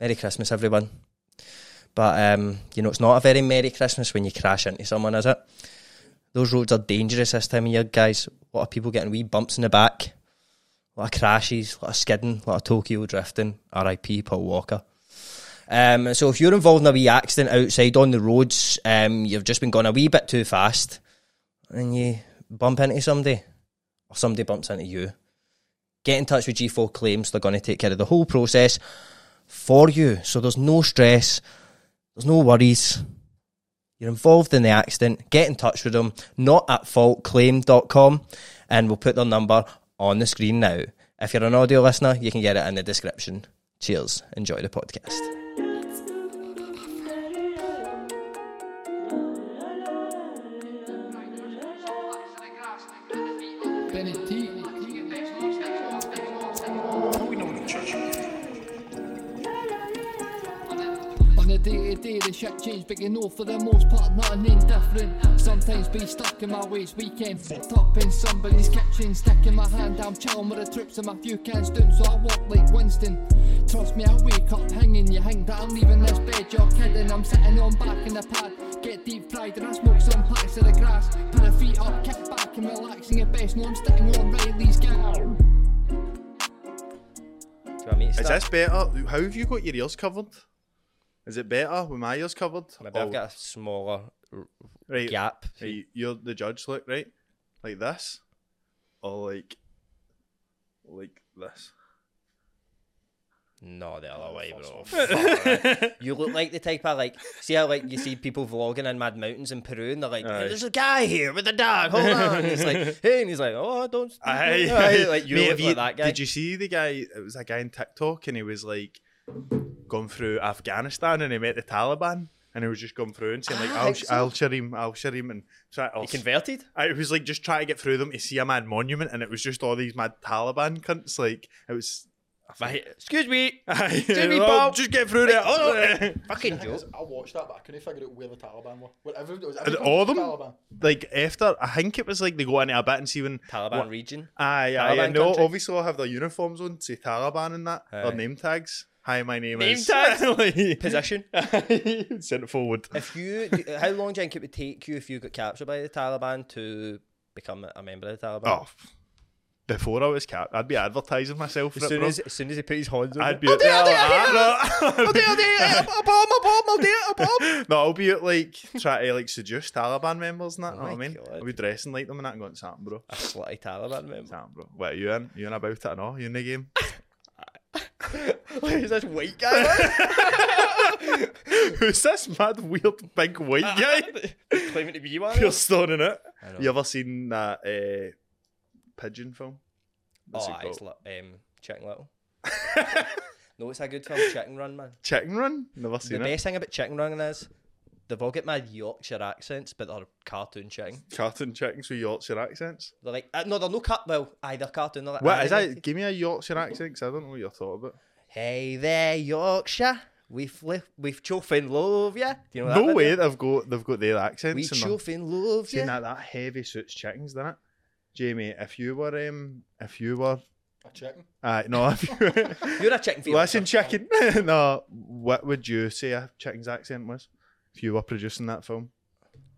Merry Christmas, everyone. But, um, you know, it's not a very Merry Christmas when you crash into someone, is it? Those roads are dangerous this time of year, guys. A lot of people getting wee bumps in the back, a lot of crashes, a lot of skidding, a lot of Tokyo drifting. RIP, Paul Walker. Um, so if you're involved in a wee accident outside on the roads, um, you've just been going a wee bit too fast, and you bump into somebody, or somebody bumps into you, get in touch with G4 Claims. They're going to take care of the whole process for you. So there's no stress, there's no worries. You're involved in the accident, get in touch with them, not at faultclaim.com, and we'll put their number on the screen now. If you're an audio listener, you can get it in the description. Cheers. Enjoy the podcast. On a day to day, the shit change, but you know for the most part, nothing indifferent. Sometimes be stuck in my ways, weekend fucked up in somebody's kitchen. Sticking my hand, I'm chilling with the trips and my few cans down, so I walk like Winston. Trust me, I wake up hanging, you hang that I'm leaving this bed, you're kidding. I'm sitting on back in the pad, get deep fried, and I smoke some packs of the grass. Put the feet up, kick back and relaxing at best. No, I'm sitting on Riley's gal. Do you want me to Is start? this better? How have you got your ears covered? Is it better with my ears covered? Maybe Oh, I've got a smaller r- right, gap. right, You're the judge, look, right? Like this? Or like like this. No, the other way, bro. Fuck, right. you look like the type I like. See how like you see people vlogging in mad mountains in Peru, and they're like, Aye. hey, "There's a guy here with a dog. Hold on." And he's like, "Hey," and he's like, "Oh, I don't." speak English." like you Mate, look have like that guy. Did you see the guy? It was a guy in TikTok and he was like going through Afghanistan and he met the Taliban and he was just going through and saying like Ah, I'll, like so- I'll share him, I'll share him and try I'll, He converted? I was like just trying to get through them to see a mad monument and it was just all these mad Taliban cunts like it was Right. Excuse me. Aye, Jimmy well, Bob. Just get through there. Oh, Fucking thing is, joke. I watched that, but I couldn't figure out where the Taliban were. Whatever it was, And everyone all was of them? Taliban. like after, I think it was like they go into a bit and see when Taliban what- region. Aye, aye, Taliban and they all country. obviously all have their uniforms on, say Taliban and that, Aye. their name tags. Hi, my name Name is. tags? Like- Position. Sent it forward. If you, do- how long do you think it would take you if you got captured by the Taliban to become a member of the Taliban? Oh, f- before I was capped, I'd be advertising myself. as for it, soon bro. as, as soon as he put his hands on, I'd Oh, it, be. at- I'd be- No, I'll be at like trying to like seduce Taliban members and that. know what I Oh my mean, God. I'll be dressing like them and that, and going, "Something, bro. a slutty Taliban member. Something, bro. What are you in? You in about it and all? You in the game?" Who's this white guy? Who's this mad, weird, big white guy? claiming to be you, Pure stone in it. I know. You ever seen that uh, pigeon film? What's oh, it aye, called? it's li- um, Chicken Little. no, it's a good film, Chicken Run, man. Chicken Run? Never the seen it. best thing about Chicken Run is they've all got mad Yorkshire accents, but they're cartoon chicken. Cartoon chickens with Yorkshire accents. They're like, uh, no, they're no cut. Well, aye, they're cartoon. They're like, What is animated. that? Give me a Yorkshire accent 'cause I don't know what you're talking about. Hey there, Yorkshire. We've li- we've chuffing love ya. Do you know that? No video? way they've got they've got their We accents. and they're chuffing love saying ya. that that heavy suits chickens, doesn't it? Jamie, if you were um, if you were A chicken. uh, no, if you You're a chicken. feeder. listen, chicken. no, what would you say a chicken's accent was if you were producing that film?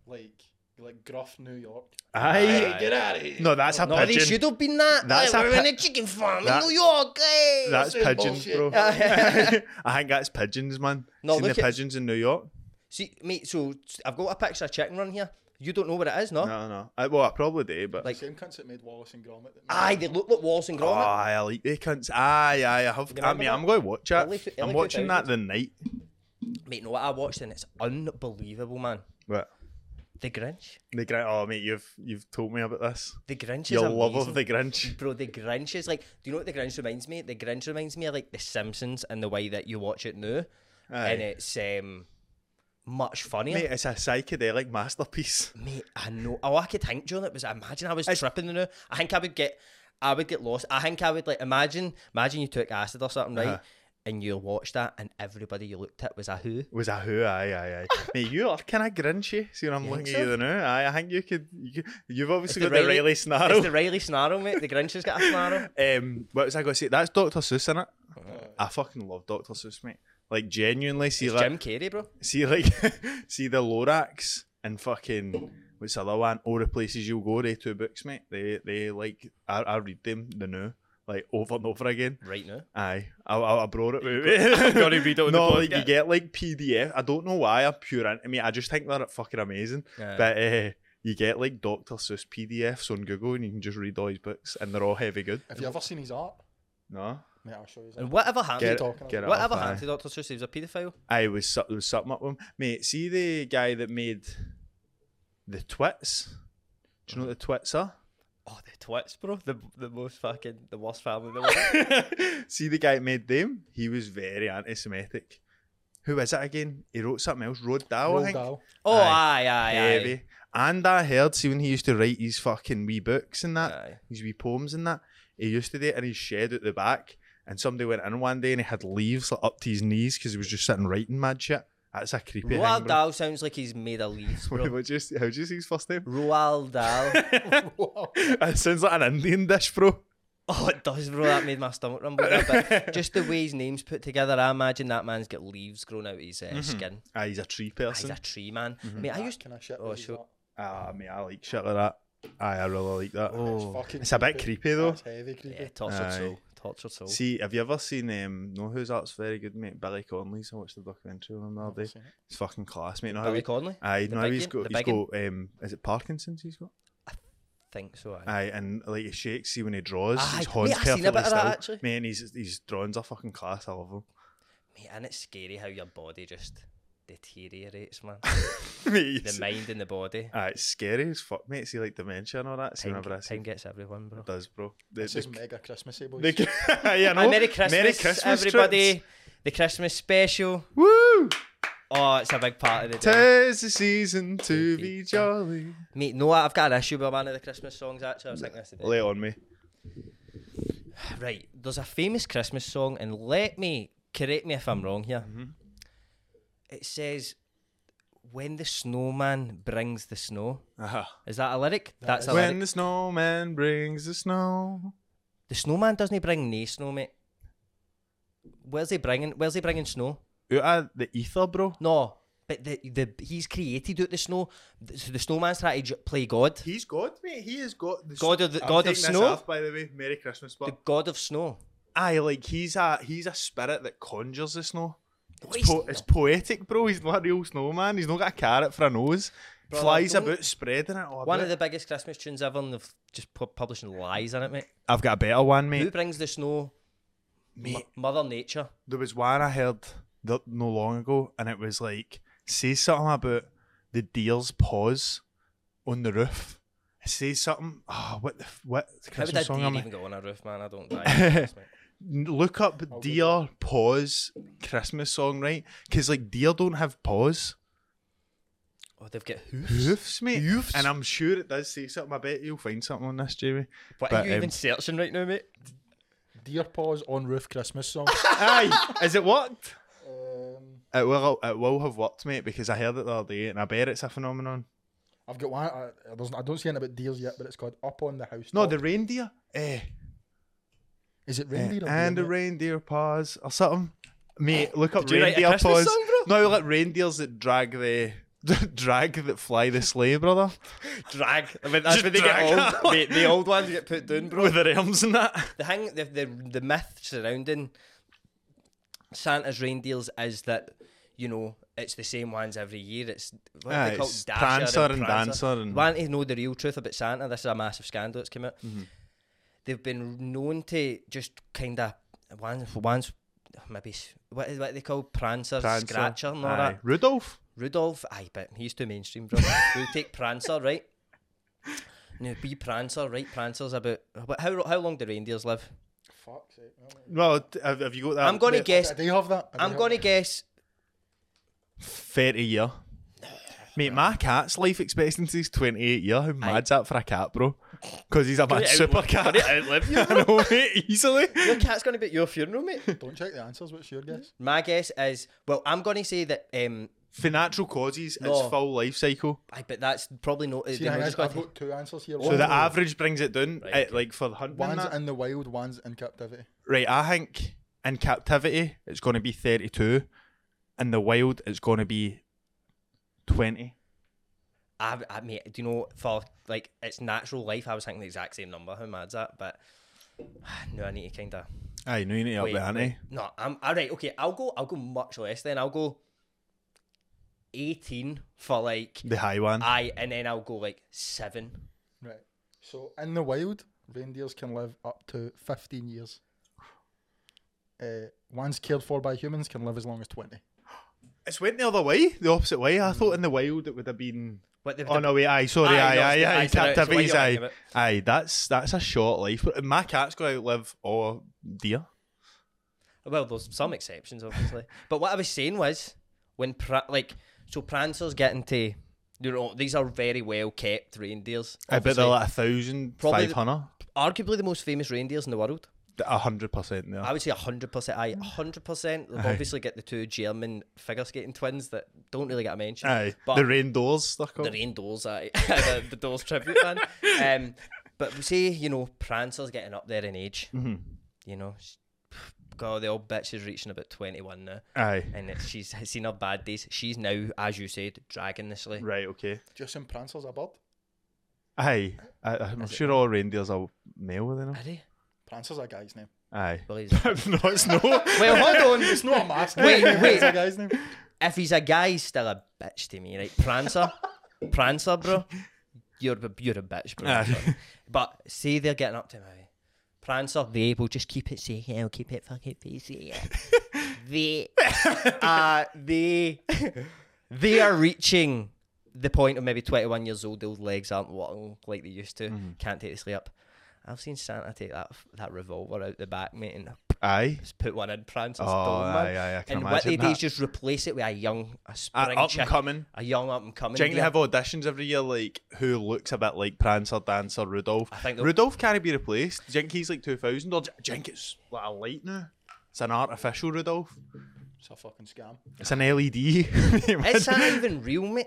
Like, like gruff New York. Aye. Get out of here. No, that's a No, they pigeon. should have been that. That's like, a we're pi- in a chicken farm that- in New York. Hey. That's This is pigeons, bullshit. bro. I think that's pigeons, man. No, Seen the look at- pigeons in New York? See, mate, so I've got a picture of chicken run here. You don't know what it is, no? No, no. I, well, I probably do, but Like- Same cunts that made Wallace and Gromit. that made- Aye, they look like Wallace and oh, Gromit. I like they cunts. Aye, aye. I have. I remember mean, that? I'm going to watch Early it. two- early I'm watching that the night. Mate, no, what I watched and it's unbelievable, man. But The Grinch. the Grinch. Oh, mate, you've you've told me about this. The Grinch is Your amazing. love of the Grinch. Bro, the Grinch is like, do you know what the Grinch reminds me? The Grinch reminds me of like The Simpsons and the way that you watch it now. And Aye. it's um, much funnier. Mate, Mate, it's a psychedelic masterpiece. I know. All I could think, John, it was imagine I was tripping the now. I think I would get, I would get lost. I think I would like imagine, imagine you took acid or something, right? Uh-huh. And you watched that, and everybody you looked at was a who. Was a who? Aye, aye, aye. mate, you are kind of grinchy. See what I'm You looking think at so? you now. Aye, I think you could. You, could- you've obviously the got the Riley- Riley It's snarl. the Riley Snarl, mate. The Grinch has got a snarl. Uh, Um, what was I going to say? That's Dr. Seuss in it. I fucking love Dr. Seuss, mate. Like genuinely, see It's like Jim Carrey, bro. see like see the Lorax and fucking what's the other one? All the places you'll go, they two books, mate. They they like I, I read them the new like over and over again. Right now. Aye, I, I, I brought it. Wait, wait. Gotta read it on the no, like you podcast. get like PDF. I don't know why I'm pure into me. I just think they're fucking amazing. Aye. But uh, you get like Doctor Seuss PDFs on Google, and you can just read all his books, and they're all heavy good. Have you ever seen his art? No, Mate, I'll show you. his And art. whatever happened, get talking it, about? get it. whatever off, aye. happened to Doctor Seuss? He was a paedophile. I was su- there was something up with him, mate. See the guy that made the twits. Do you know what the twits are? Oh, the twits, bro. The the most fucking the worst family in the world. See the guy that made them. He was very anti-Semitic. Who is it again? He wrote something else. Rod Dahl, I Roald think. Dahl. oh, aye, Aye. aye, aye. Heavy. And I heard, see, when he used to write his fucking wee books and that, Aye. his wee poems and that, he used to do it in his shed at the back. And somebody went in one day and he had leaves like, up to his knees because he was just sitting writing mad shit. That's a creepy Roald thing. bro. Dahl sounds like he's made of leaves, Wait, bro. what'd you s- how'd you say his first name? Roald Dahl. It sounds like an Indian dish, bro. Oh, it does, bro. That made my stomach rumble. a bit. But just the way his name's put together, I imagine that man's got leaves growing out of his uh, skin. Ah, he's a tree Ah, He's person. a tree man. Mm-hmm. Mate, I That used to. kind of shit. Oh, with his sure. art. Ah, mate, I like shit like that. Aye, I really like that. It's Oh, fucking It's a bit creepy, though. It's heavy creepy. yeah, tortured Aye. soul. Tortured soul. See, have you ever seen um No Who's Art's very good mate, Billy Conley's? I watched the documentary on him the other day. seen it. It's fucking class, mate. Know how Billy he- Connolly? I Aye, The no, big he's un? got, The he's big un? got um, is it Parkinson's he's got? think so. Aye. Aye, and like he shakes, see when he draws, Aye, his mate, horns I seen a perfectly bit of that, still. actually. Mate, and his, his drawings are fucking class, I love them. Mate, and it's scary how your body just deteriorates, man. the mate, it's, mind and the body. aye, it's scary as fuck, mate, see like dementia and all that, see Time, whenever I see time it gets everyone, bro. does, bro. The, This the, is mega Christmassy, boys. the, yeah, I know. Aye, Merry Christmas, Merry Christmas everybody. Trips. The Christmas special. Woo! Oh, it's a big part of the day. Tis the season to be jolly. Mate, no, I've got an issue with one of the Christmas songs, actually. I was thinking this today. Lay on me. Right, there's a famous Christmas song, and let me correct me if I'm wrong here. Mm-hmm. It says, "When the snowman brings the snow." Uh-huh. Is that a lyric? That's a When lyric. the snowman brings the snow. The snowman doesn't bring nay snow, mate. Where's he bringing? Where's he bringing snow? Out of the ether, bro. No, but the the he's created out the snow. th- So the snowman's trying to j- play God, He's God, mate. He is God. The God of the- God of taking this snow? off, by the way, Merry Christmas. But the God of snow. aye, like he's a he's a spirit that conjures the snow. What It's, is- po- it's poetic, bro. He's not a real snowman. He's not got a carrot for a nose. Bro, Flies don't- about spreading it. all one of about. the biggest Christmas tunes ever, and they've just pu- publishing lies in it, mate. I've got a better one, Who mate. brings the snow? M- Mate, Mother Nature. there was one I heard th- no long ago, and it was like say something about the deer's paws on the roof. Say something. Oh, what the f- what How Christmas would a song deer am I? even Oh, go on a roof, man? I don't die. Christmas, mate. N- Look up deer paws Christmas song, right? Because like deer don't have paws, oh, they've got hoofs. hoofs, mate. Hoofs. And I'm sure it does say something. I bet you'll find something on this, Jamie. What But, are you even um, searching right now, mate? Deer Paws on Roof Christmas song. Aye, is it worked? um, It will. It will have worked, mate, because I heard it the other day, and I bet it's a phenomenon. I've got one. I, I, there's- I don't see anything about deers yet, but it's called Up on the House. No, the reindeer. Eh. is it Eh, reindeer? or and deer, the mate? reindeer paws or something. Mate, look up Did you write a reindeer Christmas paws. song, bro? No, like reindeers that drag the drag that fly the sleigh, brother. Drag. I mean, Just drag. mate, the old ones get put down, bro. With their arms and that. The thing, the, the, the myth surrounding Santa's reindeers is that, you know, it's the same ones every year. It's what are Aye, they called? it's Dasher Prancer and Prancer. Dancer and- Want to know the real truth about Santa? This is a massive scandal that's come out. Mm-hmm. They've been known to just kind of, once, once maybe, s- what, is- what are they called? Prancer, Prancer. Scratcher and all Aye. that. Rudolph. Rudolph, aye, but he's too mainstream, bro. we'll take Prancer, right? Now, be Prancer, right? Prancer's about about- how how long do reindeers live? Fuck's sake, no, mate. Well, t- have, have you got that? I'm gonna that guess. I do have that. I do I'm have gonna that. guess. thirty year. Mate, my cat's life expectancy is 28 year. How mad's that for a cat, bro? Because he's a mad super cat. I know, mate, easily. Your cat's gonna be at your funeral, mate. Don't check the answers. What's your guess? My guess is well, I'm gonna say that. Um, For natural causes, No. it's full life cycle. aye, but that's probably not. See, they're the thing not is, gonna I've take- got two answers here. So One- the average brings it down, Oh. Right, eh, okay. like for the hunting. and one's that. in the wild, one's in captivity. Right, I think in captivity it's going to be 32, In the wild, it's going to be 20. I, I mate, do you know for like its natural life, I was thinking the exact same number. How mad's that? But no, I need to kind of Aye, no, you need to up wait, the ante. wait. No, I'm all right. Okay, I'll go. I'll go much less. Then I'll go eighteen for like The high one. I, and then I'll go like seven. Right. So in the wild, reindeers can live up to 15 years. Uh, ones cared for by humans can live as long as 20. It's went the other way, the opposite way. I thought in the wild it would have been. But the, Oh no, wait, aye, sorry, Aye, aye, no, aye, it's- aye, aye, sorry, so what captivities, you're aye, thinking aye. That's that's a short life. But My cat's going to outlive all deer. Well, there's some exceptions, obviously. but what I was saying was when pra- like so Prancers get into you know these are very well kept reindeers. I bet Obviously, they're like a thousand, Probably five the- hundred, arguably the most famous reindeers in the world. a hundred percent there. I would say hundred percent. I hundred percent. They've obviously got the two German figure skating twins that don't really get a mention. Aye, but the rain doors. They're called. the rain doors, aye. the, the doors tribute band. Um, but we say, you know, Prancer's getting up there in age. Mm-hmm. You know, she- God, the old bitch is reaching about 21 now. Aye, And it's, she's seen her bad days. She's now, as you said, dragging this league. right, okay. Do you assume Prancer's a bird? Aye, I, I'm sure all reindeers are male within them. Are they? Prancer's a guy's name. Aye. Well, he's- no, it's no. well, hold on. It's not a mask. Wait, wait. It's a guy's name. If he's a guy, he's still a bitch to me, right? Prancer. Prancer, bro. You're, a- you're a bitch, bro. Aye. But say they're getting up to me. Prancer, they will just keep it safe. I'll keep it fucking PC. they, uh, they, they are reaching the point of maybe 21 years old. Those legs aren't walking like they used to. Can't take the sleep. I've seen Santa take that that revolver out the back, mate, and Aye. just put one in Prancer's Oh, dome, man. aye, aye, I can and what they imagine do is that. just replace it with a young, a Uh, spring up chick, and coming. a young up and coming. Do you think they deer. have auditions every year, like who looks a bit like Prancer, Dancer, Rudolph? I think they'll- Rudolph can't be replaced. Do you think he's like 2000 or do you think it's like a light now? It's an artificial Rudolph. It's a fucking scam. It's an E LED. Is that even real, mate?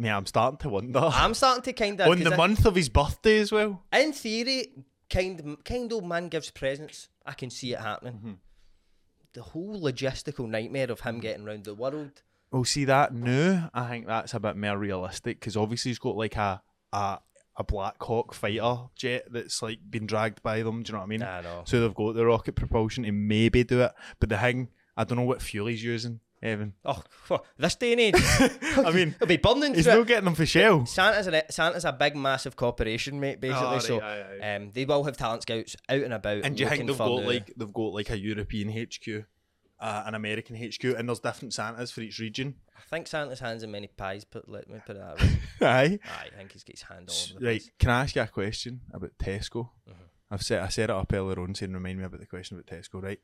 Man, I'm starting to wonder. I'm starting to kind of On the month of his birthday as well. In theory, kind kind old man gives presents. I can see it happening. Mm-hmm. The whole logistical nightmare of him getting round the world. We'll see that now. I think that's a bit more realistic because obviously he's got like a, a a Black Hawk fighter jet that's like been dragged by them. Do you know what I mean? I know. So they've got the rocket propulsion to maybe do it, but the thing I don't know what fuel he's using, Evan. Oh, this day and age, I mean, he'll be burning he's through not it. getting them for shell. Santa's a Santa's a big massive corporation, mate. Basically, right, so aye, Um, they will have talent scouts out and about. And do you think looking they've for got new- like they've got like a European HQ, uh, an American HQ, and there's different Santas for each region? I think Santa's hands in many pies. Put let me put it that way. Aye. Aye, I think he's got his hand all over the Right, place. can I ask you a question about Tesco? I've said I said it up earlier on saying remind me about the question about Tesco, right?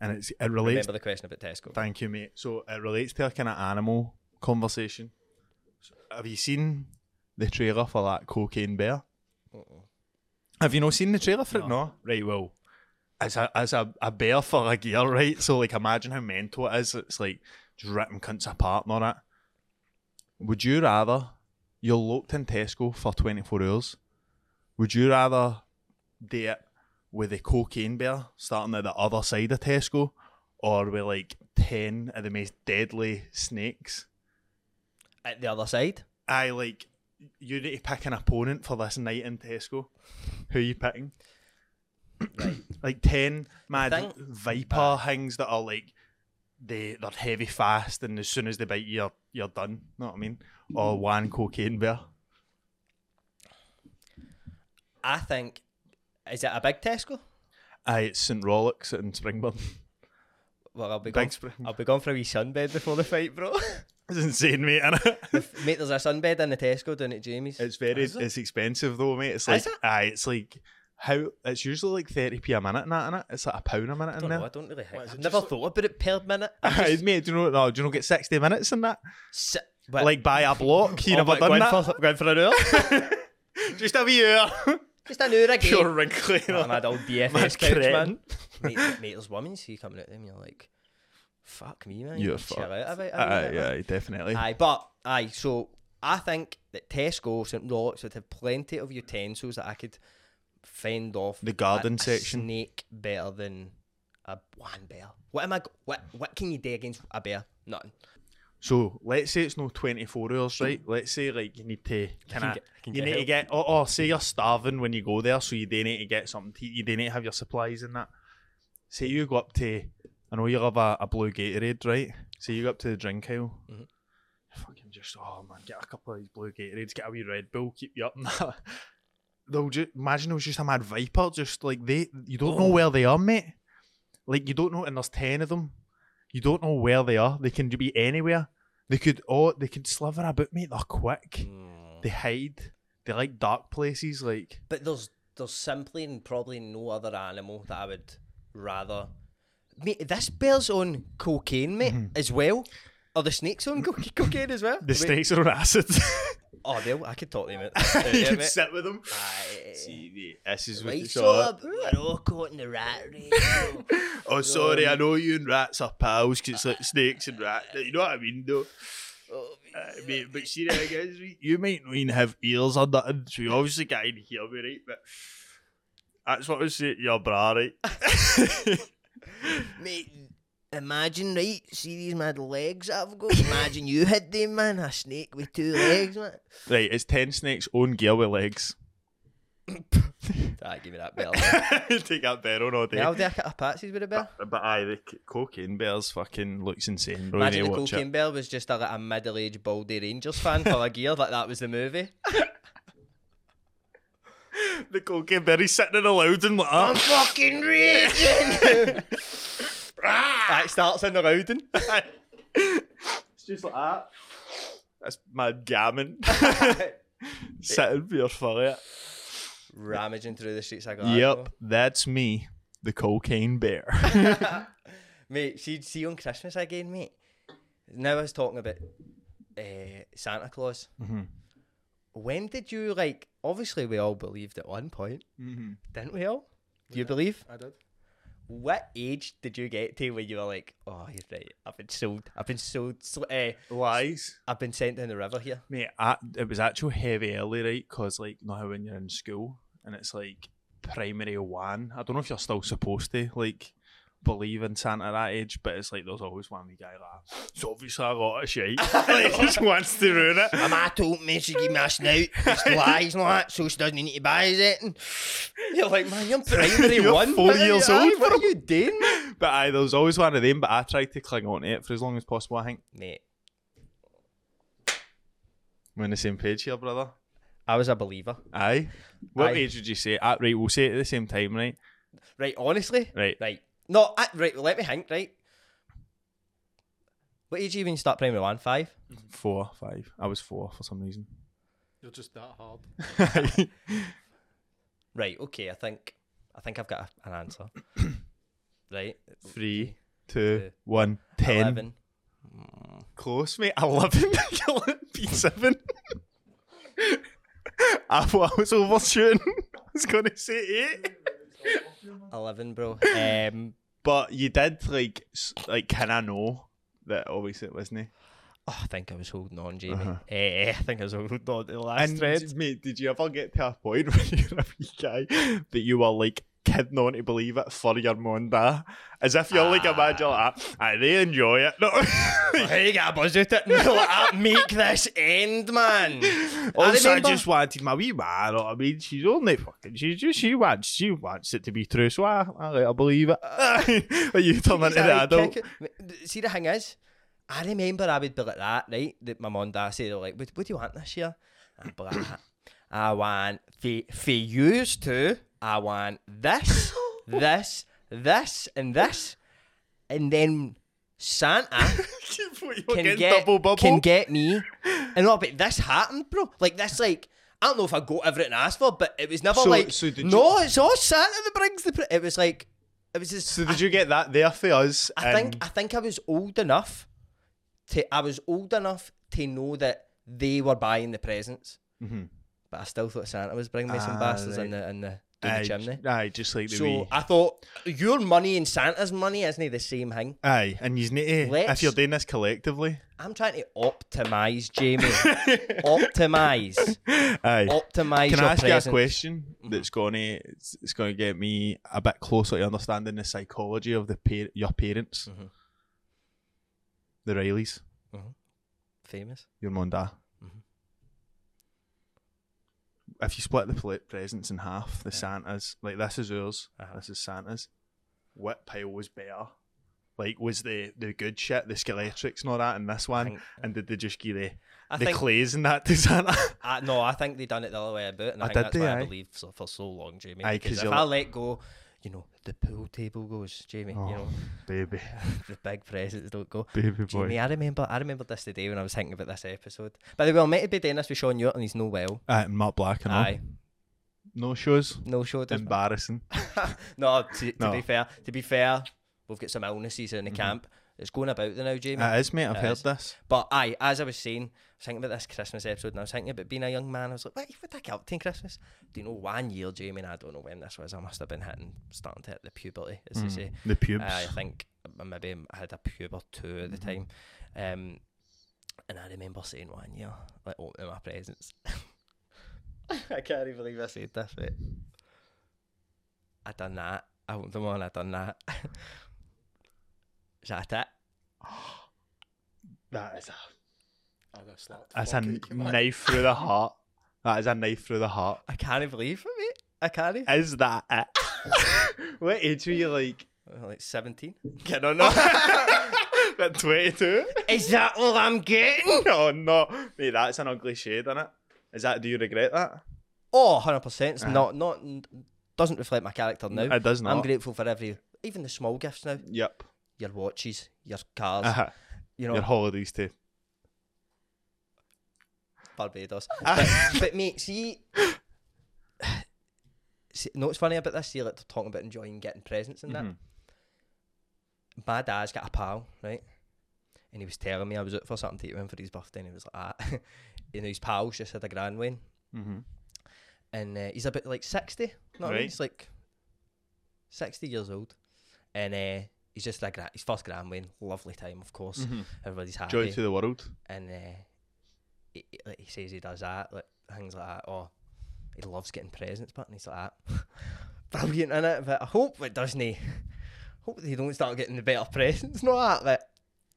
And it's it relates Remember the question about Tesco? thank you, mate. So it relates to a kind of animal conversation. So, have you seen the trailer for that cocaine bear? Have you not seen the trailer for it? No. Right, well. As a as a, a bear for a gear, right? So like imagine how mental it is. It's like just ripping cunts apart and all that. Would you rather you're locked in Tesco for 24 hours. Would you rather do it with a cocaine bear starting at the other side of Tesco or with like 10 of the most deadly snakes? At the other side. I like, you need to pick an opponent for this night in Tesco. Who are you picking? like 10 mad think- viper things that are like, they, they're heavy fast and as soon as they bite you, you're, you're done. Know what I mean? Or one cocaine bear. I think is it a big Tesco? Aye, it's St. Rollox in Springburn. Well, I'll be Big going. spring. I'll be going for a wee sunbed before the fight, bro. It's insane, mate. Mate, there's a sunbed in the Tesco down at Jamie's. It's very, it's expensive though, mate. It's like, Is it? aye, it's like how it's usually like thirty p a minute, and that, innit? It's like a pound a minute I in don't know. I there. don't really. Think. is I've it never thought about it per minute. Aye, mate, do you know? No, do you know? Get sixty minutes in that, S- but- like buy a block. You Oh, never but done going that. for- going for an hour. Just a wee hour. Just an hour again. Pure wrinkly. I'm had old DFS couch, cretin. man. Mate, mate, there's women see you coming at them. You're like, fuck me, man. You're chill fucked. out about it, Aye, man. aye, definitely. Aye, but aye. So I think that Tesco St. Rollocks would have plenty of utensils that I could fend off The garden a- a section. snake better than a one bear. What am I? g- What what can you do against a bear? Nothing. So let's say it's no 24 hours, right? Let's say like you need to kind of get- I can you get need to help. get oh, oh say you're starving when you go there, so you do need to get something to eat. You do need to have your supplies and that. Say you go up to I know you love a, a blue Gatorade, right? Say you go up to the drink aisle. Mhm. Fucking just oh man, get a couple of these blue Gatorades, get a wee Red Bull, keep you up. And that. They'll just imagine it was just a mad viper, just like they you don't know Oh. where they are, mate. Like you don't know, and there's ten of them. You don't know where they are. They can be anywhere. They could oh they could slither about, mate. They're quick. They hide. They like dark places. Like But there's there's simply and probably no other animal that I would rather. Mate, this bear's on cocaine, mate, as well. Are the snakes on co- cocaine as well? Mm-hmm. the snakes are on acid. Oh, they'll, I could talk to them. you could sit with them. Aye. Ah, this is Right, so we're all caught in the rat race. though. Oh, sorry, Ah. I know you and rats are pals because it's like snakes and rats. You know what I mean, though? I mean, but see, I guess we- you might not even have ears or nothing, so you obviously can't hear me, right? But that's what I was saying to your bra, right? Mate, imagine, right? See these mad legs I've got? Imagine you had them, man. A snake with two legs, man. Right, it's 10 snakes own gear with legs. Ah, give me that bell. Take that bear on all day. How do I cut a patsies with a bell? But aye, the c- cocaine bears fucking looks insane, bro. Imagine you the watch cocaine bell was just a, like, a middle-aged baldy Rangers fan for a gear, like that was the movie. it. The cocaine bear, he's sitting in a loud and like, "Ah, Fucking raging! that starts in the Loudon. It's just like that. That's mad gammon. Sitting for your fire. Ramaging through the streets like that. Yep, that's me, the cocaine bear. Mate, see, see on Christmas again, mate. Now I was talking about uh, Santa Claus. Mm-hmm. When did you like? Obviously, we all believed at one point, Mm-hmm. didn't we all? Do you believe? I did. What age did you get to when you were like, "Oh, you're right. I've been sold. I've been sold. Sl- uh, Lies. I've been sent down the river here." Mate, I, it was actual heavy early, right? Because, like, you know how when you're in school and it's like primary one, I don't know if you're still supposed to, like, believe in Santa at that age, but it's like there's always one wee guy like, it's obviously a lot of shit. like, he just wants to ruin it. My ma told me she gave me a snout. It's lies and all that, so she doesn't need to buy us anything. You're like, man, you're primary You're one. four What are years you- old, aye, What are you doing, man? But aye, there was always one of them, but I tried to cling on to it for as long as possible. I think mate? we're on the same page here, brother. I was a believer. Aye. What Aye. age would you say? Ah, right, we'll say it at the same time, right? Right, honestly. Right. Right. No, I, right, let me think, right? What age you even start primary one? Five? Four, five. I was four for some reason. You're just that hard. Right, okay, I think I think I've got a, an answer. right. Three, two, one, ten. uh, Eleven. Close, mate. Eleven. You're like P seven. I thought I was overshooting. I was gonna say eight, Eleven, bro. Um but you did like, s- like, can I know that? Obviously, it wasn't. He? oh, I think I was holding on, Jamie. Eh, I think I was holding on to the last Uh-huh. And thread. d- mate, did you ever get to a point when you're a wee guy that you were like kidding on to believe it for your monda? As if you're Ah. like a man, you're like, "Ah, I they enjoy it. No. Hey, you got a buzz out it. No, like, make this end, man. Also, I remember- just wanted my wee man. know what I mean, she's only fucking. She just she wants she wants it to be true, so I I, let her believe it. But you turn into the Aye, adult. kick it. See, the thing is, I remember I would be like that, right? That my mum and dad say, they're like, what, what do you want this year? I'd be like, "Uh-huh." I want, for, for yous two, I want this, this, this, and this. And then Santa can get, double bubble. can get me. And all but this happened, bro. Like, this, like, I don't know if I got everything I asked for, but it was never So- like, so did no, it's all Santa that brings the. Pr-. It was like, it was just. so did you get that there for us? I think I think I was old enough to I was old enough to know that they were buying the presents, Mhm. but I still thought Santa was bringing me some Ah, bastards right. in the in the down aye, the chimney. j- Aye, just like the So wee. I thought your money and Santa's money isn't the same thing. Aye, and you need to, Let's- if you're doing this collectively, I'm trying to optimize, Jamie. optimize, aye. optimize. Can your Mm-hmm. I ask presents. you a question that's going to it's, it's going to get me a bit closer to understanding the psychology of the par- your parents, Mhm. the Rileys, Famous. your mum and dad. Mm-hmm. If you split the pl- presents in half, the Santas like this is yours, Uh-huh. this is Santas. What pile was better? Like was the the good shit, the skeletrics and all that, in this one, think- and did they just give the I the think clays and that to Santa? I, no, I think they done it the other way about, and I, Oh, think did that's they, why aye? I believe so, for so long, Jamie. Aye, 'cause because if you're I like- let go, you know, the pool table goes, Jamie. Oh. You know, baby, the big presents don't go. baby Jamie, I remember, I remember this today when I was thinking about this episode. By the way, I'm meant to be doing this with Sean Yorton. He's no well. Uh, Matt Black and all. Aye, No shows. no show. does- Embarrassing. no, to, to No. be fair, to be fair, we've got some illnesses in the camp. It's going about the now, Jamie. It is, mate. I've It heard is. this. But aye, as I was saying, I was thinking about this Christmas episode and I was thinking about being a young man. I was like, what, what the hell in Christmas? Do you know one year, Jamie? And I don't know when this was. I must have been hitting, starting to hit the puberty, as they say. The pubes. I think maybe I had a puber two at the Mm-hmm. time. Um, and I remember saying one year, like opening my presents. I can't even believe I said this, mate. I done that. I opened them all and I done that. Is that it? that is a, I got slapped. that's a Fuck it, you man. knife through the heart. That is a knife through the heart. I can't believe it, mate. I can't. even- Is that it? what age were you like? Uh, Like 17? I don't know. At 22? Is that all I'm getting? Oh, no. Mate, that's an ugly shade, isn't it? Is that, do you regret that? Oh, 100%. It's not, not, doesn't reflect my character now. Uh-huh. It does I'm not. grateful for every, even the small gifts now. Yep. Your watches, your cars, Uh-huh. you know, Your holidays too. Barbados. but, Uh-huh. but mate, see, see, no, it's funny about this. See, like they're talking about enjoying getting presents and that. Mm-hmm. My dad's got a pal, right? And he was telling me I was out for something to eat with him for his birthday, and he was like, ah. and his pals just had a grand win, Mm-hmm. and uh, he's about like sixty. Not Right. right. he's like sixty years old, and uh, he's just like gra- his first grand win. Lovely time, of course. Everybody's happy Mm-hmm. Joy to the world. and uh, he, he- like, he says he does that, like things like that. Or he loves getting presents, but and he's like that. Brilliant in it, but I hope it doesn't. eh, Hope they don't start getting the better presents. Not that, like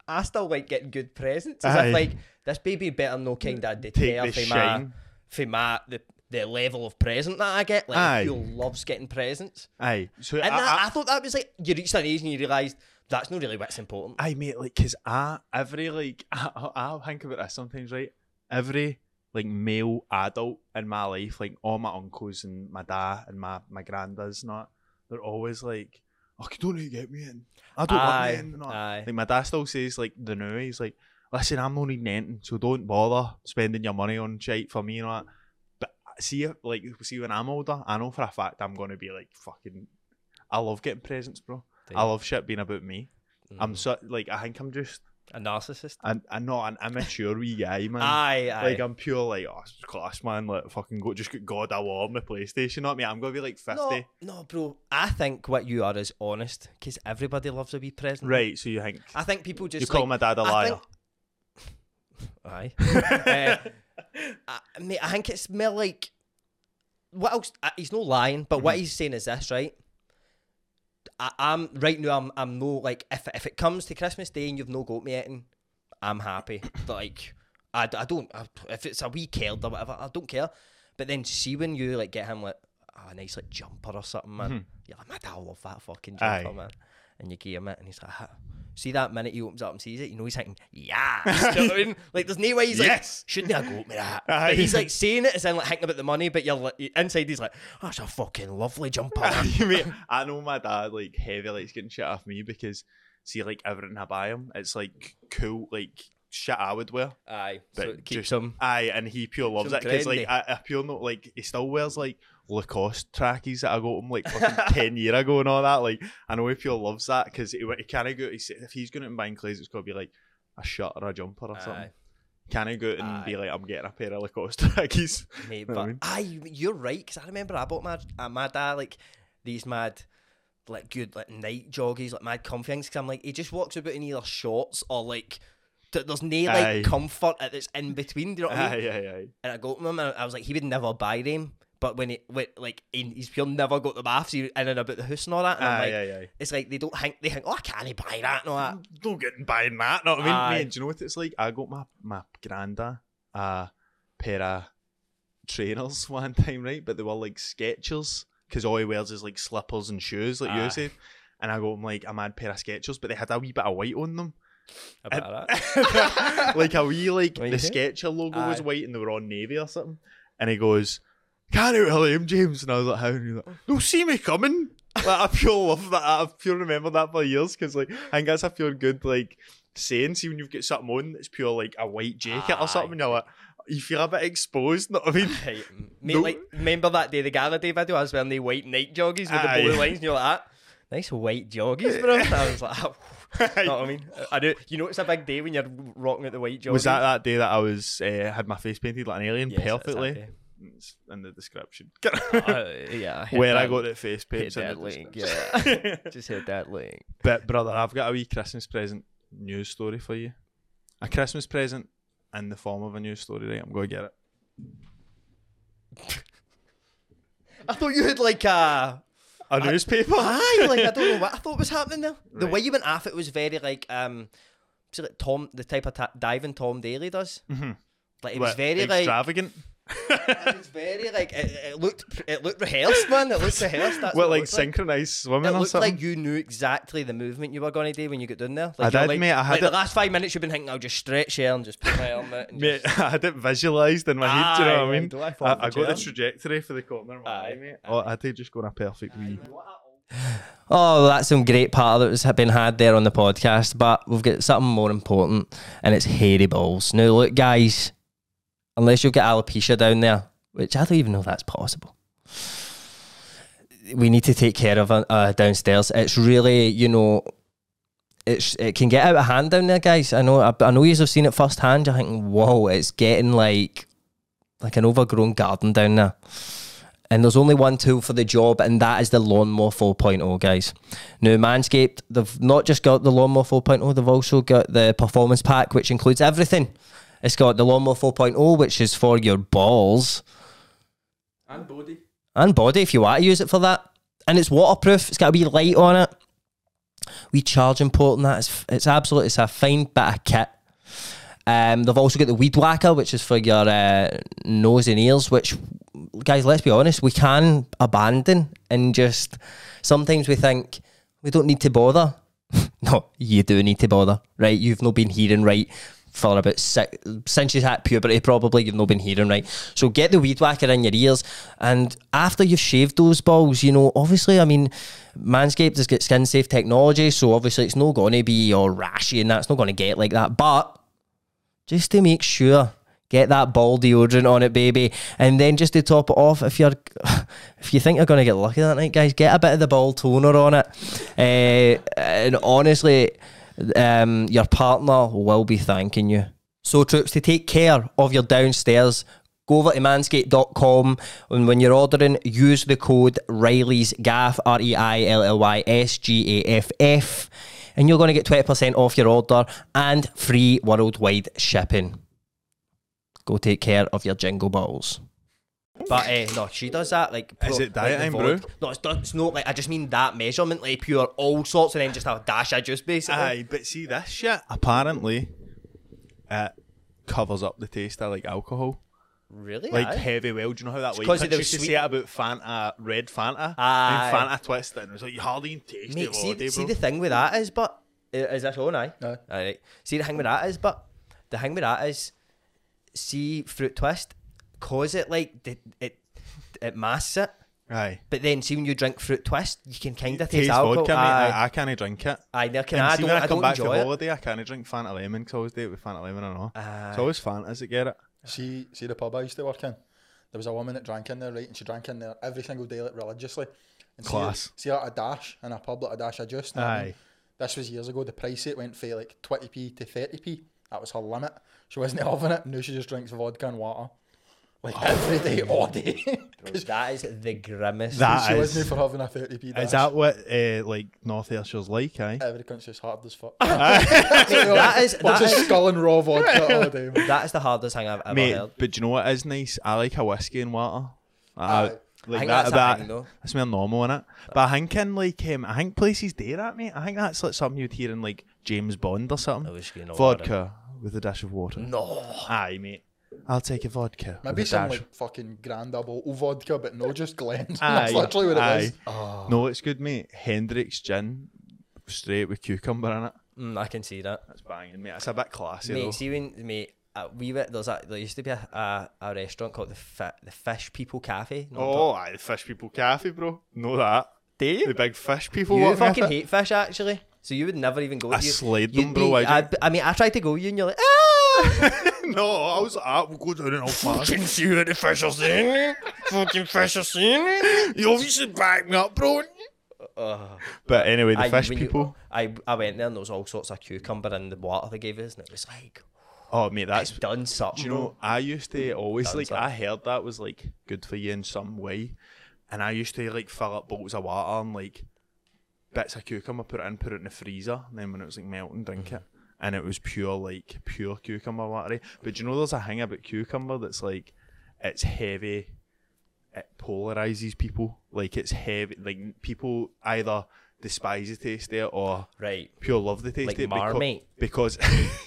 I still like getting good presents. As Aye. if like this baby better know kind of Take deter the for my shine. for my the, the level of present that I get. Aye. Like who loves getting presents. Aye. So And that, I, thought that was like you reached an age and you realised that's not really what's important. I mate, like, cause I every like I, I think about this sometimes, right? Every like male adult in my life, like all my uncles and my dad and my my granddads, and not they're always like, "Oh, you don't need to get me in. I don't Aye, want me in." and all that. aye. Like my dad still says, like the new, he's like, "Listen, I'm not needing anything, so don't bother spending your money on shit for me and all that." But uh, see, if, like, see when I'm older, I know for a fact I'm gonna be like, "Fucking, I love getting presents, bro. I love shit being about me." I'm Mm. so like I think I'm just A narcissist. I'm, I'm not an immature wee guy, man. Aye, aye. Like I'm pure like oh it's class man, like fucking go just get God I want my PlayStation, not me. I'm gonna be like fifty. No, no, bro. I think what you are is honest because everybody loves a wee present. Right, so you think I think people just you call like, my dad a I liar. think- Aye. Eh, I, mate, I think it's more like what else? Uh, he's no lying, but Mm-hmm. what he's saying is this, right? I, I'm right now. I'm I'm no like if if it comes to Christmas Day and you've no got me anything, I'm happy. But, like I, d- I don't I, if it's a wee kid or whatever, I don't care. But then see when you like get him like oh, a nice like jumper or something, man. You're like, my dad will love that fucking jumper, Mm-hmm. Aye. man. And you give him it, and he's like, "Ah." see that minute he opens up and sees it, you know he's thinking, yeah. Do you know what I mean? Like there's no way he's Yes. like, shouldn't I go with that? Aye. But he's like saying it as in like thinking about the money, but you're like, inside he's like, oh, it's a fucking lovely jumper. man." Mate, I know my dad like heavy likes getting shit off me because see like everything I buy him, it's like cool like shit I would wear. Aye, But so it keeps just- him. Aye, and he pure loves him it because like trendy. I, I pure know like he still wears like Lacoste trackies that I got him like fucking ten year ago and all that. Like I know he pure loves that because he, he kind of go. He, said if he's going to buy clothes, it's got to be like a shirt or a jumper or something. Aye. Can I go out and Aye. be like, I'm getting a pair of Lacoste trackies? mate. Know But what I mean? aye, you're right because I remember I bought my uh, my dad like these mad like good like night joggies like mad comfy things because I'm like he just walks about in either shorts or like th- there's no like Aye. comfort at this in between. Do you know what I mean? Aye, aye, aye. And I got them and I was like he would never buy them. But when he when, like he- he's pure never got them after in and about the house and all that, and I'm Aye, like, aye, aye. it's like they don't think they think, oh, I can't buy that and all that. no getting buying that. Know what I mean? Aye. Mate, do you know what it's like? I got my my granda a pair of trainers one time, right? But they were like Skechers because all he wears is like slippers and shoes, like Aye. you said. And I got him like a mad pair of Skechers, but they had a wee bit of white on them, About that. like a wee like What you the think? Sketcher logo was Aye. white and they were on navy or something. And he goes. Can't out him, James. And I was like, how? And he was like, they'll see me coming. Like, I pure love that. I pure remember that for years because, like, I think that's a pure good, like, saying. See, when you've got something on that's pure, like, a white jacket or something, and you're like, you feel a bit exposed, know what I mean? Right, m- Mate, No. like, remember that day, the Gala Day video, I was wearing the white night joggies with Aye. the blue lines, and you're like, "Ah, nice white joggies, bro. And I was like, oh. you know what I mean? I do. You know, it's a big day when you're rocking at the white joggies. Was that that day that I was, uh, had my face painted like an alien Yes, that's perfectly? that day. It's in the description. Uh, yeah. I hit Where I that- got that face paint. hit that link. Yeah. Just hit that link. But brother, I've got a wee Christmas present news story for you. A Christmas present in the form of a news story, right? I'm gonna get it. I thought you had like a. A newspaper? Aye, like I don't know what I thought was happening there. The Right. way you went off it was very like um, see, like Tom, the type of ta- diving Tom Daly does. Like it was Mm-hmm. What, very like extravagant. It's very like it, it looked it looked rehearsed, man. It looked rehearsed. That's what it like looked synchronized It swimming or looked something? like you knew exactly the movement you were going to do when you got down there. Like I you're did, like, mate, I had like the it- last five minutes you've been thinking, I'll just stretch here and just put my helmet. And Mate, just... I had it visualised in my head, do you know Aye, what I like, mean? do I fall off I, I the got the chair? trajectory for the corner of my Aye, eye, mate. Oh, I did just go on a perfect wee. Oh, that's some great part that was been had there on the podcast, but we've got something more important, and it's hairy balls. Now, look, guys, unless you've got alopecia down there, which I don't even know if that's possible. We need to take care of uh, downstairs. It's really, you know, it's it can get out of hand down there, guys. I know, I, I know, you have seen it firsthand. You're thinking, whoa, it's getting like like an overgrown garden down there. And there's only one tool for the job, and that is the Lawnmower 4.0, guys. Now, Manscaped, they've not just got the Lawnmower 4.0, they've also got the Performance Pack, which includes everything. It's got the Lawnmower 4.0, which is for your balls And body. and body if you want to use it for that. And it's waterproof. It's got a wee light on it. We charge important that it's it's absolute. It's a fine bit of kit. Um, they've also got the weed whacker, which is for your uh, nose and ears. Which, guys, let's be honest, we can abandon and just sometimes we think we don't need to bother. no, you do need to bother, right? You've not been hearing right for about six since you had puberty. Probably you've not been hearing right. So get the weed whacker in your ears, and after you've shaved those balls, you know, obviously, I mean, Manscaped has got skin safe technology, so obviously it's not going to be all rashy and that's not going to get like that, but just to make sure. Get that ball deodorant on it, baby, and then just to top it off, if you're, if you think you're gonna get lucky that night, guys, get a bit of the ball toner on it, Eh, and honestly, um, your partner will be thanking you. So, troops, to take care of your downstairs, go over to manscaped.com and when you're ordering, use the code Riley's Gaff R E I L L Y S G A F F, and you're going to get 20% off your order and free worldwide shipping. Go take care of your jingle balls. But eh, no, she does that like. Is like it the daytime, vod- bro? No, it's, not- it's not like I just mean that measurement, like pure all sorts, and then just have a dash of juice, basically. Aye, but see this shit. Apparently, it covers up the taste of like alcohol, Really? like Aye. heavy well. Do you know how that way? 'cause Because of used the to say sweet- it about Fanta, red Fanta, Aye. and Fanta twist, and it was like you hardly even taste Mate, it. see, already, see bro. the thing with that is, but eh, is that on? Aye. Aye. All right. See the thing with that is, but the thing with that is, see fruit twist, cause it like the, it it masks it. Aye. But then, see when you drink fruit twist, you can kind of taste, taste alcohol. vodka, mate. aye, I, I can't drink it. aye, there can And I see, don't, when I, I come don't back enjoy from it. holiday, I can't drink Fanta Lemon because I always do it with Fanta Lemon and all. it's always Fanta's that get it. See, see the pub I used to work in. There was a woman that drank in there, right? And she drank in there every single day, like religiously. And see- Class. See, like a dash in a pub, like a dash of juice. know what I mean? Aye. This was years ago. The price it went from like twenty p to thirty p. That was her limit. She wasn't having it. Now she just drinks vodka and water. Like every day, all day. Bro, that is the grimmest. That- she is- wasn't for having a 30p dash. Is that what uh, like North Ayrshire's like? Aye. Every country's hard as fuck. that is Lots that of is skull and raw vodka all day. man. that is the hardest thing I've ever Mate, heard. but do you know what is nice? I like a whiskey and water. I, Aye. I like think that. that's a that thing, though. that's more normal in it. But I think in like um, I think places do that, mate. I think that's like something you'd hear in like James Bond or something. A whiskey and a water. vodka with a dash of water. No, Aye, mate. I'll take a vodka. Maybe with a dash. some like fucking grand double vodka, but no, just Glen. Aye, That's literally what it is. Ah. aye. No, it's good, mate. Hendrix gin, straight with cucumber in it. mm, I can see that. That's banging, mate. It's a bit classy mate, though. see when mate, uh, we were there's a there used to be a a, a restaurant called the Fi- the Fish People Cafe. No, oh, aye, the fish people cafe, bro. Know that. do you? The big fish people. You walking fucking up it. hate fish, actually. So you would never even go. I to you. slayed You'd them, bro, Be, I I, do. I mean, I tried to go you, and you're like, ah. No, I was like, ah, we'll go down and I'll fuck. fucking see what the fish are saying. fucking fish are saying. You obviously back me up, bro. But anyway, the Uh, I- fish when you- people. I I went there and there was all sorts of cucumber in the water they gave us, and it was like oh, mate, that's. it's done something. Do you know, I used to always, Done like, something. I heard that was, like, good for you in some way. And I used to, like, fill up bottles of water and, like, bits of cucumber, put it in, put it in the freezer. And then when it was, like, melting, drink it. Mm-hmm. And it was pure, like, pure cucumber watery. But do you know, there's a thing about cucumber that's, like, it's heavy. It polarizes people. Like, it's heavy. Like, people either despise the taste of it or right? pure love the taste Like of it. becau- Marmite. Because. The,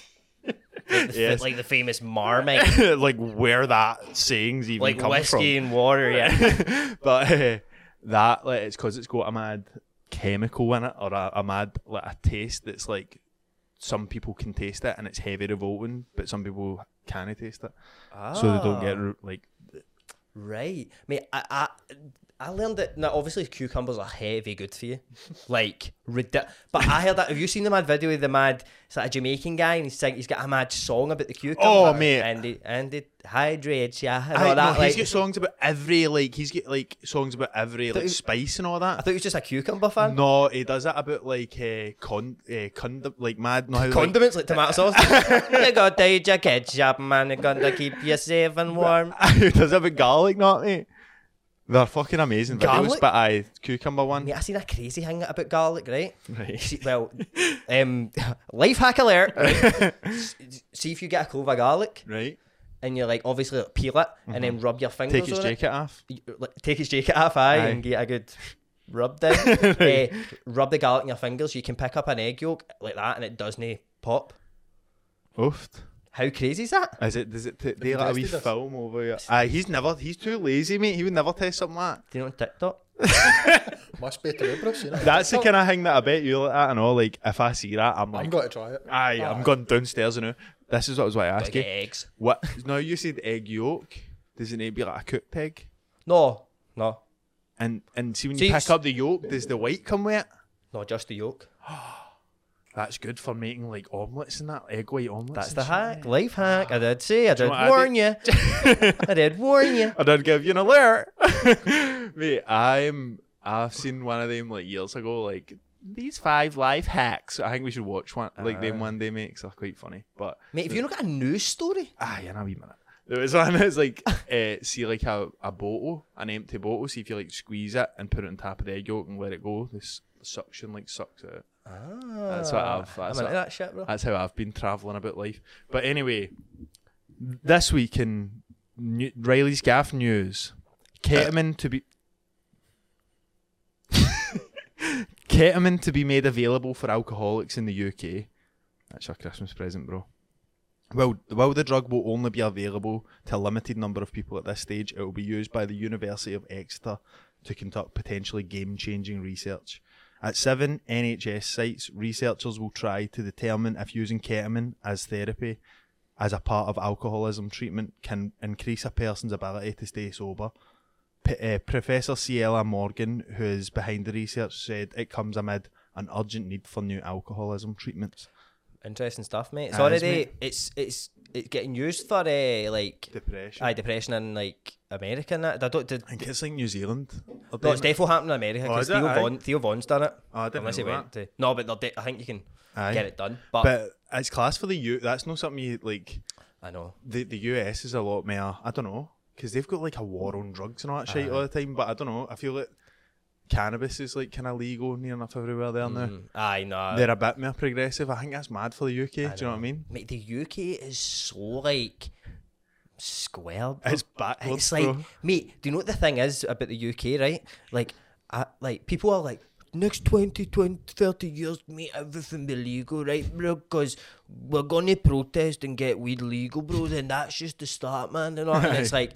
Yes. Like the famous marmite, like where that sayings even like come whiskey and water. Yeah, from. but uh, that like it's because it's got a mad chemical in it or a, a mad like a taste that's like some people can taste it and it's heavy revolting, but some people can't taste it, so they don't get re- like right, mate. I I, I learned that now. Obviously, cucumbers are heavy good for you, like ridic- But I heard that. Have you seen the mad video with the mad? It's like a Jamaican guy, and he's sing, he's got a mad song about the cucumber. Oh, mate. and it and it hydrates yeah. And I, all that, no, like, he's got songs about every like he's got like songs about every like Th- spice and all I that. thought he was just a cucumber fan. No, he does that about like uh, con uh, condom like mad. No, how, like- Condiments like tomato sauce. you got to eat your ketchup, man. You got to keep you safe and warm. Does it have a garlic not mate? They're fucking amazing Garlic? videos, but I cucumber one. Mate, I seen a crazy thing about garlic, right? Right. See, well, um, life hack alert. S- See if you get a clove of garlic Right. and you like obviously like, peel it and then rub your fingers Mm-hmm. Take his on jacket off. it. You- like, Take his jacket off, aye, Aye. and get a good rub down. Eh, rub the garlic in your fingers. You can pick up an egg yolk like that and it doesn't pop. Oofed. How crazy is that? Is it? Does it? T- they like a wee tested this? film over here. Aye, he's never. He's too lazy, mate. He would never test something like that. Do you know on TikTok? Must be Terebrus, you know. That's the kind of thing that I bet you look at and all. Like, if I see that, I'm I'm like, going to try it. aye, I'm going downstairs and now. This is what I was going to I ask get you. eggs. What? Now you said egg yolk. Doesn't it be like a cooked egg? No, no, And and see when See, you s- pick up the yolk, does the white come with it? no, just the yolk. That's good for making like omelets and that egg white omelets. That's and the shit. hack, life hack. I did say, I did know what I warn you. I did warn you. I did give you an alert. Mate, I'm I've seen one of them like years ago, like these five life hacks. I think we should watch one like them one day, mate, 'cause they're quite funny. But Mate, if you not got a news story, aye, in a wee minute. There was one that's like uh, see like a, a bottle, an empty bottle, see if you like squeeze it and put it on top of the egg yolk and let it go. This suction like sucks it. That's what I've I'm that's, into what, that shit, bro. that's how I've been travelling about life. But anyway, this week in new, Riley's Gaff News, ketamine to be ketamine to be made available for alcoholics in the UK. That's your Christmas present, bro. Well, while the drug will only be available to a limited number of people at this stage, it will be used by the University of Exeter to conduct potentially game changing research. At seven NHS sites, researchers will try to determine if using ketamine as therapy as a part of alcoholism treatment can increase a person's ability to stay sober. P- uh, Professor Ciela Morgan, who is behind the research, said it comes amid an urgent need for new alcoholism treatments. Interesting stuff, mate. It's Aye, already mate. it's it's it's getting used for uh, like Depression. aye, depression in like America and that. I don't. Did, I think it's like New Zealand. Or no, it's Denmark. definitely happening in America Oh, because is it? Theo, Aye. Von, Theo Vaughn's done it. Oh, I didn't Unless know he went that. to no, but they're de- I think you can. Aye. get it done. But, But it's class for the U. That's not something you like. I know. The the US is a lot more. I don't know because they've got like a war on drugs and all that shit all the time. But I don't know. I feel like cannabis is like kind of legal near enough everywhere there now. Mm, Aye, no. They're a bit more progressive. I think that's mad for the UK. do you know what I mean? Mate, the UK is so like square. bro. It's backwards, It's like, bro. mate, do you know what the thing is about the UK, right? Like, I, like people are like, next 20, 20, 30 years, mate, everything be legal, right, bro? Because we're going to protest and get weed legal, bro. Then that's just the start, man. And, all. and it's like,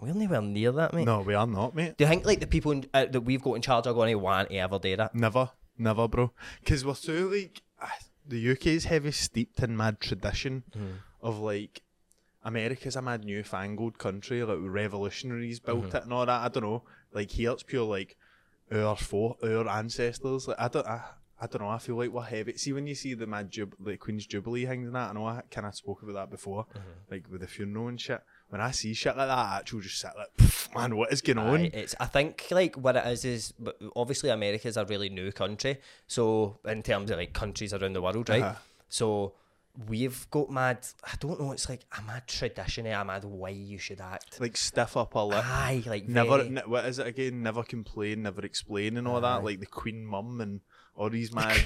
we're nowhere near that, mate. No, we are not, mate. Do you think like the people in, uh, that we've got in charge are going to want to ever do that? Never, never, bro. Because we're so like ah, the UK is heavy steeped in mad tradition Mm-hmm. of like America's a mad newfangled country, like revolutionaries built Mm-hmm. it and all that. I don't know. Like here, it's pure like our for our ancestors. Like I don't. I, I don't know. I feel like we're heavy. See, when you see the mad jub- like Queen's Jubilee things and that, I know I kind of spoke about that before, Mm-hmm. like with the funeral and shit. When I see shit like that, I actually just sit like, "Pff, man, what is going on? Aye, it's I think like what it is is but obviously America's a really new country. So in terms of like countries around the world, right? Uh-huh. So we've got mad. I don't know. It's like a mad tradition. A mad way you should act. Like stiff upper lip. Aye, like Never, very- ne- what is it again? Never complain, never explain, and all that. Like the Queen Mum and all these mad.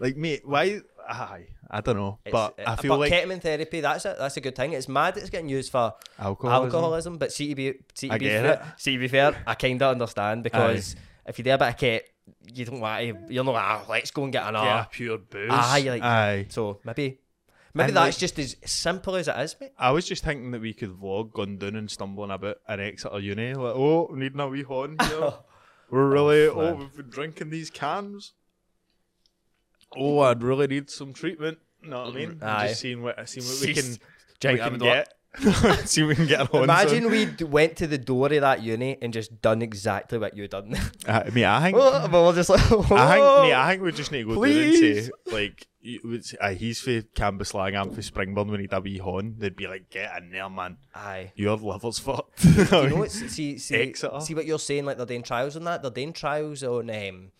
like, mate, why? Aye, I don't know. it's- but it- I feel but like ketamine therapy. That's a that's a good thing. It's mad. It's getting used for Alcoholism. but see to be see to I be get fair, see to be fair, I kind of understand because if you do a bit of ket, you don't want to. You're not like, ah, let's go and get an yeah, R. pure booze. Aye, like aye. So maybe, maybe And, that's like- just as simple as it is, mate. I was just thinking that we could vlog going down and stumbling about an Exeter uni. Like, oh, needing a wee horn here. Oh, We're really, oh, flip. we've been drinking these cans. Oh, I'd really need some treatment. Know what I mean? Aye. Just seeing what, seeing what we Jeez. can, Jake we can Amador. get. See if we can get an horn. Imagine we d- went to the door of that uni and just done exactly what you done. Uh, I mean, I think but we're just like, I "Whoa." think, mate, I think we just need to go through and oh. Please. say, like, you would say, aye, he's for Canvas Lang, I'm for Springburn when he'd have wee horn. They'd be like, get in there, man. Aye. Your liver's fucked. You know, it's, see, see, Exeter. see what you're saying. Like they're doing trials on that. They're doing trials on um,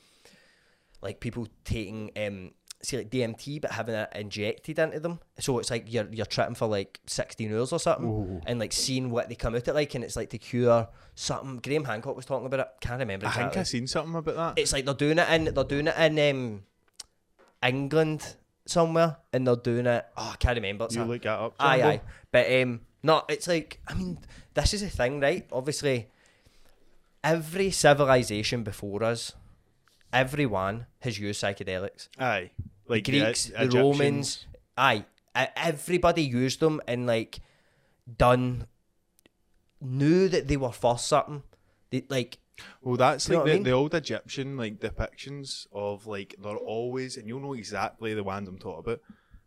like people taking um, see like DMT, but having it injected into them. So it's like you're you're tripping for like 16 hours or something, and like seeing what they come out at like, and it's like to cure something. Graham Hancock was talking about it. Can't remember. I Exactly. think I seen something about that. it's like they're doing it in they're doing it in um, England somewhere, and they're doing it. Oh, I can't remember. It's you a- look that up. aye, Jumbo. aye. But um, no, it's like I mean, this is the thing, right? Obviously, every civilization before us, everyone has used psychedelics. Aye. Like The Greeks, E- the Romans, aye, e- everybody used them and like done, knew that they were for something. They like Well, that's You know like what the, I mean? the old Egyptian like depictions of like they're always, and you'll know exactly the ones I'm talking about.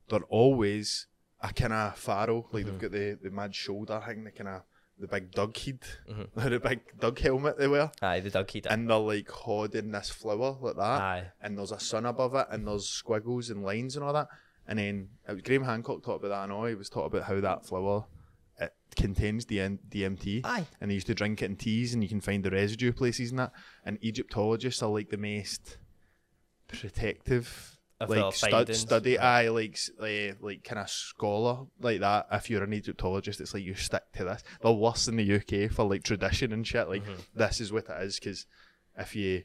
They're always a kind of pharaoh, like Mm-hmm. they've got the, the mad shoulder thing, the kind of the big dog head, Mm-hmm. the big dog helmet they wear, aye, the donkey did. and they're like holding this flower like that, Aye. and there's a sun above it, and there's squiggles and lines and all that. And then it was Graham Hancock talked about that, and all he was talking about how that flower it contains DM- DMT Aye. and they used to drink it in teas and you can find the residue places and that and egyptologists are like the most protective Of their like stu- findings. study eye like s- eh, like kind of scholar like that if you're an egyptologist it's like you stick to this they're worse in the uk for like tradition and shit like this is what it is because if you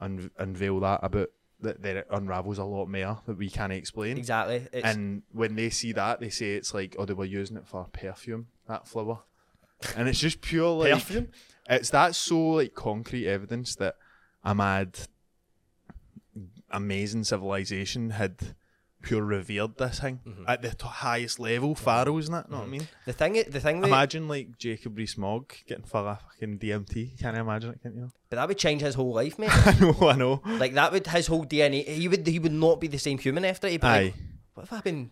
un- unveil that about that then it unravels a lot more that we can't explain Exactly. It's, and when they see that, they say it's like, oh, they were using it for perfume, that flower. And it's just pure like. Perfume? It's that so like concrete evidence that a mad, amazing civilization had pure revered this thing Mm-hmm. at the t- highest level, pharaohs and that, know what I mean? the thing, the thing. That, Imagine like Jacob Rees Mogg getting for a fucking DMT. Can you imagine it? Can't you? But that would change his whole life, mate. I know, I know. like that would his whole DNA. He would he would not be the same human after it. He'd be like, Aye. what have I been?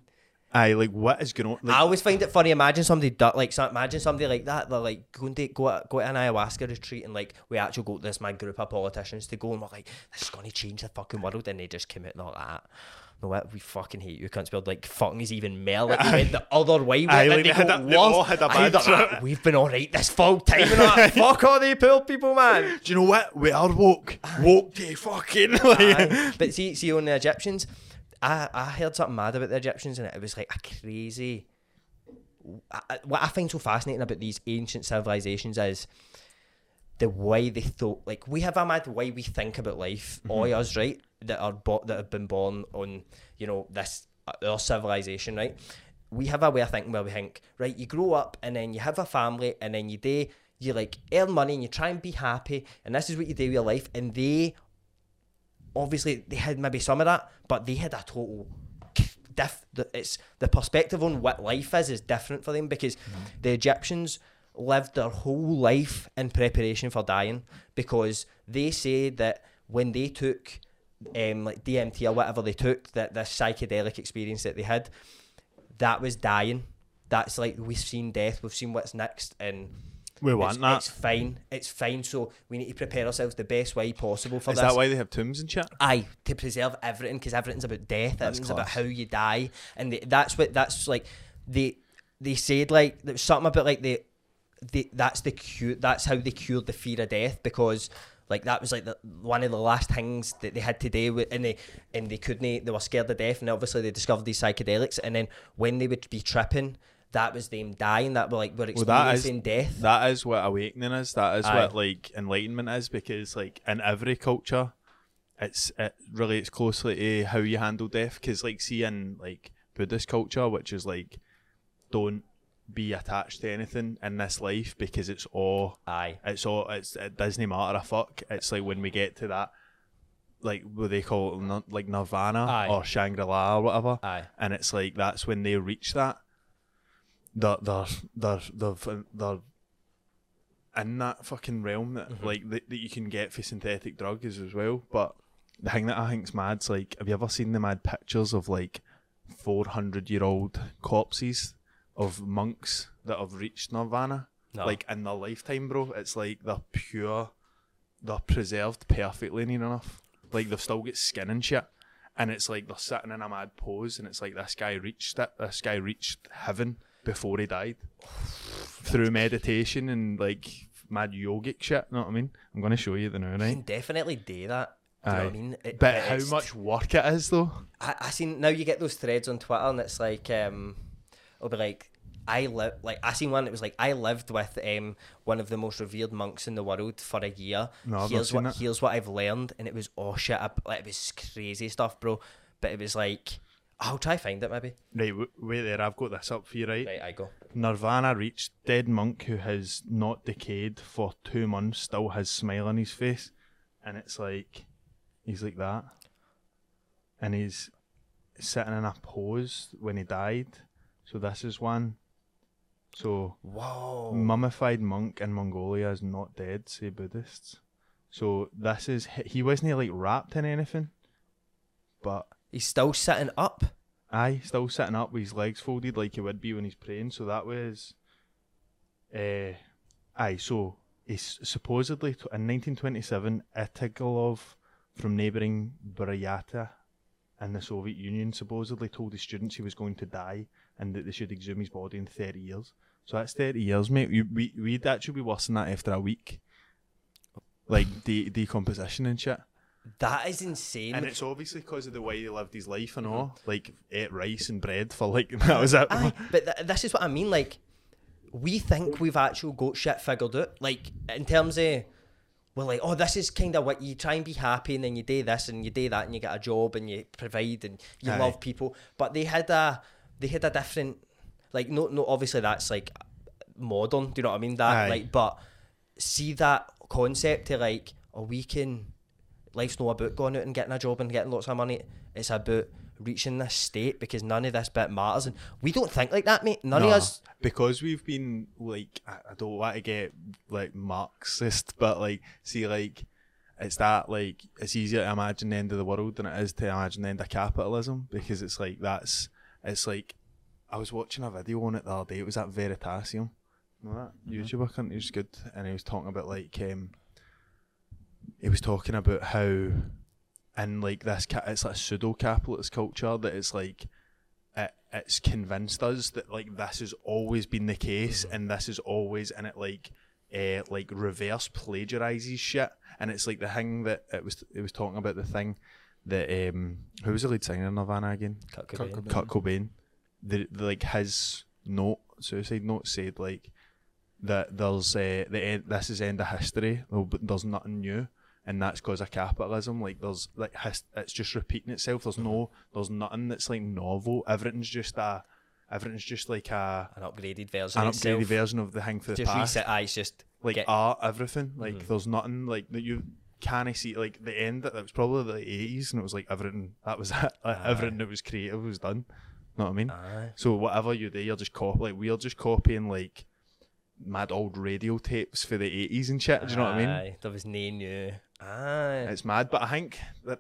Aye, like what is going on? Like, I always find it funny. Imagine somebody do- like so- imagine somebody like that. They're like going to go go to an ayahuasca retreat and like we actually go to this my group of politicians to go and we're like this is going to change the fucking world and they just came out like that. No, what? We fucking hate you, cunts. We're like, fucking is even Mel. Like, they went the other way. With Aye, it, like, and they they, had got a- they all worse. had a Aye, bad they're like, trip. We've been all right this full time. And all that. Fuck all the poor people, man. do you know what? We are woke. Woke day fucking. Like, Aye. but see, see on the Egyptians, I, I heard something mad about the Egyptians and it, was like a crazy. I, I- what I find so fascinating about these ancient civilizations is the way they thought. Like we have a mad way we think about life. All us right that are bo- that have been born on you know this uh, our civilization right. We have a way of thinking where we think right. You grow up and then you have a family and then you day you like earn money and you try and be happy and this is what you do with your life and they obviously they had maybe some of that, but they had a total diff. the- It's the perspective on what life is is different for them because Mm-hmm. the Egyptians lived their whole life in preparation for dying because they say that when they took um, like DMT or whatever they took, that this psychedelic experience that they had, that was dying. That's like we've seen death, we've seen what's next, and We it's, want that. it's fine. It's fine. So we need to prepare ourselves the best way possible for Is this. that why they have tombs and shit? Aye, to preserve everything because everything's about death. everything's about class. how you die, and they, that's what that's like. They they said like there was something about like the, the that's the cure. That's how they cured the fear of death because like that was like the, one of the last things that they had to do with, and they and they couldn't. They were scared of death, and obviously they discovered these psychedelics, and then when they would be tripping. That was them dying. That were like were Well, that is- experiencing death. That is what awakening is. That is Aye. what like enlightenment is. Because like in every culture, it's it relates closely to how you handle death. Because like see in like Buddhist culture, which is like don't be attached to anything in this life because it's all Aye, it's all it's it doesn't matter a fuck. It's like when we get to that. Like what they call it, nir- like Nirvana Aye. or Shangri La or whatever, Aye. and it's like that's when they reach that. They're they're they're they're, they're in that fucking realm that Mm-hmm. like that, that you can get for synthetic drugs as well. But the thing that I think's mad's like, have you ever seen the mad pictures of like four hundred year old corpses of monks that have reached nirvana? No. Like in their lifetime, bro. It's like they're pure, they're preserved perfectly near enough. Like they've still got skin and shit. And it's like they're sitting in a mad pose, and it's like this guy reached it. This guy reached heaven before he died through meditation and like mad yogic shit. You know what I mean? I'm gonna show you the now, you right? can definitely do that. Do you know what I Aye. mean? It- But it- how it's- much work it is though? I, I seen now you get those threads on Twitter and it's like um it'll be like I live like I seen one that was like I lived with um one of the most revered monks in the world for a year. No, I've not here's seen what that. here's what I've learned and it was oh shit I, like, it was crazy stuff, bro. But it was like I'll try find it maybe. Right, w- wait there. I've got this up for you, right? Right, I go. Nirvana reached dead monk who has not decayed for two months still has smile on his face, and it's like he's like that, and he's sitting in a pose when he died. So this is one. So Whoa. mummified monk in Mongolia is not dead, say Buddhists. So this is he he wasn't like wrapped in anything, but He's still sitting up. aye, still sitting up with his legs folded like he would be when he's praying. So that was, uh, aye. So he's supposedly t- in 1927, Itigalov from neighbouring Buryatia in the Soviet Union supposedly told his students he was going to die and that they should exhume his body in 30 years. So that's 30 years, mate. We, we, we'd actually be worse than that after a week. Like de- decomposition and shit. That is insane. And it's Mm-hmm. obviously because of the way he lived his life and all. Like, ate rice and bread for like, that was it. Aye, but th- this is what I mean. Like, we think we've actually got shit figured out. Like, in terms of, we're like, oh, this is kind of what you try and be happy, and then you do this and you do that, and you get a job and you provide and you Aye. love people. But they had a, they had a different, like, no, no. Obviously, that's like modern. Do you know what I mean? That Aye. like, but see that concept to like, oh, we can. Life's not about going out and getting a job and getting lots of money. It's about reaching this state because none of this bit matters, and we don't think like that, mate. None Nah, of us. Because we've been like, I I don't want to get like Marxist, but like, see, like, it's that like it's easier to imagine the end of the world than it is to imagine the end of capitalism because it's like that's it's like I was watching a video on it the other day. It was at Veritasium. You know that YouTuber cunt who's good, and he was talking about like um, he was talking about how in like this ca- it's like a pseudo capitalist culture that it's like it, it's convinced us that like this has always been the case Mm-hmm. and this is always and it like uh, like reverse plagiarizes shit and it's like the thing that it was it was talking about the thing that um, who was the lead singer in Nirvana again? Kurt Kurt Cobain. Cobain. Kurt Cobain. The, the, like his note, suicide note, said like that there's uh, the end, this is end of history. there'll be- There's nothing new, and that's because of capitalism. Like there's like his, it's just repeating itself. There's no there's nothing that's like novel. Everything's just a everything's just like a An upgraded version. an of itself. upgraded version of the thing for the Just past reset. Aye, it's just like ah, get- Mm-hmm. art, everything. Like there's nothing like that you can't see. Like the end that was probably the eighties, and it was like everything that was it. Like, everything that was creative was done. Know what I mean? Aye. So whatever you do, you're just copy. Like we're just copying like mad old radio tapes for the eighties and shit. Do you know what I mean? Aye, there was no new. Aye. It's mad, but I think that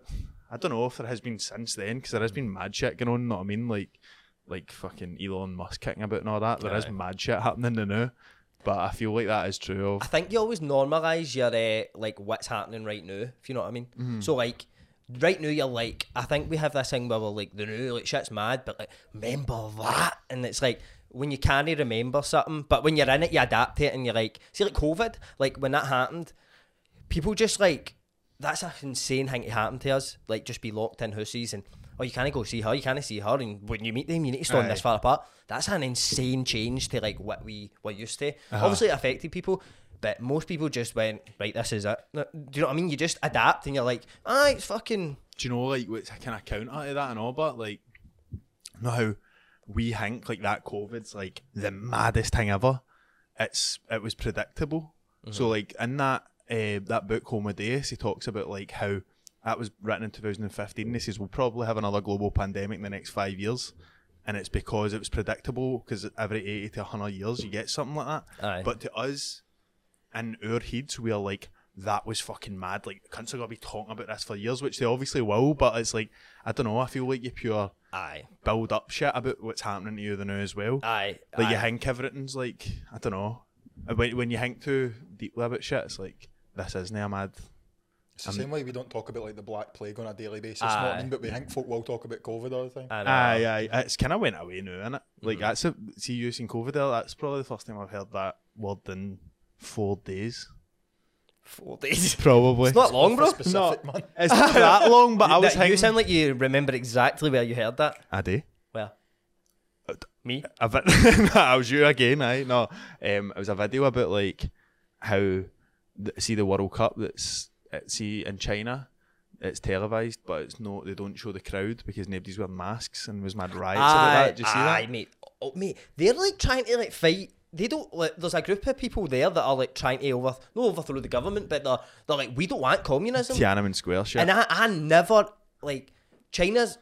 I don't know if there has been since then because there has been mad shit going on. Know what I mean? Like, like fucking Elon Musk kicking about and all that. There is Aye. mad shit happening to now, but I feel like that is true of I think you always normalise your uh, like what's happening right now, if you know what I mean. So like right now you're like, I think we have this thing where we're like the new like shit's mad, but like remember that and it's like when you can't remember something, but when you're in it you adapt to it and you're like see like COVID, like when that happened, people just like that's an insane thing to happen to us. Like just be locked in houses and oh you can't go see her, you can't see her and when you meet them you need to stand this Aye. far apart. That's an insane change to like what we were used to. Obviously it affected people, but most people just went, Right, this is it. Do you know what I mean? You just adapt and you're like, ah, it's fucking do you know like what's kind of counter to that and all but like you know how we think like that covid's like the maddest thing ever it's it was predictable so like in that uh, that book Homodeus he talks about like how that was written in 2015 he says we'll probably have another global pandemic in the next five years and it's because it was predictable because every 80 to 100 years you get something like that Aye. but to us in our heads we are like that was fucking mad like cunts are gonna be talking about this for years which they obviously will but it's like I don't know I feel like you pure aye. build up shit about what's happening to you the now as well Aye. like aye. you think everything's like I don't know Uh, when, when you think too deeply about shit it's like this isn't a mad It's the same way we don't talk about like the Black Plague on a daily basis, Aye. Martin, but we think folk will talk about COVID all the time. I know. aye aye uh, it's kind of went away now innit? like Mm. that's a see you seen COVID there that's probably the first time I've heard that word in four days Four days. probably It's not long, For bro. specific, man. it's not that long but I was That- thinking you sound like you remember exactly where you heard that. I do Well, me. a vid- no, I was you again. I no, um, it was a video about like how th- see the World Cup that's at- see in China. It's televised, but it's no. They don't show the crowd because nobody's wearing masks and was mad riots about that. Did you see aye, that? mate. Oh, mate, they're like trying to like fight. They don't. Like, there's a group of people there that are like trying to over, not overthrow the government, but they're they're like we don't want communism. Tiananmen Square shit. And I, I never like China's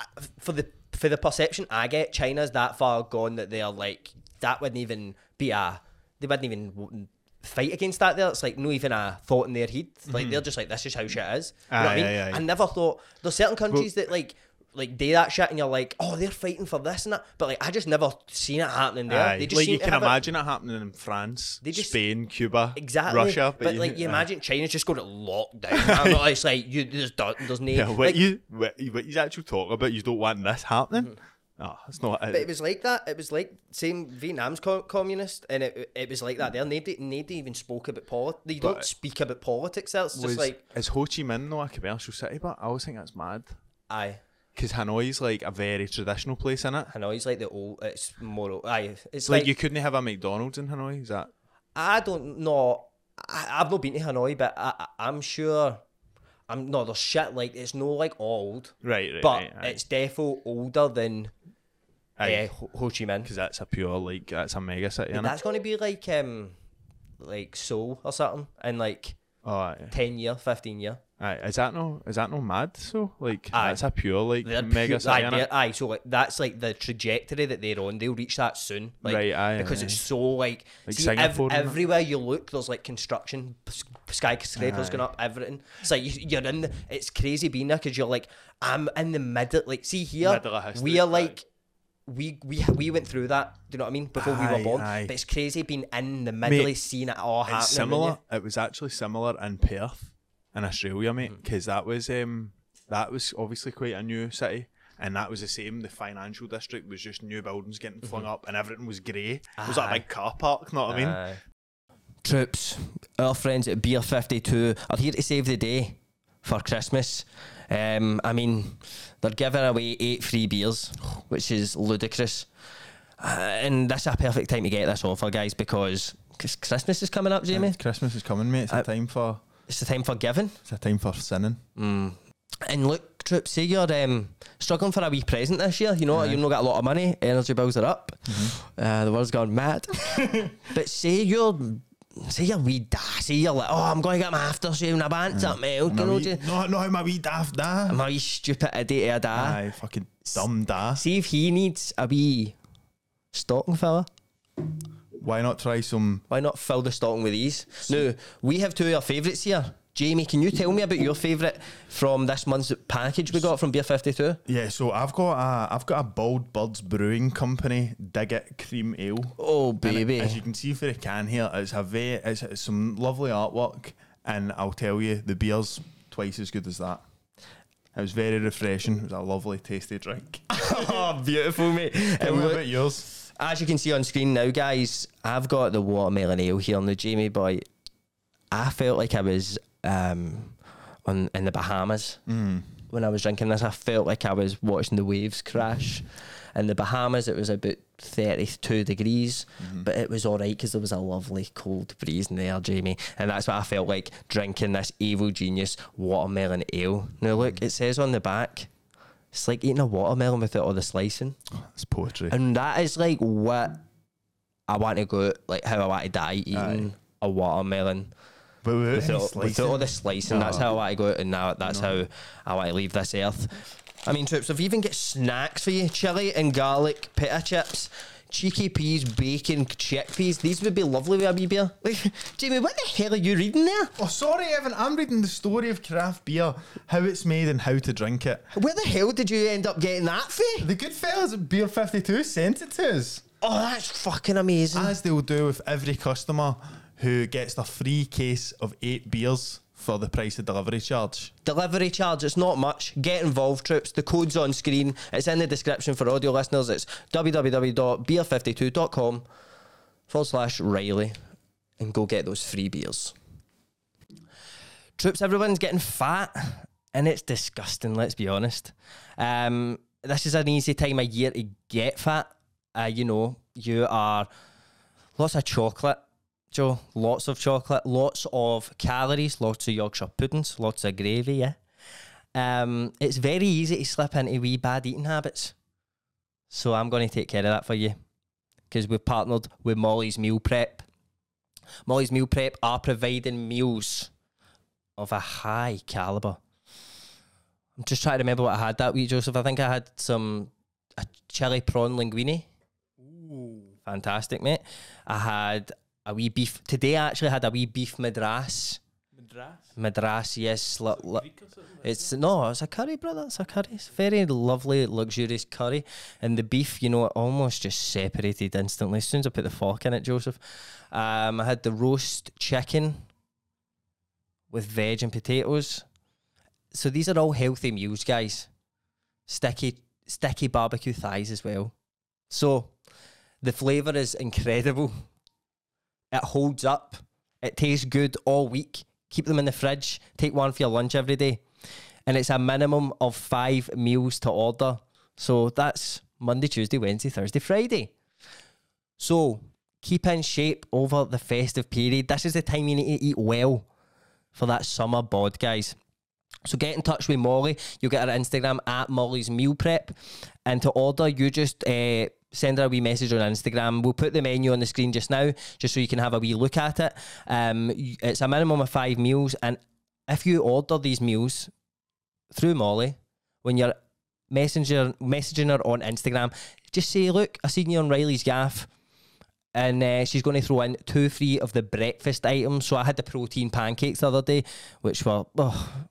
uh, for the for the perception I get, China's that far gone that they're like that wouldn't even be a they wouldn't even w- fight against that. There, it's like no even a thought in their head. Like Mm-hmm. they're just like this is how shit is. You know what I Aye, mean? aye, aye. I never thought there's certain countries that like. Like do that shit, and you're like, oh, they're fighting for this and that, but like I just never seen it happening there. Aye. They just like seem you to can have it- imagine it happening in France, They just- Spain, Cuba, Exactly. Russia. but like you imagine China's just got it locked down. I'm not- it's like you there's do- there's no yeah, what like, you what, you- what you actually talk about, you don't want this happening. No, it's not. Mm-hmm. but it was like that. It was like same Vietnam's co- communist, and it it was like that. There, nobody nobody even spoke about politics. They don't But- speak about politics. There, it's just was- like is Ho Chi Minh though a commercial city? But I always think that's mad. aye, because Hanoi's like a very traditional place in it. I know it's like the old. It's more aye. It's Like, like, you couldn't have a McDonald's in Hanoi. Is that I don't know. I, I've not been to Hanoi, but I, I- I'm sure. I'm no there's shit like it's no like old, right? Right, but it's definitely older than uh, Ho Ho Chi Minh. because that's a pure like that's a mega city. Mate, Innit? that's going to be like um like Seoul or something in like Oh, aye. 10 year 15 year aye. Is that no? Is that no mad? So like Aye. that's a pure like They're mega pu- city. aye, innit? they're- aye, so like that's like the trajectory that they're on they'll reach that soon like, Right, aye, because aye. it's so like, Like see, ev- Singapore and that. everywhere you look there's like construction s- skyscrapers Aye. going up everything it's like you, you're in the, it's crazy being there because you're like I'm in the middle like see here Middle of history, we are aye. like we, we we went through that do you know what I mean before we Aye, were born aye. but it's crazy being in the middle Mate, of seeing it all happening It's around you. similar. It was actually similar in Perth, in Australia, mate. Mm-hmm. Because that was um that was obviously quite a new city, and that was the same. The financial district was just new buildings getting flung up, and everything was grey. It was like Mm-hmm. a Aye. big car park. Know what I mean? Troops, our friends at Beer 52 are here to save the day. for Christmas. Um, I mean, they're giving away eight free beers, which is ludicrous. Uh, and that's a perfect time to get this offer, guys, because 'cause Christmas is coming up, Jamie. Christmas is coming, mate. It's a I- time for It's the time for giving. it's a time for sinning. And look, Troop, say you're um, struggling for a wee present this year. You know, you've not got a lot of money. Energy bills are up. Uh, the world's gone mad. but say you're, say you're wee da. Say you're like, oh, I'm going to get my aftershave and I want something else. You know, do- no, no, I'm a wee daft da. I'm a wee stupid idiot of da. Aye, fucking dumb da. See if he needs a wee stocking filler. Why not try some? Why not fill the stocking with these? Now, we have two of our favourites here. Jamie, can you tell me about your favourite from this month's package we got from Beer 52? Yeah, so I've got a I've got a Bald Birds Brewing Company Dig It Cream Ale. Oh, And baby. As you can see for the can here, it's a very, it's, it's some lovely artwork, and I'll tell you, the beer's twice as good as that. It was very refreshing. It was a lovely, tasty drink. oh, beautiful, mate. Tell And me Um, look- about yours. as you can see on screen now, guys, I've got the watermelon ale here on the Jamie boy. I felt like I was um, on in the Bahamas when I was drinking this. I felt like I was watching the waves crash. In the Bahamas, it was about 32 degrees, but it was all right because there was a lovely cold breeze in the air, Jamie. And that's what I felt like drinking this evil genius watermelon ale. Now, look, it says on the back, it's like eating a watermelon without all the slicing. It's poetry. And that is like what I want to go, like how I want to die eating a watermelon But without any without, without slicing. all the slicing. That's how I want to go out, and now that's how I want to leave this earth. I mean, troops, if you even get snacks for you, chili and garlic pita chips, cheeky peas, bacon, chickpeas, these would be lovely with a wee beer. Like, Jamie, what the hell are you reading there? Oh, sorry, Evan. I'm reading the story of craft beer, how it's made, and how to drink it. Where the hell did you end up getting that for? The good fellas at Beer 52 sent it to us. Oh, that's fucking amazing. As they will do with every customer who gets a free case of eight beers for the price of delivery charge. Delivery charge, it's not much. Get involved, troops. The code's on screen. It's in the description for audio listeners. It's www.beer52.com forward slash Riley and go get those free beers. Troops, everyone's getting fat and it's disgusting, let's be honest. Um, this is an easy time of year to get fat. Uh, you know, you are lots of chocolate, Joe. Lots of chocolate, lots of calories, lots of Yorkshire puddings, lots of gravy. Yeah, um, it's very easy to slip into wee bad eating habits. So I'm going to take care of that for you because we've partnered with Molly's Meal Prep. Molly's Meal Prep are providing meals of a high caliber. I'm just trying to remember what I had that week, Joseph. I think I had some a chili prawn linguine. Fantastic, mate. I had a wee beef today. I actually had a wee beef madras. Madras. Madras, yes. L- l- Greek or something like it's no, it's a curry, brother. It's a curry. It's very lovely, luxurious curry. And the beef, you know, it almost just separated instantly as soon as I put the fork in it, Joseph. Um, I had the roast chicken with veg and potatoes. So these are all healthy meals, guys. Sticky, sticky barbecue thighs as well. So the flavour is incredible. It holds up. It tastes good all week. Keep them in the fridge. Take one for your lunch every day. And it's a minimum of five meals to order. So that's Monday, Tuesday, Wednesday, Thursday, Friday. So keep in shape over the festive period. This is the time you need to eat well for that summer bod, guys. So get in touch with Molly. You'll get her Instagram at Molly's Meal Prep. And to order, you just uh, send her a wee message on Instagram. We'll put the menu on the screen just now, just so you can have a wee look at it. Um, y- it's a minimum of five meals. And if you order these meals through Molly, when you're messenger, messaging her on Instagram, just say, Look, I seen you on Riley's Gaff and uh, she's going to throw in two free of the breakfast items. So I had the protein pancakes the other day, which were oh,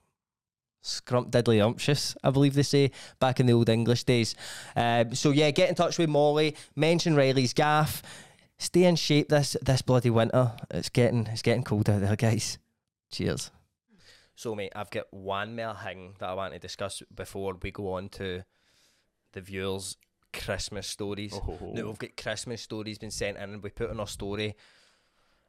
scrump diddly umptious, I believe they say back in the old English days. Um, so yeah, get in touch with Molly. Mention Riley's gaff. Stay in shape this this bloody winter. It's getting it's getting cold out there, guys. Cheers. So mate, I've got one more thing that I want to discuss before we go on to the viewers' Christmas stories. Now we've got Christmas stories been sent in and we put on our story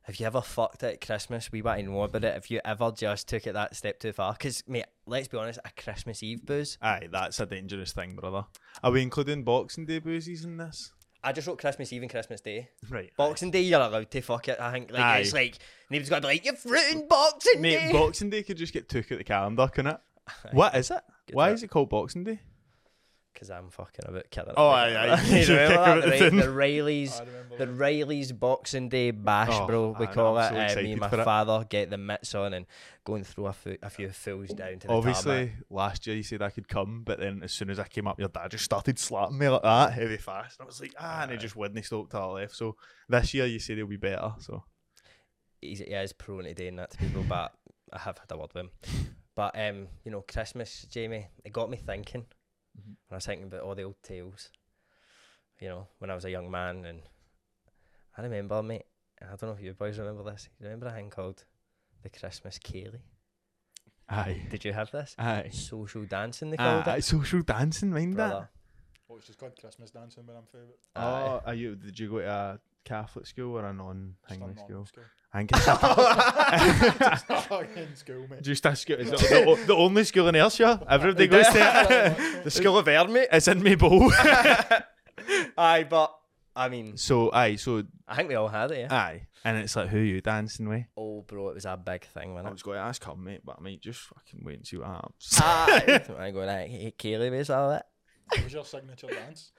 Have you ever fucked it at Christmas? We want to know about it. Have you ever just took it that step too far? Because, mate, let's be honest, a Christmas Eve booze. Aye, that's a dangerous thing, brother. Are we including Boxing Day boozies in this? I just wrote Christmas Eve and Christmas Day. Right. Boxing Day, you're allowed to fuck it. I think like Aye. it's like nobody's got to be like you're fruiting Boxing Mate, Day. Boxing Day could just get took at the calendar, can it? What is it? Good Why for is it called Boxing Day? Because I'm fucking a bit kidding. Oh, aye, aye. You You're remember kicking that? it The, in. Ri- the Riley's, I remember the Riley's Boxing Day bash, Oh, bro. We I know, call I'm it. so Uh, me excited and my for it. father get the mitts on and go and throw a, fo- a few fools down to the Obviously, tarmac. last year you said I could come, but then as soon as I came up, your dad just started slapping me like that, heavy fast. And I was like, ah, and he just wouldn't stop till I left. So this year you said he'll be better. So He's, he is prone to doing that to people, but I have had a word with him. But um, you know, Christmas, Jamie, it got me thinking. Mm-hmm. And I was thinking about all the old tales. You know, when I was a young man, and I remember, mate. I don't know if you boys remember this. You remember a thing called the Christmas Cayley? aye, Did you have this? aye, Social dancing, they called aye. it. Social dancing, mind Ah, that. Brother. Oh, it's just called Christmas dancing, but I'm favourite. Aye. Oh, are you? Did you go to a Catholic school or a non-English school? school. I think it's- Fucking school, mate. just a school. Is it the, the only school in Ayrshire? Everybody goes to it. the school of Ayr, mate. It's in Maybole. Aye, but I mean, so aye, so I think we all had it. Yeah. aye, and it's like who you dancing with? oh, bro, it was a big thing, wasn't it? going to ask him, mate, but I might just fucking wait and see what happens. Ah, Aye. So I go like, hey, Cayley, was all that? What was your signature dance?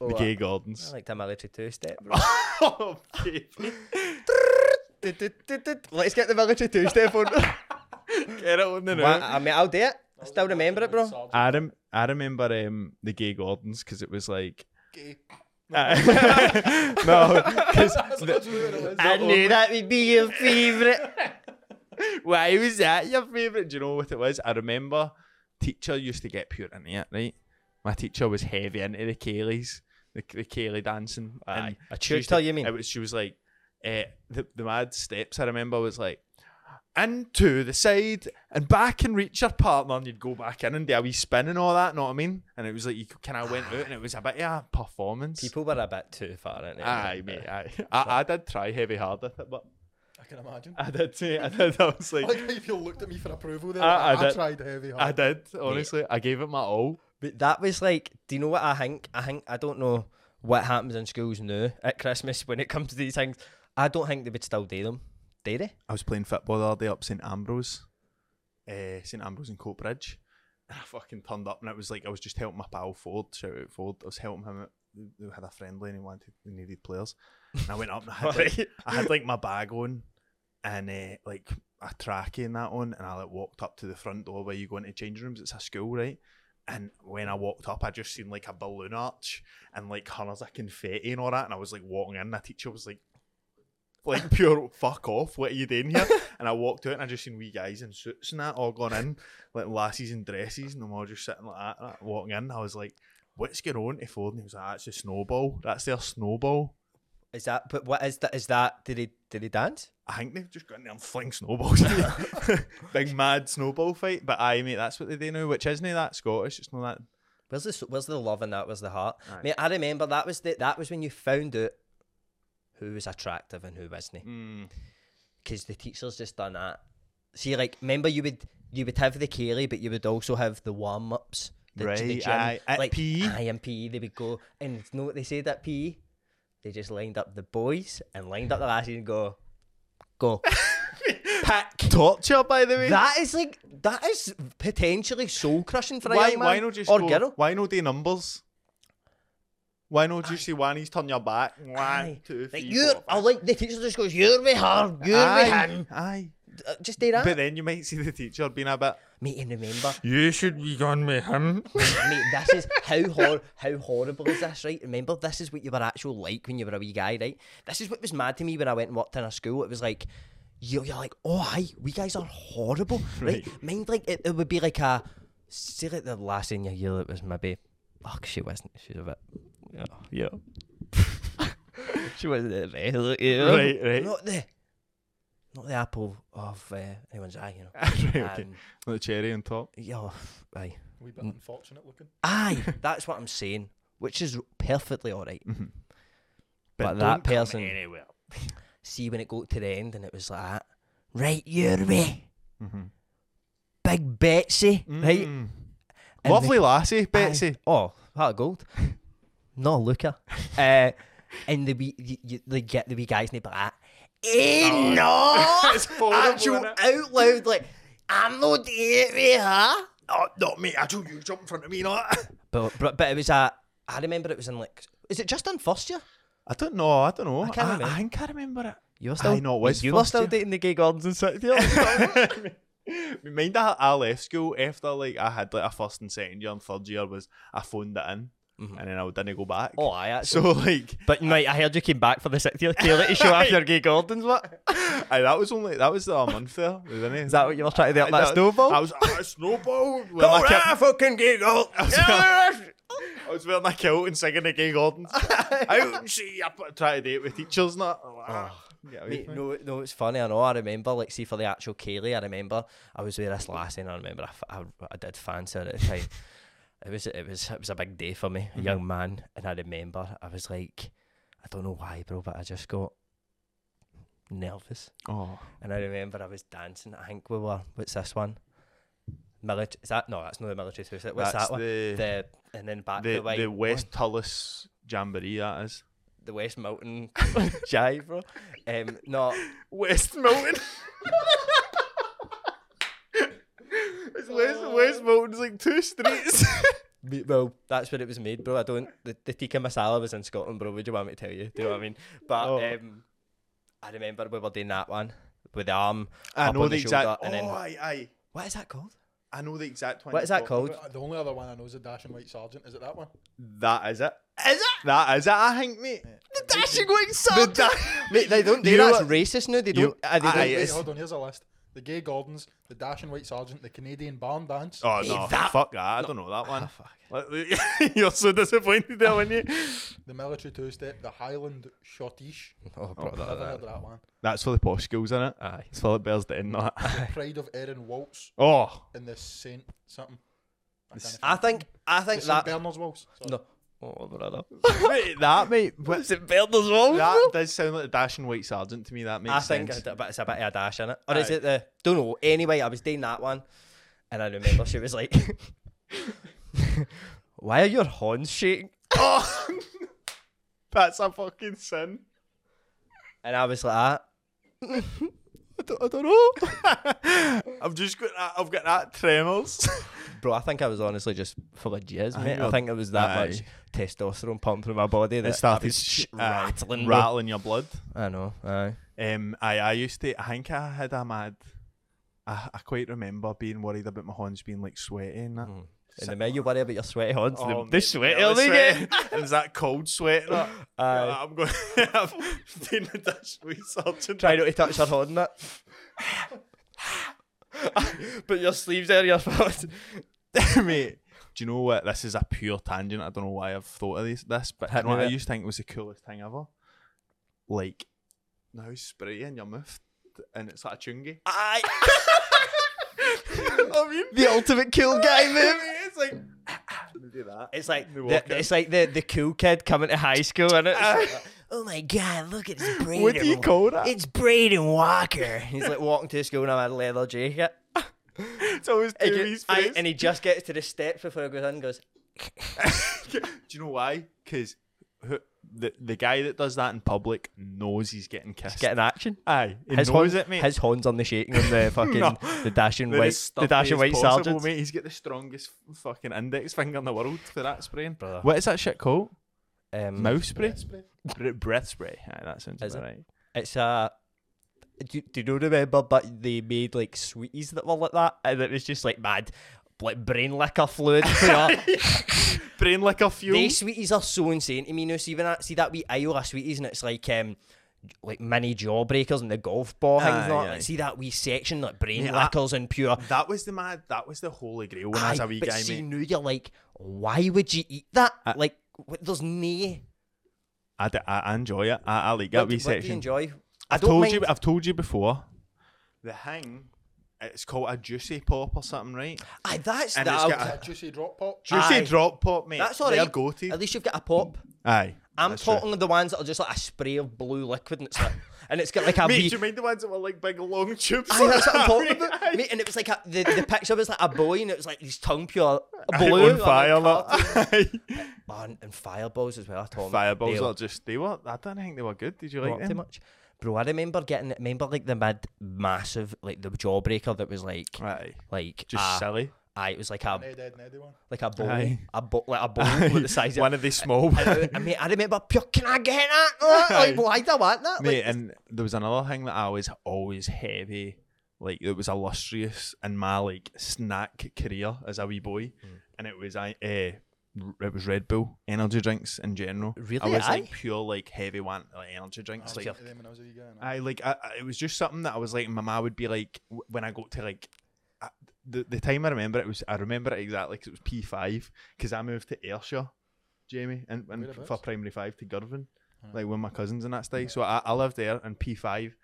Oh, the I- Gay I Gardens. Oh, like the military two-step, bro. Okay. Let's get the military two-step on. Get it on the Wha- I mean, I'll do it. I still remember it, bro. Sergeant I, rem- I remember um, the Gay Gardens because it was like. Gay. no, because I knew that would be your favourite. why was that your favourite? Do you know what it was? I remember teacher used to get pure into it, right? My teacher was heavy into the Kayleys, the, the Kaylee dancing. Aye. I A tutor, you mean? It was, she was like, eh, the, the mad steps I remember was like, and to the side and back and reach your partner, and you'd go back in and do a wee spin and all that, know what I mean? And it was like, you kind of went out and it was a bit of a performance. People were a bit too far in it. Aye, mate, aye. I, I did try heavy hard at it, but I can imagine. I did, mate, I did. I was I like, like how you looked at me for approval there. I- I, I I did. tried heavy hard. I did, honestly. I gave it my all. But that was like, do you know what I think? I think I don't know what happens in schools now at Christmas when it comes to these things. I don't think they would still do them. Did they? I was playing football the other day up St Ambrose, uh, St Ambrose in Coatbridge. And I fucking turned up and it was like I was just helping my pal Ford, shout out Ford. I was helping him out. They they had a friendly and he wanted, they needed players. And I went up and I had, like, I had like my bag on and uh, like a trackie and that on. And I like walked up to the front door where you go into changing rooms. It's a school, right? And when I walked up, I just seen like a balloon arch and like hundreds of confetti and all that. And I was like walking in, and the teacher was like, like pure fuck off, what are you doing here? And I walked out and I just seen wee guys in suits and that all gone in, like lassies in dresses, and them all just sitting like that, like, walking in. I was like, what's going on to Ford? And he was like, that's a snowball. That's their snowball. Is that? But what is that? Is that? Did they? Did they dance? I think they've just gone in there and fling snowballs. at you. Big mad snowball fight. But aye, mate, that's what they do now, which isn't that Scottish. It's not that. Where's the Where's the love and that? Where's the heart? Mate, I remember that was the, that was when you found out who was attractive and who wasn't. Hmm. because the teachers just done that. See, like, remember you would you would have the Cayley, but you would also have the warm ups. The, the Right, gym. aye, at E? like, PE. Aye, in PE they would go and you know what they said at PE? They just lined up the boys and lined up the lassies and go, go. Pick. Torture, by the way. That is like that is potentially soul crushing for a why, young man why not just or go, girl. Why not do numbers? Why not just say Wanny's turn your back? One, Aye. two, like three, you're, four, I five. like the teacher just goes, you're with her, you're with Aye, him. aye. Uh, Just do that. But then you might see the teacher being a bit. Mate, and remember, You should be gone with him. Mate, this is how hor- how horrible is this, right? Remember, this is what you were actually like when you were a wee guy, right? This is what was mad to me when I went and worked in a school. It was like, you- you're like, oh, hi, we guys are horrible, right? Mind like, it, it would be like a, say like the last in your year that was maybe, fuck, she wasn't, she was a bit, yeah. she wasn't the best, look, you know? Right, right. Not the, not the apple of uh, anyone's eye, you know. right, okay. Um, With the cherry on top. yeah, aye. A wee bit unfortunate looking. Aye, that's what I'm saying, which is perfectly all right. But, don't that come person, anywhere. see when it got to the end and it was like that. Right, you're me. Big Betsy, right? Mm. And Lovely the- lassie, Betsy. Aye. oh, heart of gold. Not a looker. uh, and the wee, you, you, they get the wee guys and they be like, eh, no! It's horrible, Actual innit? out loud, like, I'm not doing it with her. Oh, not me. I do you jump in front of me, not. But, but, but it was a, I remember it was in like, is it just in first year? I don't know. I don't know. I, can't I, remember. think I remember it. You were Aye, no, it was you were first still year. dating the gay gardens in Sitfield. Me- Mind I, I left school after like I had like a first and second year and third year was I phoned it in and then I didn't go back. Mm-hmm. oh, I actually. so like but mate, I heard you came back for the sixth year reality show after Gay Gardens. What aye, that was only that was the month there, didn't it? is that? What you were trying to do up that snowball? I was I snowball. When Go I kept- there, fucking giggle. I was wearing a kilt and singing the Gay Gordons. I don't see I put, try to date with teachers and that. Yeah, Oh. Mate, no, no, it's funny. I know. I remember, like, see for the actual Kaylee, I remember I was with this lassie, and I remember I, f- I- I did fancy her at the time. it was, it was, it was a big day for me, Mm-hmm. a young man, and I remember I was like, I don't know why, bro, but I just got nervous, Oh, and I remember I was dancing. I think we were. What's this one? Military? Is that no? That's not the military. What's that that's one? the the, uh, The and then back the, the, way West Tullis Jamboree. That is the West Mountain jive, bro. Um, no, West Milton. It's West, West Milton's like two streets. Me- Well, that's where it was made, bro. I don't. The, the tikka masala was in Scotland, bro. Would you want me to tell you? Do you know what I mean? But Oh. um, I remember we were doing that one with the arm. I Up know on the the exact. shoulder and then- oh, aye, aye. What is that called? I know the exact one. What is you're that talking called? about. The only other one I know is the Dashing White Sergeant. Is it that one? That is it. Is it? That is it. I think, mate. The dashing white sun. mate, they don't do you know that. that's racist now. They don't. You- uh, they Aye, don't Wait, it's- hold on. Here's a list: the Gay Gardens, the Dashing White Sergeant, the Canadian Barn Dance. Oh no! that- fuck that! Ah, I don't know that one. Like, You're so disappointed there, weren't you? The military two step, the Highland Schottish. oh, bro, that, Never that- heard of that one. That's for the posh schools, isn't it? Aye. It's Philip Bears the end, that. Pride of Erin Waltz Oh, and the Saint something. I can't I think. I think that. Saint Bernard's Waltz. Sorry. no. Oh, brother. mate, that mate, Was it Bernard's Wall? that does sound like the dashing white sergeant to me. That makes I think sense. it's a bit, it's a bit of a dash in it, or is Aye. it the? Don't know. Anyway, I was doing that one, and I remember she was like, "Why are your horns shaking?" Oh, that's a fucking sin. And I was like, ah, I don't, I don't know. I've just got that. I've got that tremors. Bro, I think I was honestly just full of jizz, mate. I you're- think it was that Aye. much testosterone pumped through my body that It I started was sh- rattling, rattling, bro. uh, rattling your blood. I know, aye. Um, I I used to. I think I had a mad. I, I quite remember being worried about my horns being like sweaty and that. And the minute you worry about your sweaty horns, Oh, the, mate, the sweaty yeah, will the they get. sweat. And is that cold sweat? that- Aye. Yeah, I'm going. I'm doing the dash with sergeant. Try not to touch your horn, that. Put your sleeves there, your foot. mate. Do you know what? This is a pure tangent. I don't know why I've thought of this, this but Hit you know me what I with it. used to think was the coolest thing ever. Like, now spray in your mouth, and it's like a chungi. Aye. I mean, the ultimate cool guy move. it's like do that. It's like They the, walk in. it's like the, the cool kid coming to high school, and it's like, Oh my god, look at his brain. What do you call that? It's Braden Walker. he's like walking to school in a leather jacket. It's always He two ju- of these aye, faces. and he just gets to the steps before he goes in and goes, Do you know why? Because the the guy that does that in public knows he's getting kissed. get an action. Aye, he his knows horns, it, mate. his horns on the shaking on the fucking No. the dashing They're white as the stuffy dashing as white possible, sergeant. mate. He's got the strongest f- fucking index finger in the world for that spraying. Brother. What is that shit called? Um, Mouth spray? Breath spray. Br- Mm. breath spray. Aye, that sounds Is it? about right. It's a. Do, do you not remember? But they made like sweeties that were like that, and it was just like mad, like brain liquor fluid. for your- Brain like a fuel. These sweeties are so insane to me. Now, see when I see that wee aisle of sweeties, and it's like um, like mini jawbreakers and the golf ball things. and Aye, all that. aye. See that wee section like brain Yeah, I- liquors and pure. that was the mad. That was the holy grail when I was Aye, a wee but guy, see, mate. Uh, now you're like, why would you eat that? like, wh- there's no. I, d- I- I enjoy it. I, I like that what, do- what wee do you section. enjoy? I I've don't told mind- you. I've told you before. The hang. It's called a juicy pop or something, right? Aye, that's And that. it's I'll- got a- That Uh, juicy drop pop. Juicy Aye. drop pop, mate. that's all They're right. go-to. At least you've got a pop. Aye. I'm that's true. talking of the ones that are just like a spray of blue liquid, and it's like and it's got like a Mate, wee- do you mind the ones that were like big long tubes? Aye, that's what I'm talking about. Mate, and it was like a, the, the picture was like a boy, and it was like his tongue pure blue. Blue like fire, cartoon. like. Man, and fireballs as well. Tom. They Fireballs are just they were. I don't think they were good. Did you not like too them? much. Bro, I remember getting remember like the mad massive like the jawbreaker that was like Right, like just a- silly. aye, it was like a Ned, Ed, and Eddie one. like a bowl, Aye. a bowl, like a bowl with the size One of. of the small. ones. I, I mean, I remember pure. Can I get that? Aye. Like, why do I want that? Mate, Like, and there was another thing that I was always heavy, like it was illustrious in my like snack career as a wee boy, Mm. and it was I, eh, r it was Red Bull energy drinks in general. I Really? was like Aye. Oh, pure like heavy one like energy drinks. like Them when I was a wee guy, and I- I like I, I- it was just something that I was like my ma would be like w- when I got to like I- the the time I remember it was I remember it exactly because it was P five because I moved to Ayrshire, Jamie, and, and Whereabouts? for primary five to Girvan, like with my cousins and that style. So I, I lived there in P five,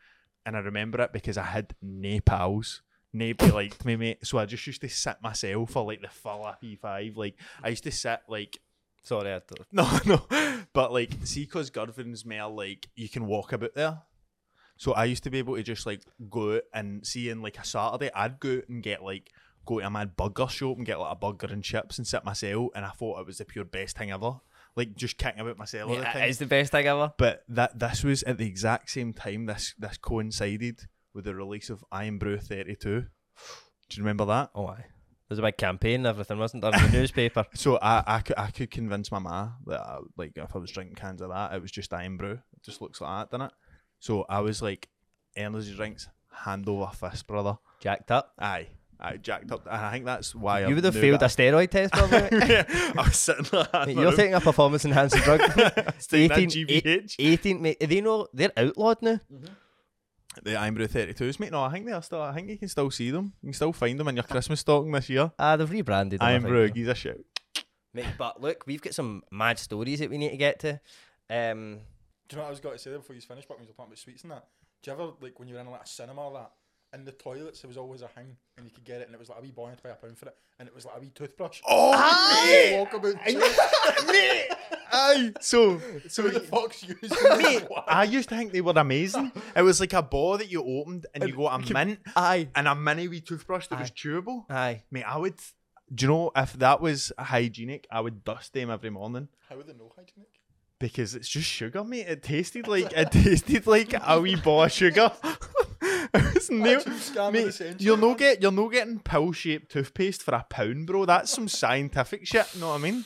and I remember it because I had nae pals. Nobody liked me, mate. So I just used to sit myself for like the full P five. Like I used to sit like sorry, I don't. no, no. But like, see, because Godwin's mail, like, you can walk about there. So I used to be able to just like go out and see in like a Saturday, I'd go out and get like go to a mad burger shop and get like a burger and chips and sit myself, and I thought it was the pure best thing ever. Like just kicking about myself. all the time. It is the best thing ever. But that this was at the exact same time. This this coincided with the release of Iron Brew Thirty Two. Do you remember that? Oh, aye. There's a big campaign and everything, wasn't there, in the newspaper? So I, I, could, I could convince my ma that I, like if I was drinking cans of that, it was just iron brew. It just looks like that, doesn't it? So I was like, energy drinks, hand over fist, brother. Jacked up. Aye, I jacked up, and I think that's why I You would have knew failed a that- steroid test, probably. mate. I was sitting there. in Mate, my you're room, taking a performance enhancing drug. taking that 18, GBH. 18, mate. They know they're outlawed now. the iron brew thirty twos, mate. No, I think they are still. I think you can still see them. You can still find them in your Christmas stocking this year. Ah, they've rebranded. them, I Iron think. brew, he's a shit. Mate, but look, we've got some mad stories that we need to get to. Um, Do you know what I was going to say there before you finished, but when you were talking about sweets and that? Do you ever, like, when you were in like, a cinema or that, in the toilets, there was always a hang and you could get it, and it was like a wee boy had to pay a pound for it, and it was like a wee toothbrush. Oh, mate! Walk about Aye, so so the fox used it. I used to think they were amazing. It was like a ball that you opened and you got a mint aye, and a mini wee toothbrush that was chewable. aye. Mate, I would. Do you know if that was hygienic, I would dust them every morning How would they know hygienic? because it's just sugar, mate. It tasted like it tasted like a wee ball of sugar. it was no, Actual scam of the mate, century. you're no get you're no getting pill shaped toothpaste for a pound, bro. That's some scientific shit. Know what I mean?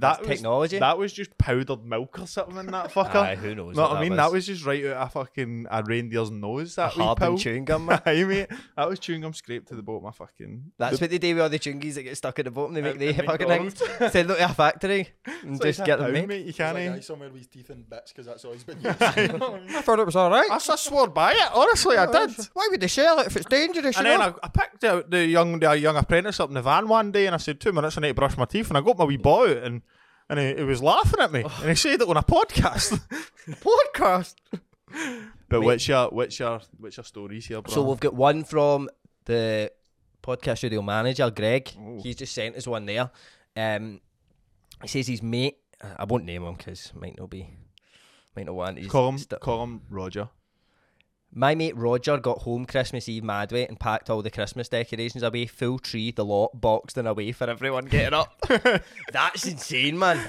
That That's was, technology. That was just powdered milk or something in that fucker. Aye, who knows Know what what that I mean? was. That was just right out of fucking a reindeer's nose. That wee Harbin pill. chewing gum, mate. Aye, mate. That was chewing gum scraped to the bottom of my fucking. That's what they do with all the chungies that get stuck at the bottom. They make At- the at fucking things. Send them to a factory and It's just like a get them pound, made. mate. You There's can't. like a eh? guy somewhere with his teeth in bits because that's always been used. I thought it was all right. I, s- I swore by it. Honestly, I did. Why would they share it if it's dangerous? And you then know? I, I picked out the young the young apprentice up in the van one day, and I said two minutes I need to brush my teeth, and I got my wee boy out, and and he, he was laughing at me, and he said it on a podcast. Oh. podcast. but what's your what's your what's your stories here, bro? So we've got one from the podcast studio manager, Greg. He's just sent us one there. Um, he says his mate. I won't name him because might not be, might not want. His call him st- call him Roger. My mate Roger got home Christmas Eve madway and packed all the Christmas decorations away, full tree, the lot, boxed and away for everyone getting up. That's insane, man.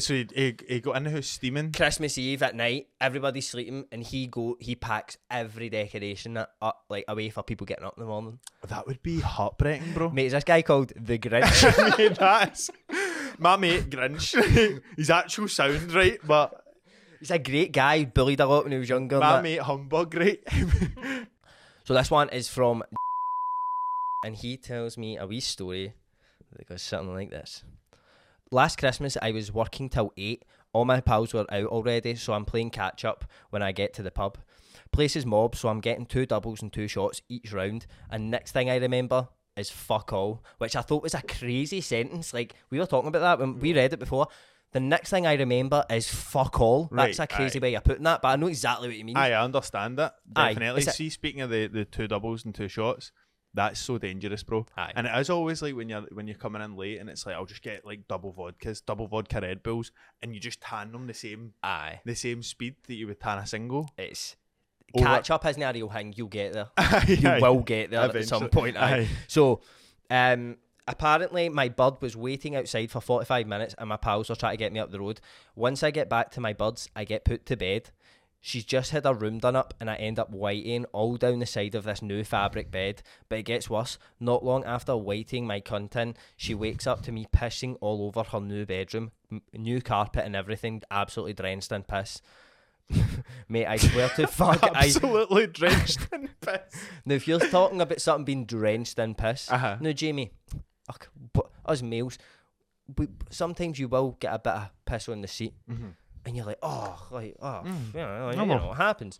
So he, he, he got in the house steaming. Christmas Eve at night, everybody's sleeping, and he go he packs every decoration that- up like away for people getting up in the morning. That would be heartbreaking, bro. Mate, is this guy called the Grinch? Mate, that's my mate Grinch. His actual sound, right? But He's a great guy. Bullied a lot when he was younger. and my that. mate Humbug, right? So this one is from, and he tells me a wee story that goes something like this. Last Christmas, I was working till eight. All my pals were out already, so I'm playing catch up when I get to the pub. Place is mob, so I'm getting two doubles and two shots each round. And next thing I remember is fuck all, which I thought was a crazy sentence. Like we were talking about that when we read it before. The next thing I remember is fuck all. That's Right, a crazy aye. way of putting that, but I know exactly what you mean. Aye, I understand that. Aye, Definitely. it's a- See, speaking of the, the two doubles and two shots, that's so dangerous, bro. Aye. And it is always like when you're when you're coming in late and it's like I'll just get like double vodkas, double vodka Red Bulls, and you just tan them the same Aye. the same speed that you would tan a single. it's Over- catch up isn't a real thing. You'll get there. Aye, you aye. will get there at some Eventually. point. Aye. Aye. So, um, apparently, my bird was waiting outside for 45 minutes, and my pals were trying to get me up the road. Once I get back to my birds, I get put to bed. She's just had her room done up, and I end up waiting all down the side of this new fabric bed. But it gets worse. Not long after waiting my content, she wakes up to me pissing all over her new bedroom, M- new carpet and everything, absolutely drenched in piss. Mate, I swear to fuck, I Absolutely drenched in piss. now, if you're talking about something being drenched in piss, Uh-huh. no, Jamie, fuck, but us males, we, sometimes you will get a bit of piss on the seat, Mm-hmm. and you're like, oh, like, oh, Mm. you know, like, you know, it happens.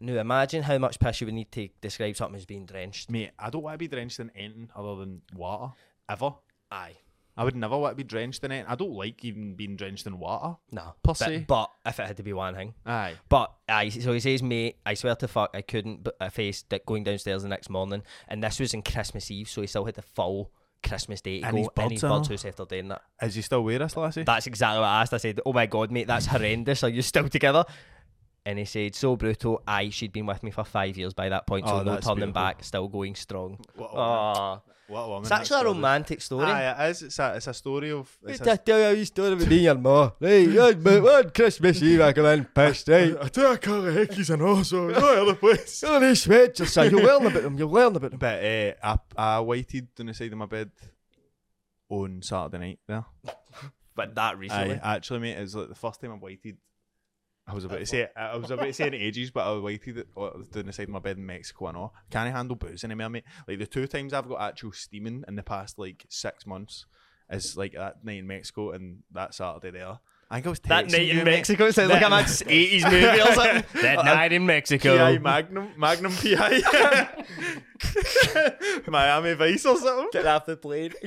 Now, imagine how much piss you would need to describe something as being drenched. Mate, I don't want to be drenched in anything other than water. Ever. Aye, I would never want to be drenched in anything. I don't like even being drenched in water. no, Pussy. But, but if it had to be one thing, Aye. But I so he says, mate, I swear to fuck, I couldn't. But I faced that going downstairs the next morning, and this was in Christmas Eve, so he still had the full Christmas day to And go. his and birds his and birds all. house after doing that. Is he still wear this, lassie? That's exactly what I asked. I said, oh my god, mate, that's horrendous. Are you still together? And he said, so brutal. Aye, she'd been with me for five years by that point, so Oh, no that's turning beautiful. back, still going strong. What a woman. Aw. What a woman. it's that actually a story. romantic story. Aye, it is. It's a, it's a story of. It's a, tell you you story about me and your ma. Right, yeah, but on Christmas Eve I come in pissed, eh? right? I do a car of hickeys and all, so no other place. Oh, they sweat yourself. You'll learn about them. You'll learn about them. But uh, I, I waited on the side of my bed on Saturday night there. But that recently. Aye, actually, mate, it was like the first time I waited. I was about to say I was about to say in ages, but I waited at- oh, I was down the side of my bed in Mexico and all. Can't handle booze anymore, mate. Like the two times I've got actual steaming in the past like six months is like that night in Mexico and that Saturday there. I think I was That texting night you, in mate. Mexico sounds like I'm That- at 80s movie or something. That night in Mexico. PI Magnum Magnum PI Miami Vice or something. Get off the plane.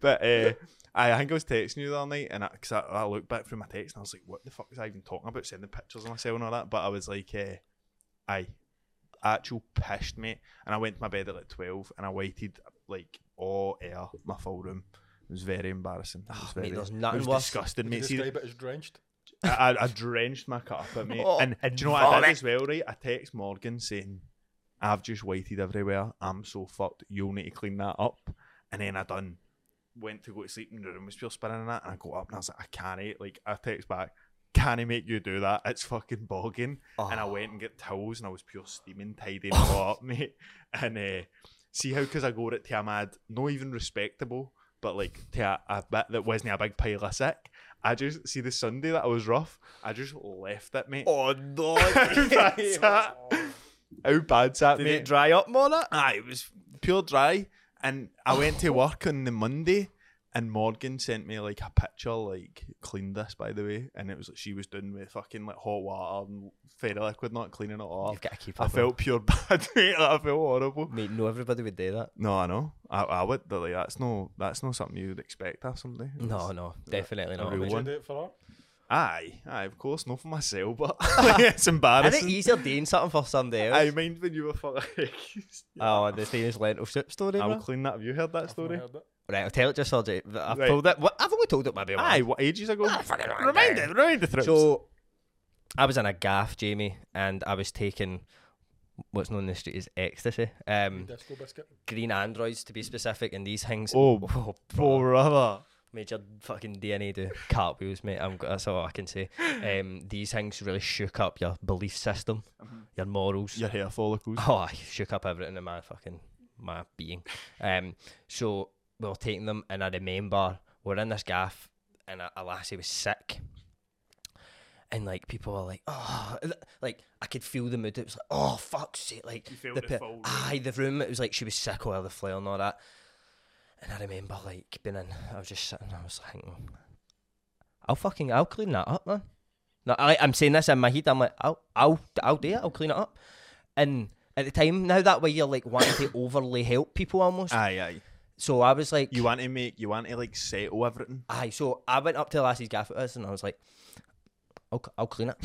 But uh, I, I think I was texting you the other night, and I, cause I, I looked back through my text and I was like, "What the fuck was I even talking about? Sending pictures of myself and all that." But I was like, uh, "I actual pissed mate," and I went to my bed at like twelve, and I waited like all air my full room. It was very embarrassing. It was Ah, mate, very- there's nothing it was worse. disgusting, Did you mate. See, describe it as drenched? I, I- I drenched my carpet, mate. Oh, and do you know what I did as well, right? I text Morgan saying, I've just waited everywhere. I'm so fucked. You'll need to clean that up. And then I done went to go to sleep and the room was still spinning and that. And I got up and I was like, I can't. Like, I text back, can I make you do that? It's fucking bogging. And I went and got towels and I was pure steaming, tidying it all up, mate. And uh, see how, because I got it to a mad, not even respectable, but like to a, a bit that wasn't a big pile of sick. I just, see the Sunday that I was rough, I just left it, mate. Oh, no. How bad's that? How bad's that, Did mate? it dry up, Mona? Aye, it was pure dry. And I went to work on the Monday, and Morgan sent me like a picture, like clean this by the way, and it was like she was doing with fucking like hot water and fairy liquid, not cleaning it all. You've got to keep I up. felt pure bad, mate. Like, I felt horrible. Mate, no, everybody would do that. No, I know. I, I would but, like that's no that's not something you'd expect or something. No, no, definitely not. real mate. Did you one. do it for her? Aye, aye, of course, not for myself, but like, it's I think embarrassing. easier doing something for somebody else. I mind when you were fucking. Oh, the famous lentil soup story, I'll bro. clean that. Have you heard that I've not story? heard it. Right, I'll tell it just, Sergeant. I've Right. told it. What, I've only told it maybe once. Aye, what ages ago? Remind it, remind it. So I was in a gaff, Jamie, and I was taking what's known in the street as ecstasy. Um, Disco biscuit. green androids to be specific, and these things. Oh, bro. brother. made your fucking DNA do cartwheels, mate. I'm, that's all I can say. Um, these things really shook up your belief system, Mm-hmm. your morals. Your hair follicles. Oh, I shook up everything in my fucking my being. Um, so we were taking them, and I remember we're in this gaff, and a, a lassie was sick, and like people were like, oh, th- like I could feel the mood. It was like, oh fuck's sake, like the, pe- aye, the room. It was like she was sick or the flare and all that. And I remember like being in, I was just sitting, I was thinking, I'll fucking, I'll clean that up, man. No, I, I'm saying this in my head. I'm like, I'll, I'll, I'll do it. I'll clean it up. And at the time, now that way you're like wanting to overly help people almost. Aye, aye. so I was like, You want to make, you want to like settle everything. aye. So I went up to Lassie's gaff at us and I was like, I'll, c- I'll clean it.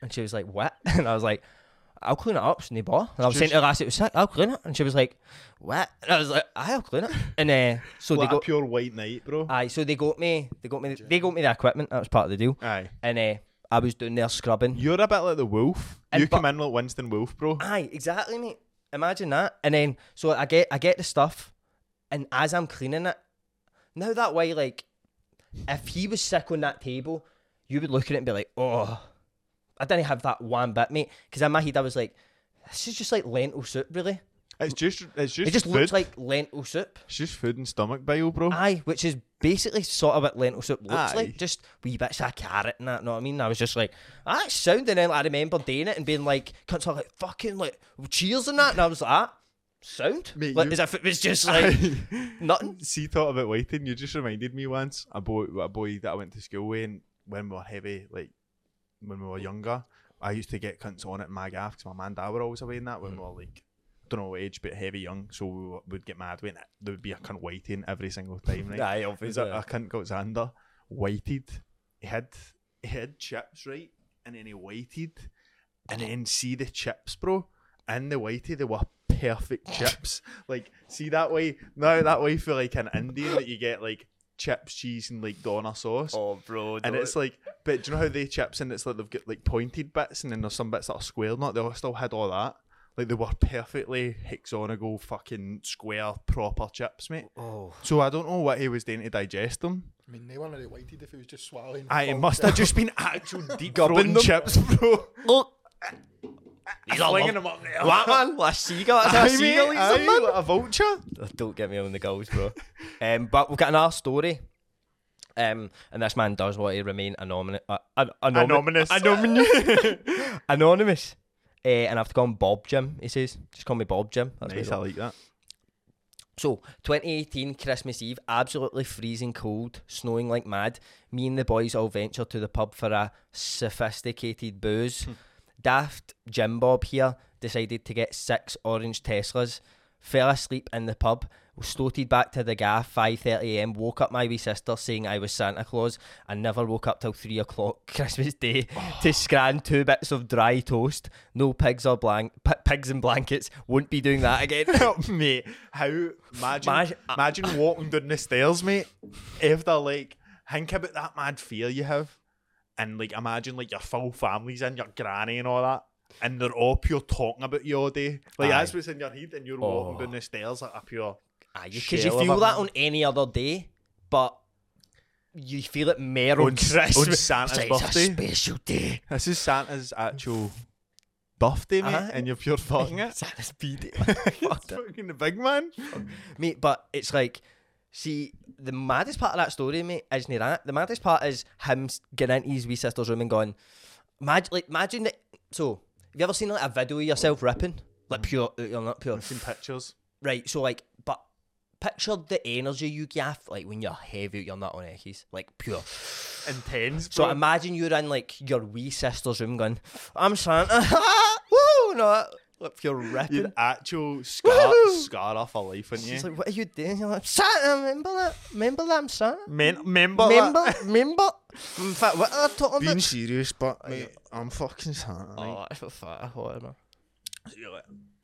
and she was like, what? And I was like, I'll clean it up, Snee Bar. And I was saying to Lassie, it was sick, I'll clean it. And she was like, what? And I was like, aye, I'll clean it. And uh, so What they a got, Ah. pure white night, bro. aye, so they got me, they got me, they got me the equipment. That was part of the deal. Aye. And uh, I was down there scrubbing. You're a bit like the wolf. And you but- come in like Winston Wolf, bro. Aye, exactly, mate. Imagine that. And then so I get I get the stuff, and as I'm cleaning it, now that way, like, if he was sick on that table, you would look at it and be like, oh, I didn't have that one bit, mate. Because in my head, I was like, this is just like lentil soup, really. It's just it's just, It just food. looks like Ah, lentil soup. it's just food and stomach bile, bro. Aye, which is basically sort of what lentil soup looks Aye. like. Just wee bits of carrot and that, know what I mean? I was just like, that sound. And then I remember doing it and being like, cunts are like, fucking, like, cheers and that. And I was like, that sound? Mate, like, you- As if it was just like, nothing. See, thought about waiting. You just reminded me once a boy, a boy that I went to school with and when we were heavy, like when we were younger. I used to get cunts on it in my gaff because my man and dad were always away in Mm. that when we were like, don't know what age, but heavy young. So we were- would get mad when it- there would be a cunt waiting every single time, right? Aye, There's obviously. a, a cunt called Xander, waited, he had, he had chips, right? And then he waited, and then see the chips, bro. In the whitey, they were perfect chips. Like, see that way, now that way for like an Indian that you get like chips, cheese, and like doner sauce. Oh, bro. And it's like, but do you know how they chips and it's like they've got like pointed bits and then there's some bits that are square, not they all still had all that. Like they were perfectly hexagonal, fucking square, proper chips, mate. Oh. So I don't know what he was doing to digest them. I mean, they weren't really waited if he was just swallowing. I it full must chips. have just been actual deep Gubbing throating them. chips, bro. Look. He's a Flinging lung. them Oh. up there. What, man? Like a seagull? That's how a Aye, mate, seagull eats aye, them, man. like a vulture. Oh, Don't get me on the goals, bro. um, but we've got another story. Um, and this man does want to remain anonymous. Uh, an- anomi- Anonymous. Anonymous. anonymous. Uh, and I've gone Bob Jim, he says. Just call me Bob Jim. That's Nice, what I it- like that. So, 2018 Christmas Eve, absolutely freezing cold, snowing like mad. Me and the boys all venture to the pub for a sophisticated booze. Daft Jim Bob here decided to get six orange Teslas, fell asleep in the pub, was stoated back to the gaff 5.30am, woke up my wee sister saying I was Santa Claus, and never woke up till 3 o'clock Christmas Day to scran two bits of dry toast. No pigs or blank, p- pigs and blankets, won't be doing that again. mate, how imagine Imagine- imagine walking down the stairs, mate, after like think about that mad fear you have, and like imagine like your full families and your granny and all that, and they're all pure talking about you all day. Like that's what's in your head, and you're walking down the stairs like a pure. Because Ah, you shell of feel a that man. on any other day, but you feel it more on, On- on Christmas. Santa's It's birthday. a special day. This is Santa's actual birthday, mate, Aye. and you're pure fucking it. Santa's PD. It's fucking the big man. mate, but it's like, see, the maddest part of that story, mate, isn't it that? The maddest part is him s- getting into his wee sister's room and going, imagine, like, imagine that. So, have you ever seen like a video of yourself ripping? Like pure, uh, you're not pure. I've seen pictures. Right, so like, but picture the energy you gaff, like when you're heavy, you're not on eckies, like pure. Intense, So bro. imagine you're in like your wee sister's room going, I'm Santa. Woo! No, like you're ripping. You'd actual scar, Woohoo! scar off a life, wouldn't you? She's like, what are you doing? You're like, Santa, remember that? Remember that I'm Santa? Men- remember, that? Remember? remember? In fact, what are they talking Being about? serious, but mate, I'm fucking Santa. Oh, I feel fat. I thought, I know.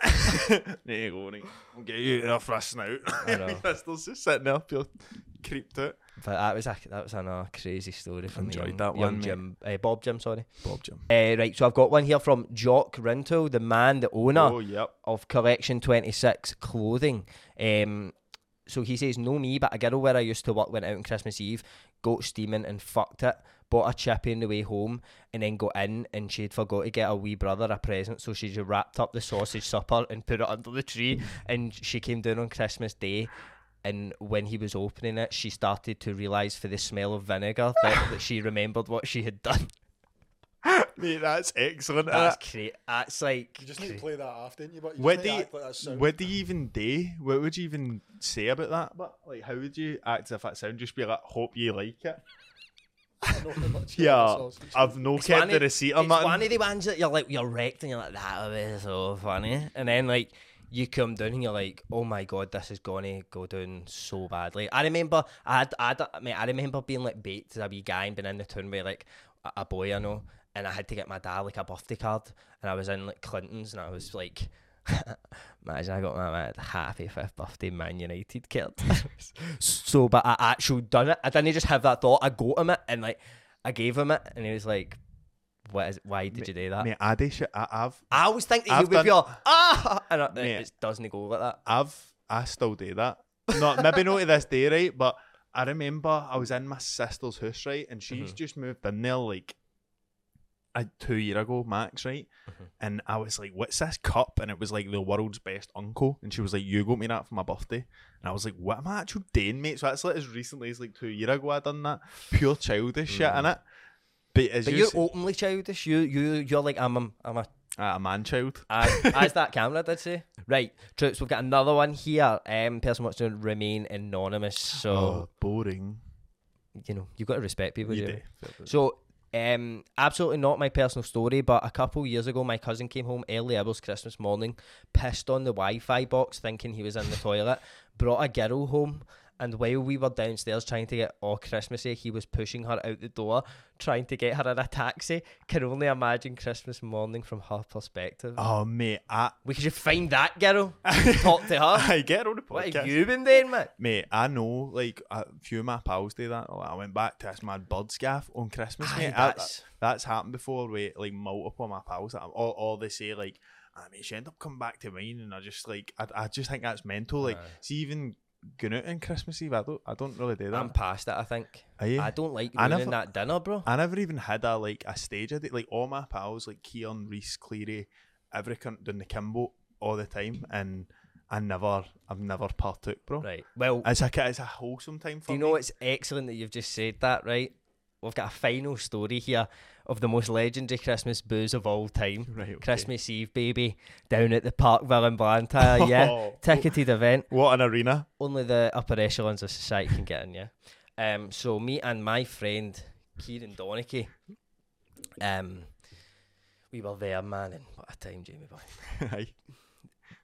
there you go, mate. I'll get you there for a snout. I know. My sister's just sitting there, pure creeped out. But that was a, that was another crazy story from Enjoyed young, that young one, mate. Jim, uh, Bob Jim, sorry. Bob Jim. Uh, right, so I've got one here from Jock Rinto, the man, the owner. Oh, yep. of Collection 26 clothing. Um, so he says, No, me, but a girl where I used to work went out on Christmas Eve, got steaming and fucked it, bought a chippy on the way home, and then got in and she'd forgot to get her wee brother a present. So she just wrapped up the sausage supper and put it under the tree. And she came down on Christmas Day. And when he was opening it, she started to realise for the smell of vinegar that, that she remembered what she had done. Mate, that's excellent. That's that. cra That's like. You just need to play that off, didn't you? But you What just do need you, to act like that sound. what do you even do? What would you even say about that? But like, how would you act if that sound just be like, hope you like it? I know how much you like Yeah, the sausage. I've no It's kept one the of- receipt It's or nothing. one of the ones that you're like you're wrecked and you're like that was so funny, and then like you come down and you're like, oh my god, this is gonna go down so badly. I remember I had, I, had, I mean I remember being like baked as a wee guy and being in the town with like a, a boy I know, and I had to get my dad like a birthday card, and I was in like Clinton's and I was like. Imagine I got my mad happy fifth birthday Man United killed. so, but I actually done it. I didn't just have that thought. I got him it and like I gave him it, and he was like, What is, why did you do that? Mate, I do shit. I, I've, I always think that I've you would done- be all, ah, and it, Mate. it just doesn't go like that. I've, I still do that. Not maybe not to this day, right? But I remember I was in my sister's house, right, and she's Mm-hmm. just moved in there like a two year ago, max, right? Mm-hmm. And I was like, "What's this cup?" And it was like the world's best uncle, and she was like, "You got me that for my birthday," and I was like, "What am I actually doing, mate?" So that's like as recently as like two year ago, I done that pure childish shit in it. But as Mm. But you you're say- openly childish. You you you're like I'm a, I'm a Ah, a man child. as, as that camera did say. Right, troops. We've got another one here. Um, person wants to remain anonymous. So Oh, boring. you know you've got to respect people. You Jamie. do. So, um, absolutely not my personal story, but a couple years ago, my cousin came home early hours Christmas morning, pissed on the Wi-Fi box, thinking he was in the toilet, brought a girl home. And while we were downstairs trying to get all Christmassy, he was pushing her out the door, trying to get her in a taxi. Can only imagine Christmas morning from her perspective. Oh mate, I We should find that girl, talk to her. I get on the podcast. What have you been doing, mate? Mate, I know ah, like a few of my pals do that. Like, I went back to this mad bird scaff on Christmas, Aye, mate. I- that's- that's happened before with like multiple of my pals. That I'm, or, or they say like, "Ah, I mean, she ended up coming back to mine, and I just like, I, I just think that's mental. Like, see, even going out on Christmas Eve, I don't, I don't really do that. I'm past it, I think. Are you? I don't like I ruining never- that dinner, bro. I never even had a like a stage of it. Like all my pals, like Keon, Reese, Cleary, every cunt doing the Kimbo all the time, and I never, I've never partook, bro. Right. Well, It's a it's a wholesome time for Do you me. know it's excellent that you've just said that, right? We've got a final story here of the most legendary Christmas booze of all time. Right, okay. Christmas Eve, baby, down at the Parkville in Blantyre, yeah. Oh. Ticketed event. what an arena. Only the upper echelons of society can get in, yeah. Um, so me and my friend Kieran Donicky, um, we were there, man, and what a time, Jamie boy. Aye.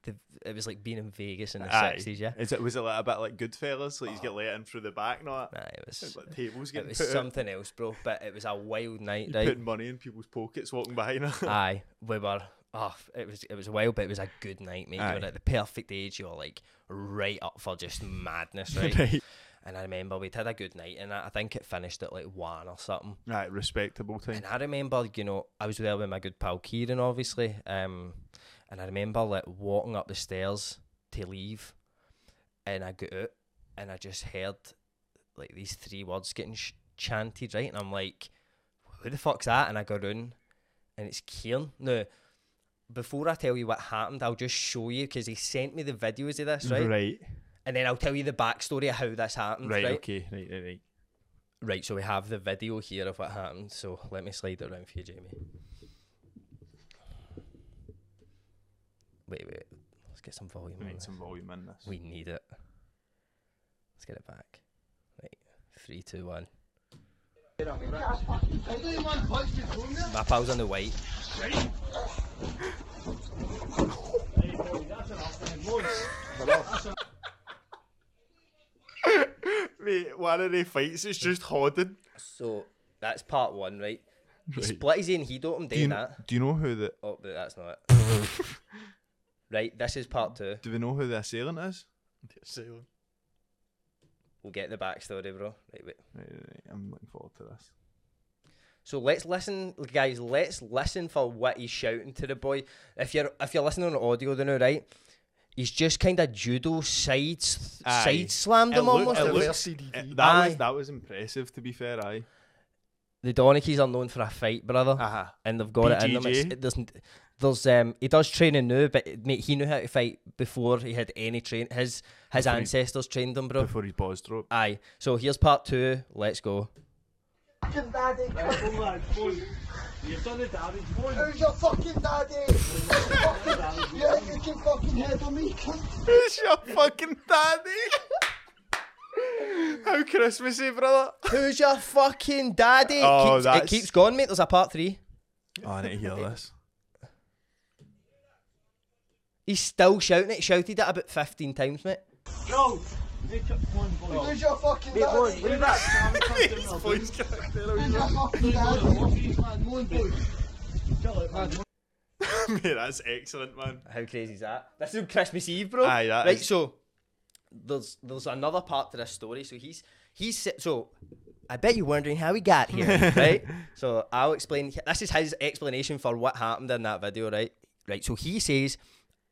The, it was like being in Vegas in the Aye. sixties, yeah. Is it was it like a bit like Goodfellas? Like he's get let in through the back, not Nah, it was like tables it getting was put out, something else, bro. But it was a wild night, you right? putting money in people's pockets, walking behind. her. Aye, we were. Oh, it was it was wild, but it was a good night, mate. Aye. You were at the perfect age. You were like right up for just madness, right? right, And I remember we'd had a good night, and I I think it finished at like one or something. right, respectable time. And I remember, you know, I was there with my good pal Kieran, obviously. Um, and I remember like walking up the stairs to leave, and I got out, and I just heard like these three words getting sh- chanted, right? And I'm like, "Who the fuck's that?" And I go round, and it's Kieran. Now, before I tell you what happened, I'll just show you because he sent me the videos of this, right? right, And then I'll tell you the backstory of how this happened, right, right? okay, right, right, right. Right, so we have the video here of what happened. So let me slide it around for you, Jamie. Wait, wait. Let's get some volume. We on need this. some volume in this. We need it. Let's get it back. Right, three, two, one. My pal's on the white. Mate, one of the fights is just hoarding. So that's part one, right? He split his and he don't him Do you, doing that. do you know who the Oh, but that's not it. right, this is part two. do we know who the assailant is? assailant. We'll get the backstory, bro. Right, wait. Right, right, right. I'm looking forward to this. So let's listen, guys. Let's listen for what he's shouting to the boy. If you're if you're listening on audio, then all right. He's just kind of judo side Aye. side slammed him looked- almost. it It looked- looks- it- that Aye. was that was impressive. To be fair, aye. the Donickies are known for a fight, brother, Uh-huh. and they've got it in them. It's, BJJ. it doesn't. There's um he does training now, but mate, he knew how to fight before he had any train. His his Before he- ancestors trained him, bro. Before his balls drop. Aye. So here's part two. Let's go. eh? You've done the damage, boy. Who's your fucking daddy? fucking, yeah, you can fucking eh? head on me, cunt. It's your fucking daddy. How Christmassy, brother. Who's your fucking daddy? It Oh, keeps- it that's- keeps going, mate. There's a part three. Oh, I need to hear this. He's still shouting it. Shouted it about 15 times, mate. No! Make it one, boy. Who's your fucking eh? Hey, boy, daddy? leave that. Who's your fucking eh? daddy? Man, moan, boy. Mate, that's excellent, man. How crazy is that? That's on Christmas Eve, bro. Aye, that right. is- So there's there's another part to this story. So he's he's sit- so I bet you're wondering how we got here, right? So I'll explain. This is his explanation for what happened in that video, right? Right. So he says,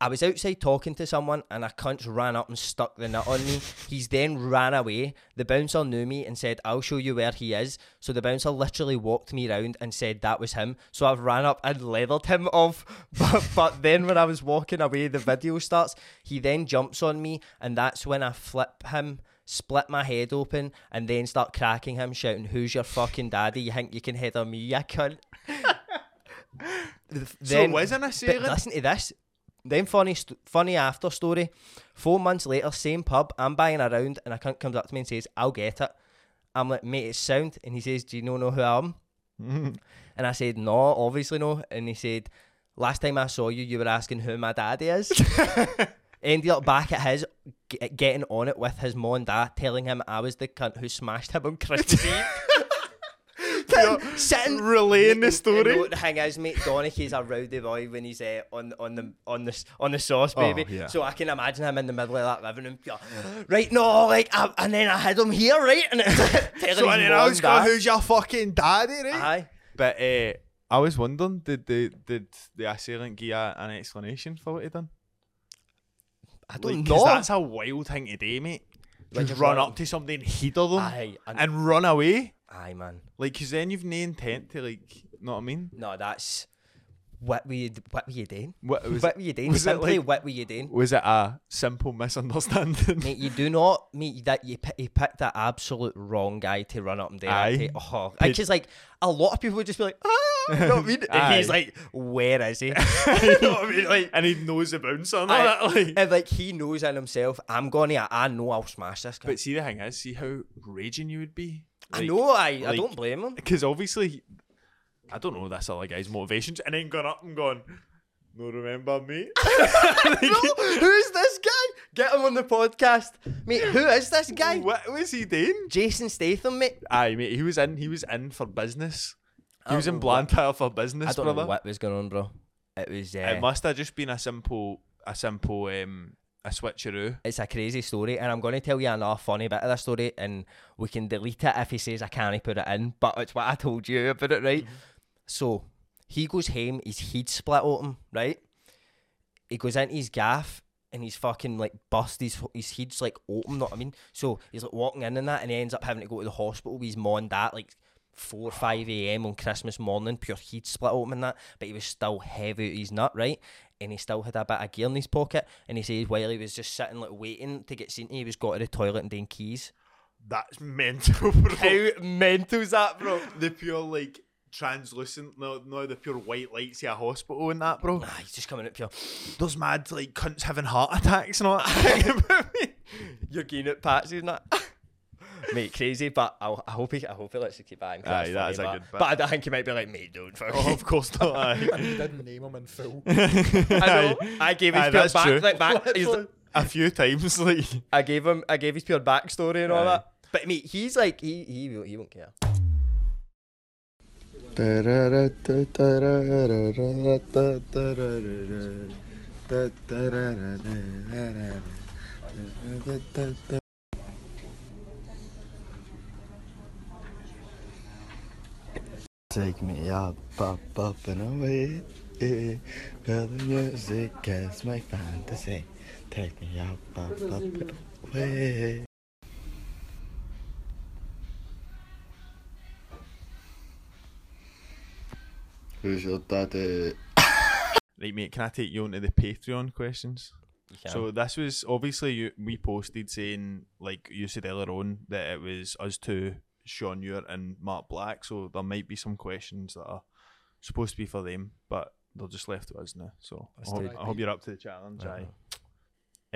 I was outside talking to someone and a cunt ran up and stuck the nut on me. He's then ran away. The bouncer knew me and said, I'll show you where he is. So the bouncer literally walked me round and said that was him. So I've ran up and leathered him off. But, but then when I was walking away, the video starts. He then jumps on me and that's when I flip him split my head open and then start cracking him, shouting, Who's your fucking daddy? You think you can head on me, you cunt? Th- then, wasn't I but saying- Listen to this. Then funny, st- funny after story. Four months later, same pub. I'm buying around, and a cunt comes up to me and says, "I'll get it." I'm like, "Mate, it's sound." And he says, "Do you no know who I am?" and I said, "No, obviously no." And he said, "Last time I saw you, you were asking who my daddy is." ended up back at his, g- getting on it with his mom and dad, telling him I was the cunt who smashed him on Christmas Eve. Sitting Relaying the And- and story. know what the thing is, mate. Donaghy's a rowdy boy when he's uh, on on the on the s- on the sauce, baby. Oh, yeah. So I can imagine him in the middle of that living room. yeah, Right, no, like, I, and then I had him here, right, and it's telling So his and then mum I was going, that. who's your fucking daddy, right? Aye. But uh, I was wondering, did the did the assailant give a- an explanation for what he done? I don't Like, 'cause know. that's a wild thing to do, mate. Like, Just if run I- up to somebody and heater them Aye, and- and, run away. Aye, man. Like, because then you've no intent to, like, know what I mean? No, that's what were you what were you doing? What was, what it, were you doing? was it Simply, like- what were you doing? was it a simple misunderstanding? Mate, you do not meet that you, pi- you picked the absolute wrong guy to run up and down. Aye. To, oh, because like a lot of people would just be like, ah, you know what I mean? And he's Aye. like, where is he? You know what I mean? Like, and he knows the bouncer and all I- that, like. and like he knows in himself, I'm gonna, I know I'll smash this. Guy. But see, the thing is, see how raging you would be? I know, I, I like- don't blame him. Because obviously, I don't know this other guy's motivations, and then gone up and gone, no, remember me? Who's this guy? Get him on the podcast, mate. Who is this guy? what was he doing? Jason Statham, mate. Aye, mate, he was in. He was in for business. He was in don't know what- Blantyre for business, Oh. I don't brother. know what was going on, bro. It was. Uh, It must have just been a simple, a simple, um, a switcheroo. it's a crazy story, and I'm going to tell you another funny bit of the story, and we can delete it if he says I can't put it in. But it's what I told you about it, right? So he goes home, his he'd split open, right? He goes into his gaff and he's fucking like bust his his head's like open, know what I mean? So he's like walking in and that and he ends up having to go to the hospital with his mom and dad like four or five AM on Christmas morning, pure he'd split open and that, but he was still heavy out his nut, right? And he still had a bit of gear in his pocket and he says while he was just sitting like waiting to get seen to, he was going to the toilet and doing keys. That's mental, bro. mental's that, bro? the pure like translucent, no, no, the pure white lights of a hospital and that, bro. Ah, he's just coming up pure. Those mad like cunts having heart attacks and all that. You're getting it, Patsy, isn't that? mate, crazy, but I'll, I hope he, I hope he lets you keep buying. Aye, that is a but, good bit. But I think he might be like, mate, don't fuck. oh, of course not. And Aye. he didn't name him in full. I, know. I gave his Aye, pure that's back, true. like, back. he's- a few times, like I gave him, I gave his pure backstory and all Aye. that. But mate, he's like, he, he, won't- he won't care. Take me up, up, up and away. Eh, Feel the music is my fantasy. Take me up, up, up and away. Who's your daddy? right, mate. Can I take you onto the Patreon questions? So this was obviously you, we posted saying like you said earlier on that it was us two, Sean Ewart and Mark Black. So there might be some questions that are supposed to be for them, but they're just left to us now. So I hope, I hope you're up to the challenge. Aye.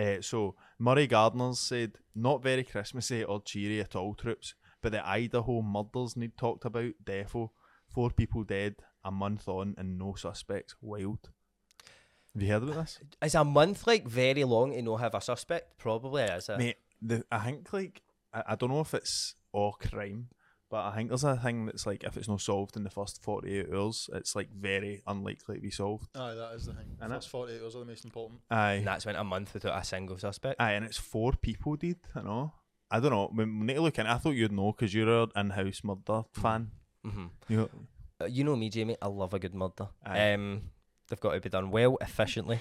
Uh, so Murray Gardner's said, not very Christmassy or cheery at all, troops, but the Idaho murders need talked about. Defo, four people dead, a month on, and no suspects. Wild. Have you heard about this? is a month like very long to not have a suspect? Probably is. eh? It? Mate, the, I think like I, I don't know if it's all crime, but I think there's a thing that's like if it's not solved in the first forty eight hours, it's like very unlikely to be solved. Aye, that is the thing. Innit? First 48 hours are the most important. Aye, and that's went a month without a single suspect. aye, and it's four people did, you know, I don't know. We we need to look in. I thought you'd know because you're an in-house murder Mm. fan. Mm-hmm. You Uh, You know me, Jamie. I love a good murder. Aye. Um, they've got to be done well, efficiently.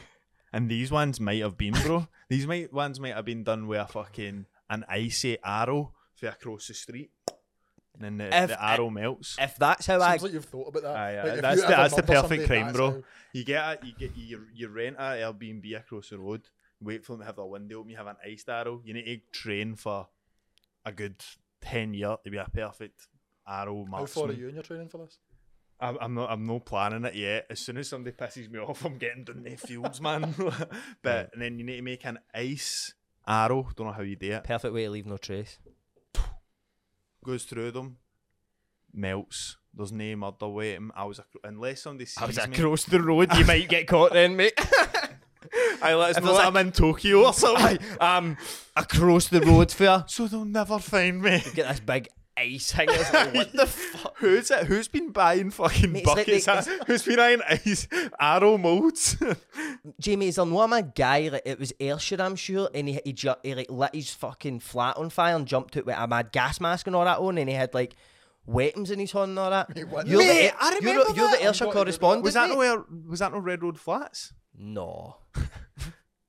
and these ones might have been, bro. these might ones might have been done with a fucking an icy arrow for across the street, and then the, If- the arrow melts. If that's how I Seems like you've thought about that. Aye, Like, aye, if that's you the, ever that's the murder perfect somebody, crime, that's bro. how- You get a, you get you, you rent a Airbnb across the road, wait for them to have their window open, you have an iced arrow. You need to train for a good ten year to be a perfect arrow How far are marksman. you in your training for this? I'm, I'm not I'm not planning it yet. As soon as somebody pisses me off, I'm getting down their fields, man. but and then you need to make an ice arrow. Don't know how you do it. perfect way to leave no trace. Goes through them, melts. There's no murder waiting. I was ac- unless somebody sees me. the road. You might get caught then, mate. I let us If know there's that a- I'm in Tokyo or something. um, across the road for you. so they'll never find me. Get this big ice hanger. It's like, what the fuck? Who's it? Who's been buying fucking Mate, it's like buckets? they- huh? Who's been buying ice arrow molds? Jamie, is there not a guy like it was Ayrshire, I'm sure, and he he, ju- he like lit his fucking flat on fire and jumped out with a mad gas mask and all that on, and he had like weapons in his hand and all that. what? You're Mate, the, I you're, remember the- you're that. the Ayrshire I'm going to- correspondent. was that mate. no? Air- Was that no Red Road Flats? No.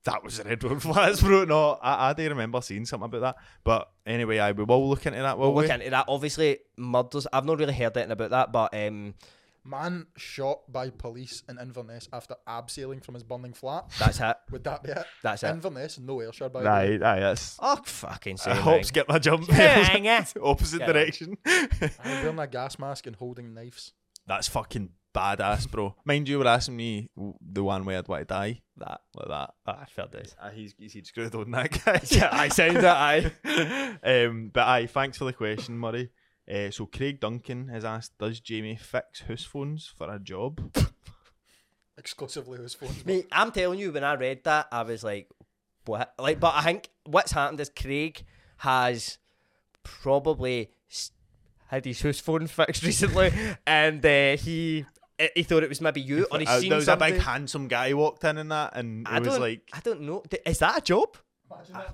That was the Red Road Flats, bro. No, I, I do remember seeing something about that. But anyway, I we will look into that. Will Look we? into that. Obviously, murders. I've not really heard anything about that, but um, Man shot by police in Inverness after abseiling from his burning flat. that's it. Would that be it? That's it. Inverness, no Ayrshire by the way. Right, aye, that's. Oh, fucking I same. hope right. skip my jump. Yeah, Opposite Get on. direction. I'm wearing a gas mask and holding knives. That's fucking badass, bro. Mind you, you were asking me w- the one way I'd want to die. That, like that. I fair days. Uh, he's, he's he'd screwed on that guy. yeah, I sound that, aye. um, but aye, thanks for the question, Murray. Uh, so Craig Duncan has asked, does Jamie fix house phones for a job? Exclusively his phone. Mate, I'm telling you, when I read that, I was like, what? Like, but I think what's happened is Craig has probably s- had his house phone fixed recently, and uh, he eh, he thought it was maybe you, or he's Uh, seen there was somebody. a big handsome guy walked in and that, and I it was don't, like, I don't know. D- Is that a job?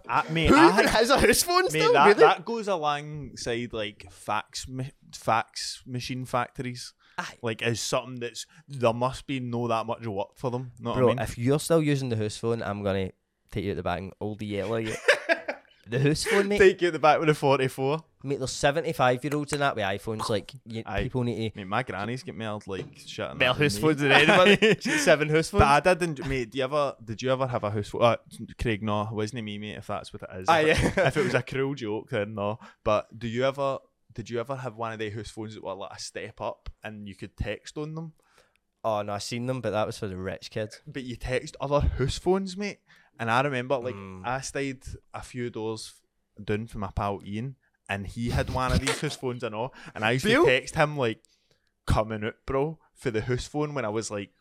I, mate, Who I even had- has a house phone Mate, still? that, really? that goes alongside like fax ma- fax machine factories. Aye. Like, is something that's there must be no that much work for them. Know Bro, what I mean? if you're still using the house phone, I'm gonna take you at the back and all the yellow. you. the house phone, mate. Take you at the back with a forty-four. mate, there's 75 year olds in that with iPhones. Like, you, Aye. people need to. Mate, my granny's get mailed like shit. and Bell that, house mate. phones in anybody. Seven house phones. But I didn't, mate. Do you ever? Did you ever have a house? Phone? Uh, Craig, no, it wasn't me, mate. If that's what it is. Aye, if, it, yeah. if it was a cruel joke, then no. But do you ever? Did you ever have one of the house phones that were like a step up and you could text on them? Oh no, I seen them, but that was for the rich kids. but you text other house phones, mate. And I remember, like, I stayed a few doors f- down from my pal Ian, and he had one of these house phones and all. And I used Bill? to text him, like, coming out, bro, for the house phone when I was, like,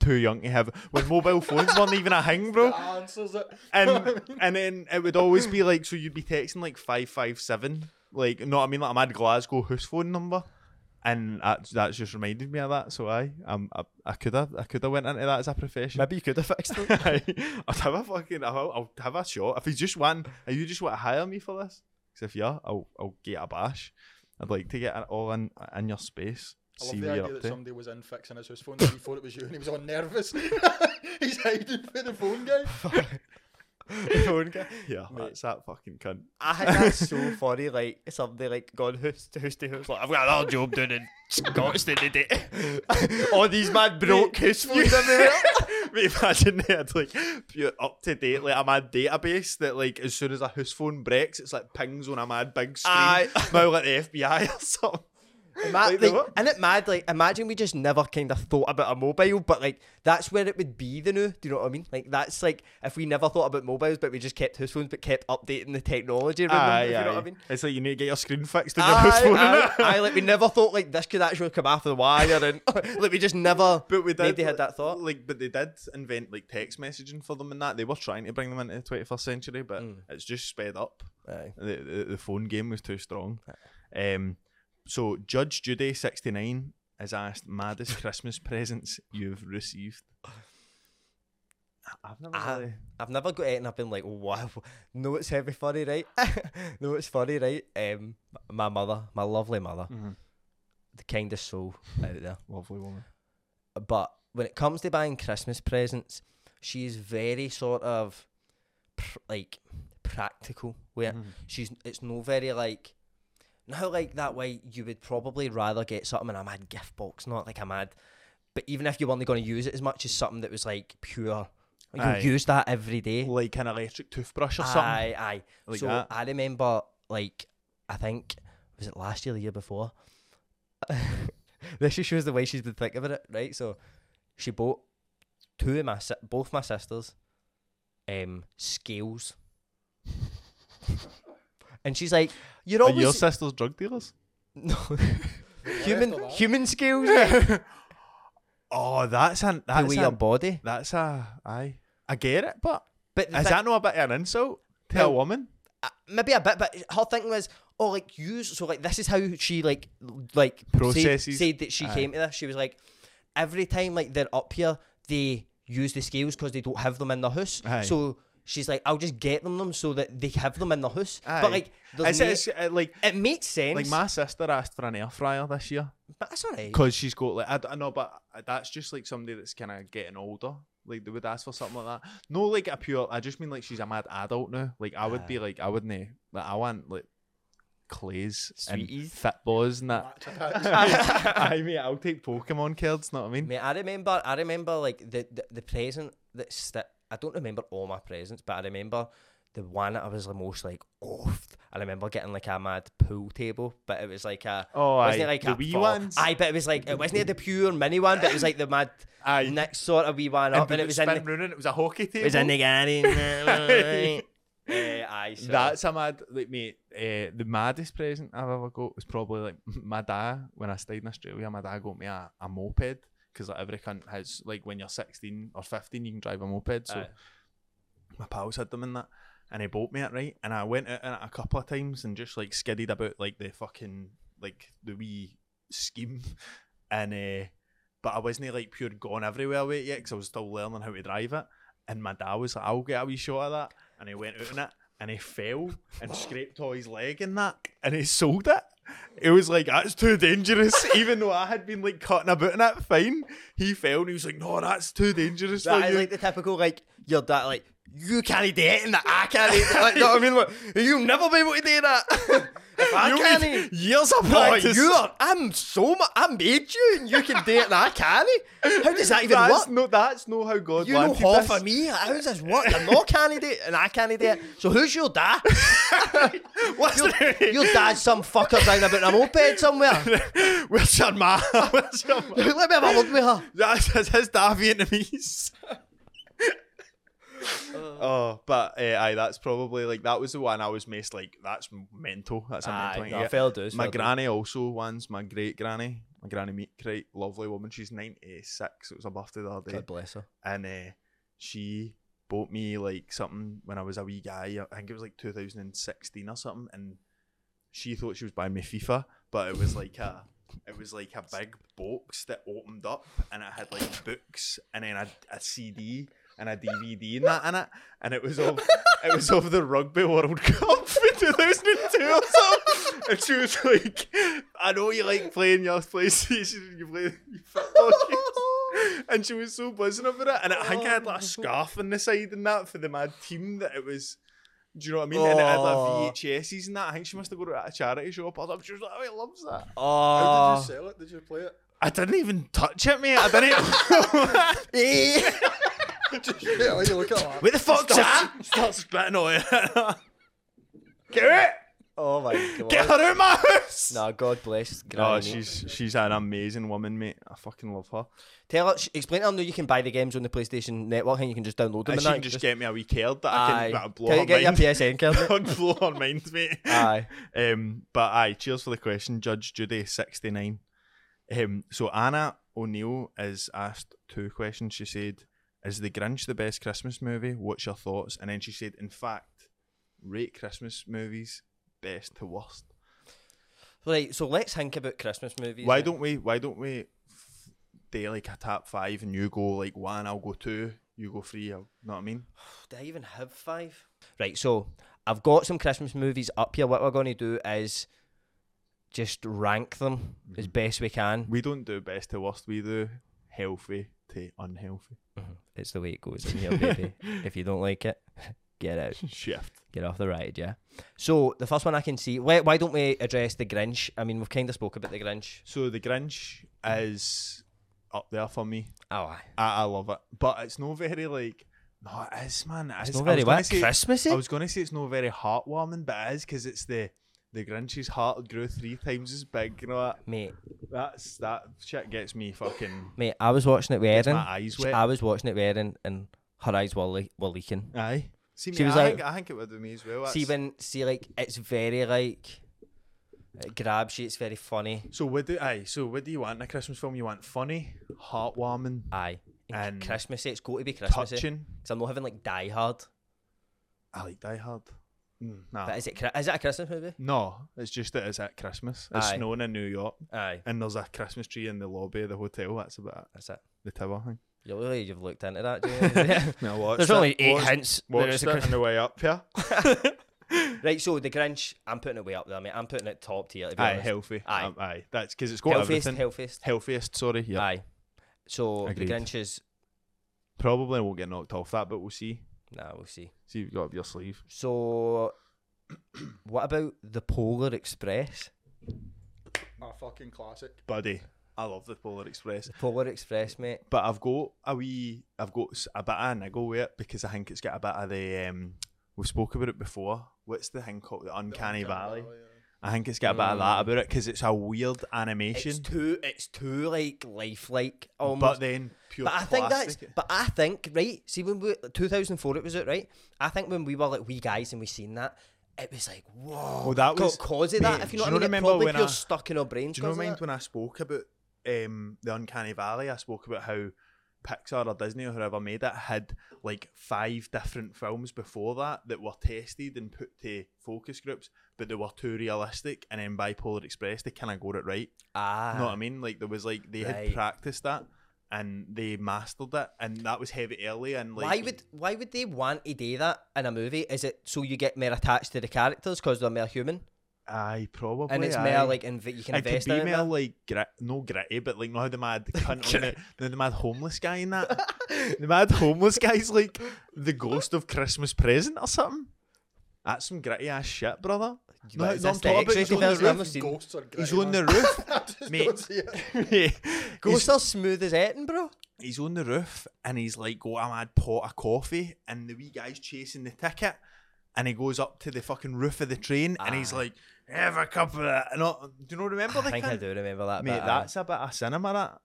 too young to have. When mobile phones weren't even a thing, bro. Answers it. And, and then it would always be like, so you'd be texting, like, 557, like, no, I mean, like, I'm at Glasgow house phone number. And that, that's just reminded me of that. So I, um, I, I could have, I could have went into that as a profession. you could have fixed them. Aye. I'd have a fucking, I'll, I'll have a shot. If he's just one, are you just want to hire me for this? Because if you are, I'll, I'll get a bash. I'd like to get it all in in your space. I see where love the you're idea up that to. somebody was in fixing his house phone before it was you and he was all nervous. He's hiding for the phone guy. Yeah, that's that fucking cunt. I think that's so funny. Like somebody like gone house to house to house. Like I've got another job doing in Scotland today. All these mad broke house phones everywhere. Mate, imagine they had like pure up to date, like a mad database that like as soon as a house phone breaks, it's like pings on a mad big screen. Aye. Now like the FBI or something. Ma- Like like, the what? isn't it mad? Like imagine we just never kind of thought about a mobile, but like that's where it would be the new. Do you know what I mean? Like that's like if we never thought about mobiles, but we just kept house phones, but kept updating the technology. Around them, if you know what I mean? It's like you need to get your screen fixed on your house phone. I, I, like we never thought like this could actually come after the wire, and like we just never But we did, maybe had like- that thought. Like, but they did invent like text messaging for them and that. They were trying to bring them into the twenty first century, but it's just sped up. Aye. The, the the phone game was too strong. Um, so Judge Judy sixty nine has asked maddest Christmas presents you've received. I I've never I, really. I've never got it and I've been like, wow, no, it's heavy funny, right? no, it's funny, right? Um, my mother, my lovely mother, the kindest soul out there. Mm-hmm. Lovely woman. But when it comes to buying Christmas presents, she's very sort of pr- like practical. Where Mm-hmm. she's, it's no very like. Now, like that way, you would probably rather get something in a mad gift box, not like a mad. But even if you weren't going to use it as much as something that was like pure, like, Aye. you'll use that every day. Like an electric toothbrush or something. Aye, aye. Like so that. I remember, like, I think was it last year, the year before. this just shows the way she's been thinking about it, right? So she bought two of my si- both my sisters, um, scales, and she's like, "You're Are your always sisters drug dealers? no." human human scales mate, Oh, that's an to that's weigh a, your body, that's a aye. I get it, but but the is thi- that not a bit of an insult to a Well, woman? uh, maybe a bit, but her thinking was, oh, like you. So like this is how she like l- like said- Processes. said that she came to this. She was like, every time like they're up here, they use the scales because they don't have them in the house. Aye. So she's like, I'll just get them them so that they have them in the house. Aye. But like, there's is no- it, is it, like it makes sense. like my sister asked for an air fryer this year but that's alright. because she's got like I, d- I know, but that's just like somebody that's kind of getting older. Like they would ask for something like that. No, like a pure. I just mean like she's a mad adult now. Like I would be like I wouldn't like I want like clays Sweeties. and fit balls and that. I mean, I'll take Pokemon cards. Know what I mean? Mate, I remember, I remember like the the, the present that sti- I don't remember all my presents, but I remember the one that I was the most like off. I remember getting like a mad pool table, but it was like a Oh, wasn't aye, it like the a wee full- ones? Aye, but it was like it wasn't the pure mini one, but it was like the mad Aye. next sort of wee one And up, and did oh, it was in the, spin round and it was a hockey table. it was in the garden. Eh, aye, so That's a mad, like, mate, uh, the maddest present I've ever got was probably, like, my dad, when I stayed in Australia, my dad got me a, a moped, because, like, every cunt has, like, when you're 16 or 15, you can drive a moped, so Aye. my pals had them in that, and he bought me it, right, and I went out in it a couple of times and just, like, skidded about, like, the fucking, like, the wee scheme, and, uh, but I wasn't, like, pure gone everywhere with it yet, because I was still learning how to drive it, and my dad was like, I'll get a wee shot of that. And he went out in it and he fell and scraped all his leg in that and he sold it. It was like, that's too dangerous. Even though I had been like cutting about in it fine, he fell and he was like, no, that's too dangerous. for that is you. like the typical like your dad like you can't do it and that I can't do it. Like, you know what I mean? Like, you'll never be able to do that. if I You can't. need years of Oh, practice. you are. I'm so much. I made you, and you can do it, and I can't. How does that even that's work? no, that's no how God you know wanted half this. of me. How does this work? I'm not can't do it, and I can't do it. So who's your dad? What's Your, the- your dad's some fucker down about a moped somewhere. Where's your ma? Where's your ma? Let me have a look with her. That's, that's his dad Vietnamese. oh, but uh, aye, that's probably like that was the one I was most like. That's mental. That's a mental. thing to get. my granny also once. My great granny, my granny meat crate, lovely woman. She's ninety six. It was a birthday the other day, God bless her. and uh, she bought me like something when I was a wee guy. I think it was like two thousand and sixteen or something, and she thought she was buying me FIFA, but it was like a it was like a big box that opened up and it had like books and then a, a CD and a DVD and that in it. And it was of it was of the Rugby World Cup in 2002 or something. And she was like, I know you like playing your PlayStation and you play your football games. And she was so buzzing about it. And I think I had like a scarf on the side and that for the mad team that it was do you know what I mean? And it had Aw. like VHSs and that. I think she must have gone to a charity shop or something. She was like, oh, he loves that. How Ah. Oh, did you sell it? Did you play it? I didn't even touch it, mate. I didn't. Yeah, like, you look at that. where the fuck's that? Start spitting on it. Get Oh my it! Get her out of my house! Nah, God bless. Oh, Granny. she's she's an amazing woman, mate. I fucking love her. Tell her, sh- explain to her, no, you can buy the games on the PlayStation Network and you can just download them. and And she that. can just get me a wee card that I aye. can that'll blow Can her you get your mind. PSN card? mate? That'll blow her mind, mate. aye. Um, but aye, cheers for the question, Judge Judy sixty nine. Um, so Anna O'Neill is asked two questions. She said, "Is The Grinch the best Christmas movie? What's your thoughts?" And then she said, "In fact, rate Christmas movies best to worst." Right, so let's think about Christmas movies. Why then. don't we? Why don't we? f- day like a top five and you go like one, I'll go two, you go three, I'll, know what I mean? Do I even have five? Right, so I've got some Christmas movies up here. What we're going to do is just rank them as best we can. We don't do best to worst, we do healthy to unhealthy. It's the way it goes in here, baby. if you don't like it, get out. Shift. Get off the ride, yeah. So the first one I can see. Why, why don't we address the Grinch? I mean, we've kind of spoke about the Grinch. So the Grinch is up there for me. Oh, aye. I, I love it, but it's no very like. No, it is, man. It is. not I very was gonna what? say- Christmassy? I was gonna say it's no very heartwarming, but it is because it's the the Grinch's heart grew three times as big. You know that mate, that's that shit gets me fucking. mate. I was watching it with Gets Erin. my eyes wet. I was watching it with Erin, and her eyes were, le- were leaking. Aye. See, She mate, was I, like- think, I think it would be me as well. See that's- when see like it's very like it grabs you. It's very funny. so what do aye? So what do you want in a Christmas film? You want funny, heartwarming, Aye. And And Christmassy, it's got to be Christmassy. touching. Because I'm not having like Die Hard. I like Die Hard. Mm, nah. But is it Chri- is it a Christmas movie? no, it's just that it's at Christmas. It's Aye. snowing in New York, Aye, and there's a Christmas tree in the lobby of the hotel. That's about it. that's it. the tower thing. You really you've looked into that. Jamie. No, watched There's it. only eight watched, hints. that Watched it's a it Christ- on the way up here. right, so the Grinch, I'm putting it way up there, mate. I'm putting it top tier. To be Aye, honest. healthy. Aye. Um, aye. That's because it's got healthiest, everything. healthiest. Healthiest, sorry. Yeah. Aye. So Agreed. the Grinch is. Probably won't get knocked off that, but we'll see. Nah, we'll see. See what you've got up your sleeve. So, what about the Polar Express? A fucking classic. Buddy, I love the Polar Express. Polar Express, mate. But I've got a wee, I've got s- a bit of a niggle with it because I think it's got a bit of the, um, we've spoke about it before. What's the thing called? The Uncanny Valley. Mm. I think it's got a bit of that about it because it's a weird animation, It's too. It's too like lifelike almost. but then pure But I think that's. plastic. But I think right. See, when we 2004, it was it right. I think when we were like wee guys and we seen that, it was like whoa. Oh, that co- was- cause of that. mate, If you do know you what not I mean, it remember probably when feels I- stuck in our brains. Do you know 'cause of mind that. when I spoke about um, the Uncanny Valley? I spoke about how Pixar or Disney or whoever made it had like five different films before that that were tested and put to focus groups, but they were too realistic. And then Bipolar Express, they kind of got it right. Ah, You know what I mean? Like there was like they Right. had practiced that and they mastered it, and that was heavy early. And like, why would why would they want to do that in a movie? Is it so you get more attached to the characters because they're more human I probably and it's aye. more like inv- you can It could invest be in it more more. like grit, no gritty, but like you know how the mad cunt, on the, the, the mad homeless guy in that, the mad homeless guy's like the ghost of Christmas present or something. That's some gritty ass shit, brother. No, But no, is I'm this the talking about X-rated he's on version? the I've never roof. seen- Ghosts are great. He's on the man. roof, mate. Don't see it. Ghosts he's, are smooth as Edinburgh. he's on the roof and he's like got a mad pot of coffee, and the wee guy's chasing the ticket, and he goes up to the fucking roof of the train, and he's like, "Have a cup of that." And I, do you not remember Ah. I the think I cunt? do remember that. Mate, bit, aye. that's a bit of cinema. That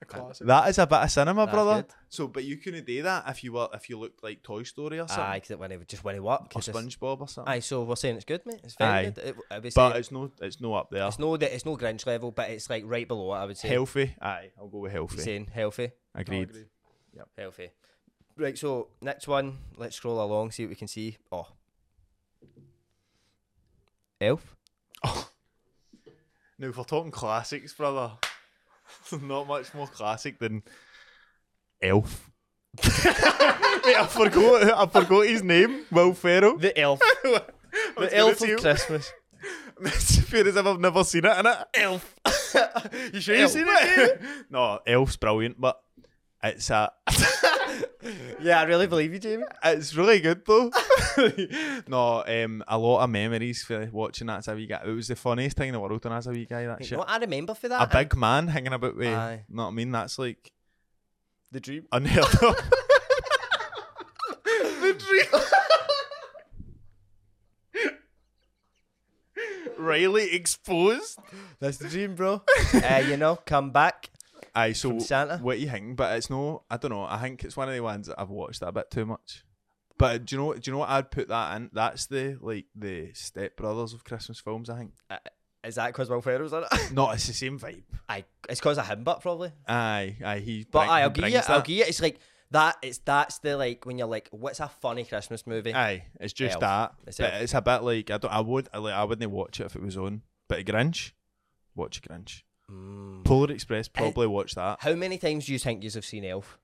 A classic. that is a bit of cinema, That's brother. good. So, but you couldn't do that if you were if you looked like Toy Story or something, aye, because when it just when it worked, or SpongeBob or something. Aye, so we're saying it's good, mate. It's very Aye. good. It- I would say but it's no, it's no up there. it's no, it's no Grinch level, but it's like right below it. I would say. healthy. Aye, I'll go with You're healthy. saying healthy, Agreed. agree. healthy. Right, so next one. Let's scroll along, see what we can see. Oh, Elf. Now, if we're talking classics, brother, there's not much more classic than Elf. Wait, I forgot. I forgot his name. Will Ferrell. The Elf. the Elf of Christmas. That's fair as if I've never seen it, innit? Elf. you sure you've seen it? no, Elf's brilliant, but it's a. Yeah, I really believe you, Jamie. it's really good though. no, um, a lot of memories for watching that as a wee guy. It was the funniest thing in the world when I was a wee guy. That shit. What I remember for A that, big man hanging about with. Aye. Know what I mean? That's like the dream. unheard of. Riley exposed. That's the dream, bro. uh, you know, come back. Aye, so From Santa? what you think? But it's no, I don't know. I think it's one of the ones that I've watched a bit too much. But do you know? Do you know what I'd put that in? That's the like the Step Brothers of Christmas films. I think. Is that because Will Ferrell's in it? No, it's the same vibe. Aye, it's because of him, but probably. Aye, aye. He. But bring- aye, he I'll give you, brings I'll that. give you. It's like that. It's that's the like when you're like, what's a funny Christmas movie? Aye, it's just Elf. that. It's It's, Elf. but it's a bit like I don't. I would. I, like, I wouldn't watch it if it was on. But Grinch, watch Grinch. Mm. Polar Express, Eh. probably watch that. How many times do you think you have seen Elf?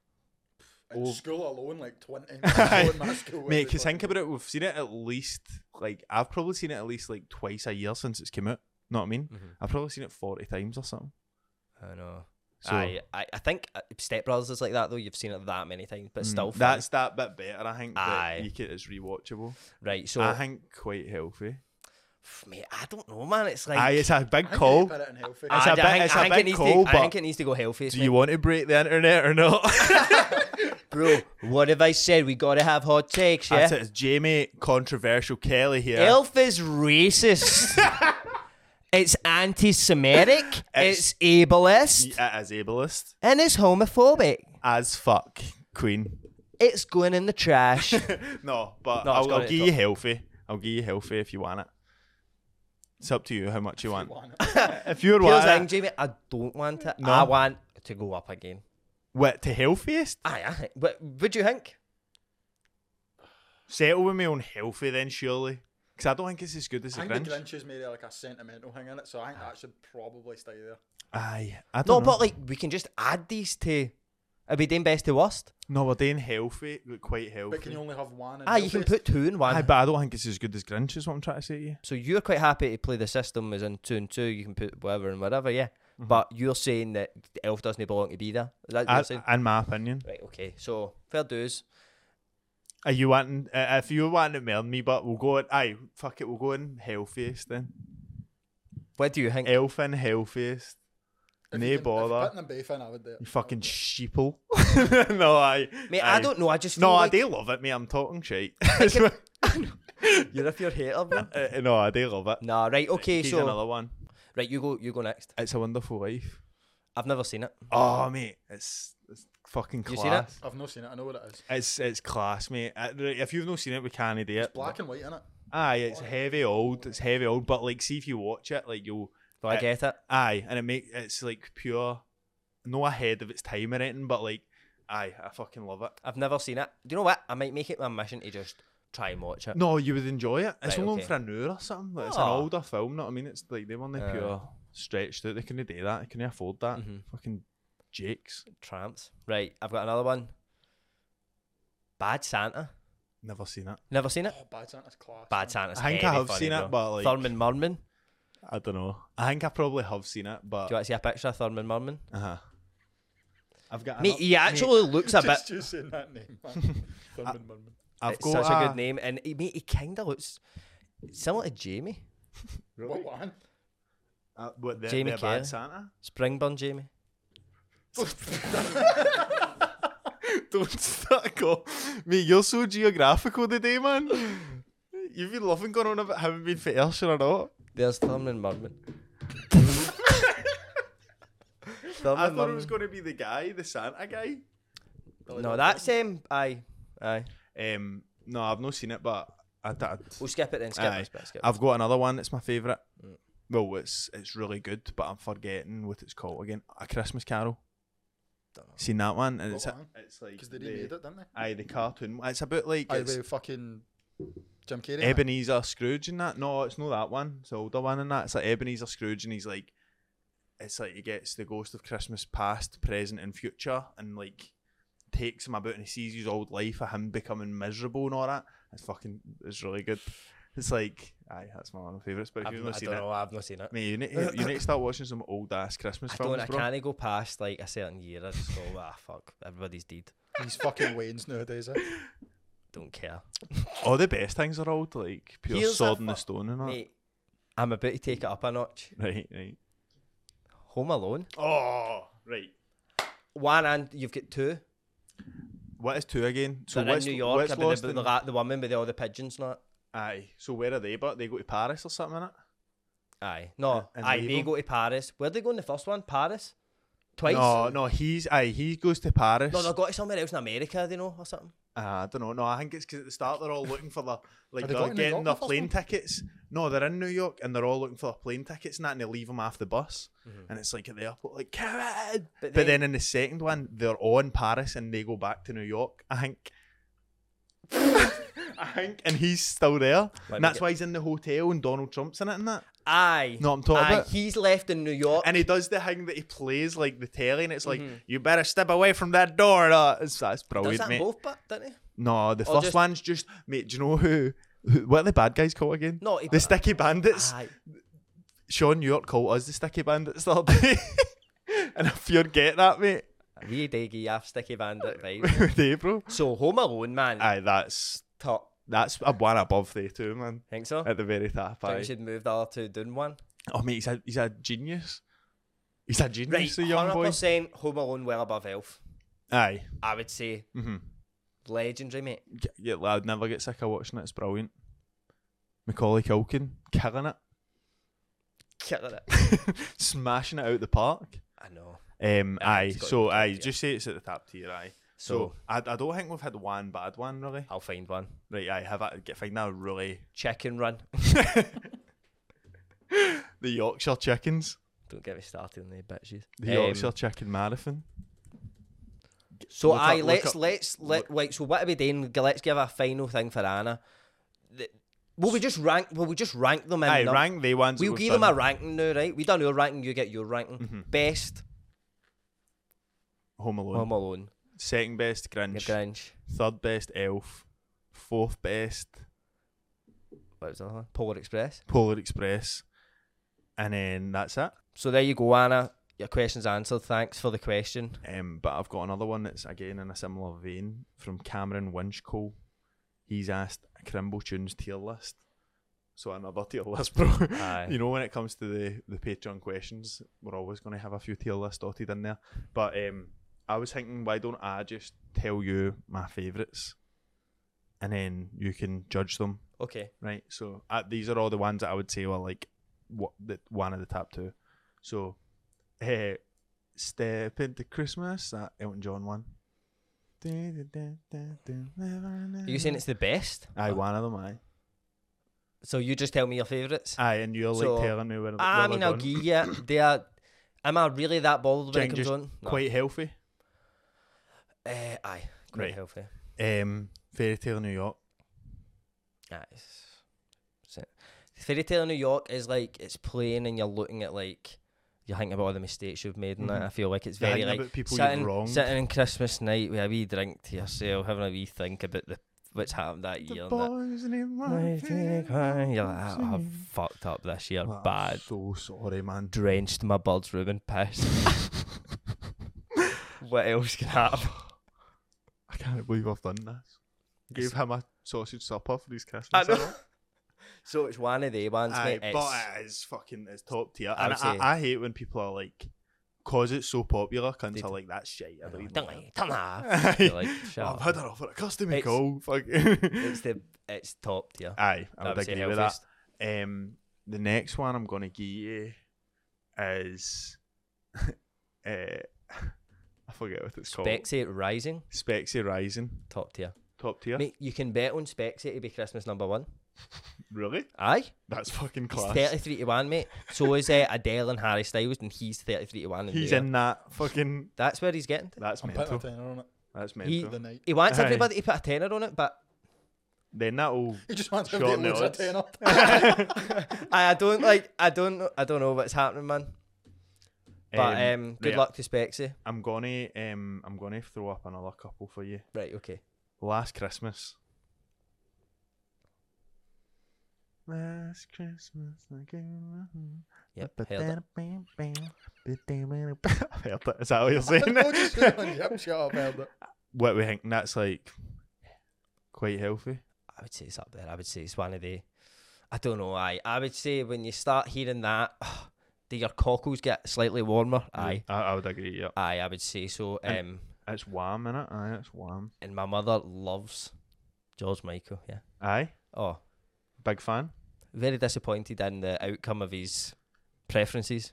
In Oh. school alone, like 20. Aye. in my school, Mate, every because think fucking- about it, we've seen it at least, like, I've probably seen it at least, like, twice a year since it's come out. Know what I mean? Mm-hmm. I've probably seen it 40 times or something. I know. So- I, I I think uh, Step Brothers is like that though. You've seen it that many times, but still. Mm, That's that bit better, I think. Aye. That you can, it's rewatchable. funny. right. So, I think quite healthy. pff, mate, I don't know, man. It's like Aye, it's a big I think call. they put it in healthy. it's I, a I bit- think, it's I a think bit it needs cold, to, I but think it needs to go healthy. Do you want to break the internet or not? bro? What have I said? We gotta have hot takes, yeah. That's it. It's Jamie Controversial Kelly here. Elf is racist. it's anti-Semitic. It's- It's, ableist, He- It is ableist and it's homophobic. as fuck, Queen. It's going in the trash. No, but No, it's I'll, got it, I'll give it's you got- healthy. I'll give you healthy if you want it. It's up to you how much you want. if you're Here's the wanting thing, it, Jamie. I don't want it. I want to go up again. what to healthiest? Aye, I think. But would you think? Settle with me on healthy then, surely, because I don't think it's as good as I the think Grinch. the Grinch is maybe like a sentimental thing in it, so I Ah. think that should probably stay there. Aye, I No, don't know. but like we can just add these to. Are we doing best to worst? no, we're doing healthy, but quite healthy. But can you only have one? in Oh, Ah, you can healthy? put two in one. Aye, but I don't think it's as good as Grinch. Is what I'm trying to say to you. so you're quite happy to play the system as in two and two. You can put whatever and whatever, yeah. But you're saying that Elf doesn't belong to be there. Is that what Mm-hmm. I, you're saying? in my opinion, right. Okay. So fair dues. are you wanting? Uh, if you want to meld me, but we'll go. In, aye, fuck it, we'll go in healthiest then. What do you think? Elf and healthiest. If No you can- If you're bother. putting them both in, I would do You it. fucking sheeple. no, I. Mate, I don't know. I just feel No, I like do love it, mate. I'm talking shit. you're a pure hater. Bro. Uh, no, I do love it. nah. Right. Okay. Here's so another one. right, you go. You go next. It's a Wonderful Life. I've never seen it. Oh, mate, it's, it's fucking You class. seen it? I've not seen it. I know what it is. It's it's class, mate. Uh, If you've not seen it, we can't do it. Black and white in it. Aye, it's heavy old. It's heavy old, but like, see if you watch it, like you'll. Do I it- get it? Aye, and it make it's like pure, no ahead of its time or anything, but like, aye, I fucking love it. I've never seen it. Do you know what? I might make it my mission to just try and watch it. No, you would enjoy it. It's Right, only okay. Ah. on for an hour or something. Like, It's an Aw. older film, know what I mean? It's like they weren't Aye. pure stretched out. They couldn't do that. They couldn't afford that. Mhm. Fucking jakes. Tramps. Right, I've got another one. Bad Santa. Never seen it. Never seen it. Oh, Bad Santa's class. Bad Santa's. I think I very have funny, seen it, bro. but, like- Thurman Merman. I don't know. I think I probably have seen it, but Do you want to see a picture of Thurman Merman? uh-huh. I've got. Mate, another- he actually looks a bit. Just, just saying that name. man. Thurman Ah. Munman. I've It's got such a good name, and he, mate, he kind of looks similar to Jamie What one? Uh, what, the, Jamie the Carey. bad Santa. Springburn. Jamie. Don't start go. Mate, you're so geographical today, man. You've been loving going on about having been for Ayrshire or not. There's Thurman Merman. I Thurman thought it Merman. was going to be the guy, the Santa guy. No, that's him. Aye, aye. Um, no, I've not seen it, but I, I, We'll skip it then. Skip Aye. this bit. Skip. I've got another one. It's my favourite. Mm. Well, it's it's really good, but I'm forgetting what it's called again. A Christmas Carol. Seen that one? And it's What one? it's like Because they remade it, didn't they? Aye, the cartoon. It's about like Aye, it's with fucking Jim Carrey. in it. Ebenezer Scrooge and that. No, it's not that one. It's the older one and that. It's like Ebenezer Scrooge and he's like, it's like he gets the ghost of Christmas past, present, and future, and like takes him about and he sees his old life of him becoming miserable and all that. It's fucking, it's really good. It's like, aye, that's my one of my favourites. But if I've, you've I not don't seen it, know. I've not seen it. mate, you need, you need to start watching some old ass Christmas I films, don't. I bro. can't go past like a certain year. I just go, ah, fuck. Everybody's dead. He's fucking Wayne's nowadays. Eh? Don't care. All the best things are old, like pure Here's a sword in the fu- stone and all. that. Mate, I'm about to take it up a notch. Right, right. Home Alone. Oh, right. One and you've got two. What is two again? So They're in what's- New York. what's about lost the, in- the, la- the woman with all the pigeons, not. Aye. So where are they? But they go to Paris or something, innit? Aye. No. And aye. They Evil. go to Paris. Where'd they go in the first one? Paris. Twice. No, no. He's aye. He goes to Paris. No, they got to somewhere else in America. They know or something. Ah, I don't know. No, I think it's because at the start they're all looking for their like Are they they're going to New getting York their first plane one? tickets. No, they're in New York and they're all looking for their plane tickets and that, and they leave them off the bus. And it's like at the airport, like come on. But, Mm-hmm. But then, then- in the second one, they're all in Paris and they go back to New York. I think. I think, and he's still there. Let and me that's get- why he's in the hotel and Donald Trump's in it and that. Aye. No, I'm talking Aye, about- He's left in New York. And he does the thing that he plays like the telly, and it's like, you better step away from that door. Uh, it's, that's Mm-hmm. Does brilliant, that mate. both, but doesn't he? No, the Or first just- one's just, mate, do you know who, who what are the bad guys called again? No, he- the Sticky Bandits. Aye. Sean York called us the Sticky Bandits the other day. and if you're getting that, mate, Wee diggy, half sticky bandit vibes. with the bro. so Home Alone, man. Aye, that's, Top. that's a one above there too, man. Think so? At the very top, Think we aye. should move the other two down one. Oh, mate, he's a, he's a genius. He's a genius, Right, the young boy. 100% Home Alone well above Elf. Aye. I would say Mm-hmm. legendary, mate. Yeah, I'd never get sick of watching it. It's brilliant. Macaulay Culkin killing it, Killer it. smashing it out the park. I know. Um, aye, it's got to so be aye, top tier. just say it's at the top tier. Aye, so, So- I, I don't think we've had one bad one really. I'll find one. Right, aye, have I get find that really Chicken Run. the Yorkshire chickens, Don't get me started on the bitches. the Um, Yorkshire chicken marathon. So Look up- I look let's up- let's let like so what are we doing? G- Let's give a final thing for Anna. The- Will we just rank? Will we just rank them? In Aye, num- rank the ones. that We'll we've give done. them a ranking now, right? We done your ranking. You get your ranking. Mm-hmm. Best Home Alone. Home Alone, Second best your Grinch. Grinch. Third best Elf. Fourth best What was the other one? Polar Express. Polar Express. And then that's it. So there you go, Anna. Your question's answered. Thanks for the question. Um, but I've got another one that's again in a similar vein from Cameron Winchcole. He's asked Crimble Tunes tier list. So another tier list, bro. Uh, Aye. you know, when it comes to the, the Patreon questions, we're always going to have a few tier lists dotted in there. But um, I was thinking, why don't I just tell you my favourites and then you can judge them, Okay. right? So uh, these are all the ones that I would say were like what the, one of the top two. So, uh, Step Into Christmas, that Elton John one. Are you saying it's the best? Aye, one of them, aye. So you just tell me your favourites. Aye, and you're like So, telling me where I where mean, they're I'll going. give you. They are. Am I really that bothered when Jane it comes just on? No. Quite healthy. Eh, aye. Quite Right. healthy. Um, Fairy Tale New York. Aye. it's- it's it. Fairy Tale New York is like it's playing and you're looking at like you're thinking about all the mistakes you've made and Mm-hmm. that. I feel like it's You're very thinking like about people you've sitting, wronged. sitting on Christmas night with a wee drink to yourself, having a wee think about the what's happened that year. And that. You're like, "Ah, I've fucked up this year, bad. So sorry, man. Drenched my bird's room in piss. what else can happen? I can't believe I've done this. Gave him a sausage supper for his Christmas. I know. dinner. So it's one of the ones, Aye, mate. but uh, it's- it is fucking it's top tier. I and would say- I, I hate when people are like, cause it's so popular, cunts They- are like that shit. I don't don't even like, don't Aye. laugh. You're like, shut I've up. had an offer at customer It's- call. Fuck. It's the it's top tier. Aye, I I would would say agree with that. healthiest. Um, the next one I'm gonna give you is, uh, I forget what it's Spexate Rising, called. Spexy Rising, top tier. top tier. Mate, you can bet on Spexate to be Christmas number one. Really? Aye, That's fucking he's class. thirty three to one, mate. So is uh, Adele and Harry Styles, and he's thirty three to one. He's there. in that fucking. That's where he's getting. To. That's I'm putting a mental. tenner on it. That's He, mental. The night. he wants Aye. everybody to put a tenner on it, but Then that'll. He just wants to Short lose a notes. tenner. I, I don't like. I don't. I don't know what's happening, man. But um, good right, luck to Spexy. I'm gonna um, I'm gonna throw up another couple for you. Right, okay. Last Christmas. Last Christmas, I gave you my- Yep, But heard it. Bam, bam, bam. I've heard that. Is that what you're saying? I'll just say, yep, shut up, Elder. what we think that's like quite healthy. I would say it's up there. I would say it's one of the. I don't know. I I would say when you start hearing that, do your cockles get slightly warmer? Aye, I, I would agree. Yeah, aye. I would say so. And- Um, it's warm in it. Aye, it's warm. and my mother loves George Michael. Yeah. Aye, Oh, big fan. very disappointed in the outcome of his preferences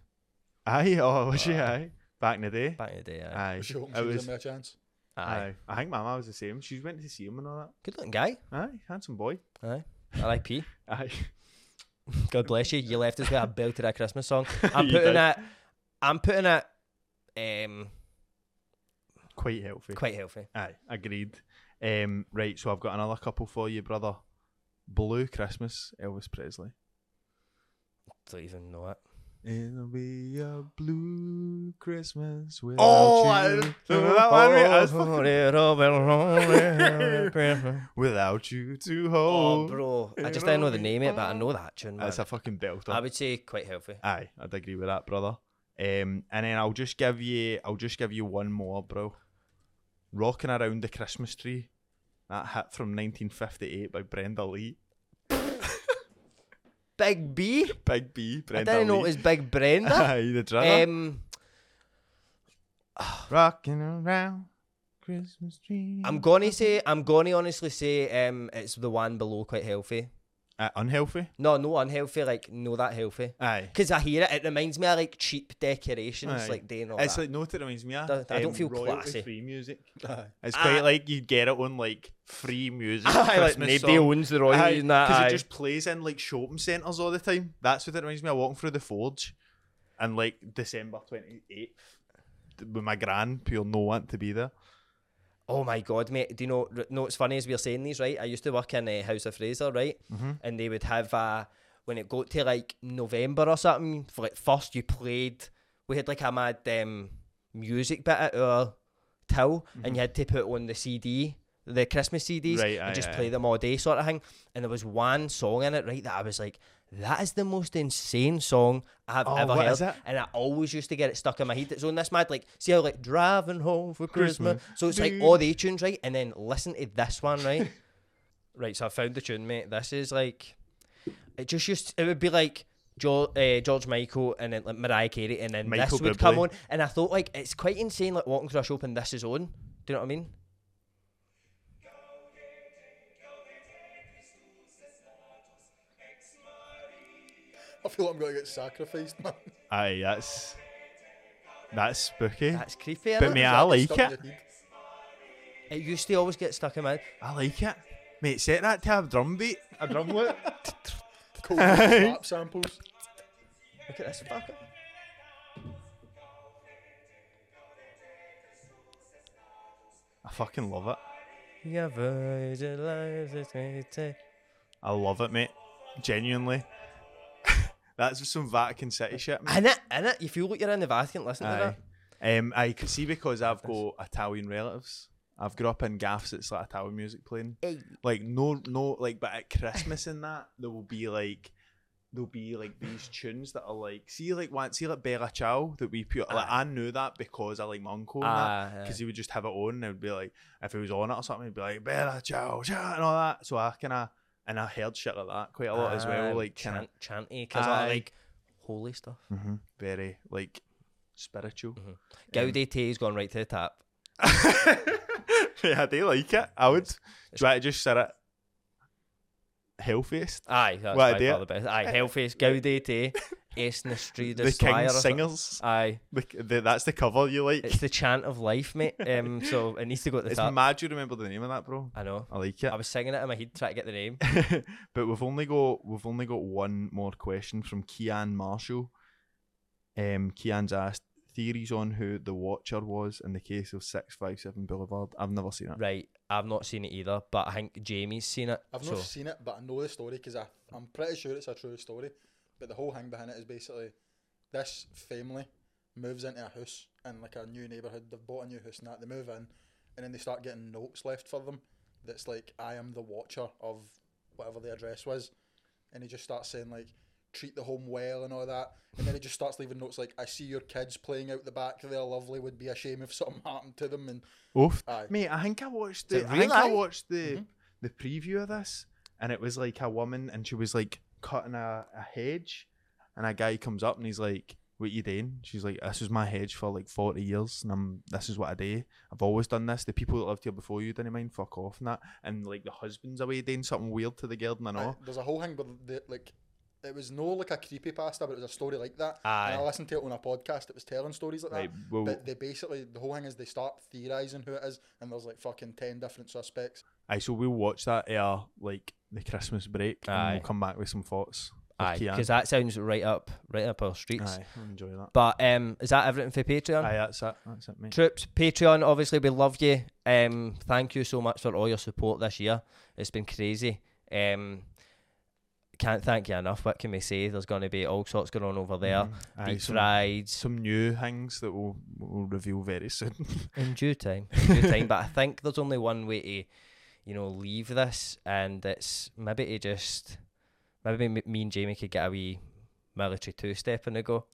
Aye, oh was she? Aye, back in the day. back in the day. Aye. Aye, She hoping it she was was. giving me a chance. aye. Aye, I think Mama was the same. She went to see him and all Good looking guy. that. Aye, handsome boy. Aye. R.I.P. Aye, God bless you. You left us with a belted a Christmas song. I'm You putting did. it. I'm putting it. Um, quite healthy. quite healthy. Aye, agreed. Um, right, so I've got another couple for you, brother. Blue Christmas, Elvis Presley. don't even know it. It'll be a blue Christmas without Oh, I- you. remember that one, mate? I was oh, Oh, without you to Oh, hold. bro. I just didn't know the name of it, but I know that tune. Man. That's a fucking belter. I would say quite healthy. Aye, I'd agree with that, brother. Um, and then I'll just give you, I'll just give you one more, bro. Rocking around the Christmas tree, that hit from 1958 by Brenda Lee. Big B? Big B, I Brenda didn't know it Lee. was Big Brenda. Aye, the drummer. um, Rocking around Christmas tree. I'm gonna say, I'm gonna honestly say, um, it's the one below quite healthy. Uh, unhealthy. No, no unhealthy, like no that healthy. Aye. Because I hear it, it reminds me of like cheap decorations, Aye. like day and all It's that. like no, it reminds me of. um, Don't- I don't feel classy. Ah. Free music. It's quite like you get it on like free music. Aye, like, Christmas nobody song. owns the royalties and that, because aye. it just plays in like shopping centres all the time. That's what it reminds me of walking through the forge, and like December twenty eighth with my gran, who'll no want to be there. oh my god, mate! Do you know? r- No, it's funny as we're saying these, right? I used to work in uh, House of Fraser, right? Mm-hmm. And they would have uh, when it got to like November or something. For like first, you played. We had like a mad um, music bit at our till, and you had to put on the CD. The Christmas CDs Mm-hmm. Right, and aye, just aye, play aye. them all day, sort of thing. And there was one song in it, right, that I was like, "That is the most insane song I've Oh, ever what heard." is it? and I always used to get it stuck in my head. It's on this mad, like, see how like driving home for Christmas. Christmas. So it's like all the tunes, right? And then listen to this one, right? right. So I found the tune, mate. This is like, it just used. It would be like. George, uh, George Michael and then like Mariah Carey and then Michael this would come Bublé. on and I thought like it's quite insane like walking through a shop and this is on do you know what I mean I feel like I'm going to get sacrificed, man. Aye, that's that's spooky. that's creepy but innit? mate, I like Stuck in it. your head. it used to always get stuck in my I like it, mate. Set that to a drum beat, a drum loop. Cold slap samples. look at this fucker I fucking love it. yeah virgin lives it's gonna take- I love it, mate. Genuinely. That's some Vatican City shit, mate. in it in it you feel like you're in the Vatican listening to Aye. that Um, I could see because I've got Italian relatives. I've grew up in gaffs. It's like Italian music playing. Like no, no, like but at Christmas and that there will be like there'll be like these tunes that are like see like once see like Bella Ciao that we put. Like I knew that because I like my uncle and that Aye, aye. because he would just have it on. and It would be like if he was on it or something, he'd be like Bella Ciao, Ciao and all that. So I kind of and I heard shit like that quite a lot as well. Um, Like kind of chant, chanty, because I Aye. like holy stuff. very like spiritual. Gaudi T's gone right to the tap. yeah, they like it. I would. Do I just say it? Healthiest. Aye, that's What by idea? far the best. Aye, eh? Hellface, Gaudi T, Esnistry, uh, The Slayer. King or something. Singers. Aye, The, the, that's the cover you like. it's It's, the chant of life, mate. Um, so it needs to go to the top. mad you remember the name of that, bro. I know. I like it. I was singing it in my head trying to get the name. but we've only got we've only got one more question from Kian Marshall. Um, Kian's asked theories on who the Watcher was in the case of Six Five Seven Boulevard. I've never seen it. Right, I've not seen it either, but I think Jamie's seen it. I've so not seen it, but I know the story because I'm pretty sure it's a true story. But the whole thing behind it is basically this family moves into a house in like a new neighbourhood. They've bought a new house and that. They move in and then they start getting notes left for them that's like, I am the watcher of whatever the address was. And he just starts saying, like, treat the home well and all that. And then he just starts leaving notes like, I see your kids playing out the back. They're lovely. Would be a shame if something happened to them. And Oof. Aye. Mate, I think I watched Is the it I think real I life? watched the Mm-hmm. the preview of this and it was like a woman and she was like cutting a, a hedge and a guy comes up and he's like, What you doing? She's like, This is my hedge for like forty years and I'm this is what I do. I've always done this. The people that lived here before you didn't mind, fuck off and that and like the husband's away doing something weird to the girl and I Right, know. there's a whole thing, but the, like, it was no like a creepy pasta, but it was a story like that. And Aye. I listened to it on a podcast that was telling stories like that. Right, well- but they basically the whole thing is they start theorizing who it is, and there's like fucking ten different suspects. Aye, so we'll watch that uh like the Christmas break and Aye. we'll come back with some thoughts. of aye, Kian. because that sounds right up, right up our streets. aye, I'll enjoy that. But um, is that everything for Patreon? Aye, that's it. That's it, mate. troops patreon obviously we love you um thank you so much for all your support this year it's been crazy um can't thank you enough. What can we say? There's going to be all sorts going on over there. Mm. Mm-hmm. Aye, Deep some- fried Some new things that we'll, we'll reveal very soon. in due time. In due time. But I think there's only one way to, you know, leave this, and it's maybe to just maybe me me and Jamie could get a wee military two step and a go.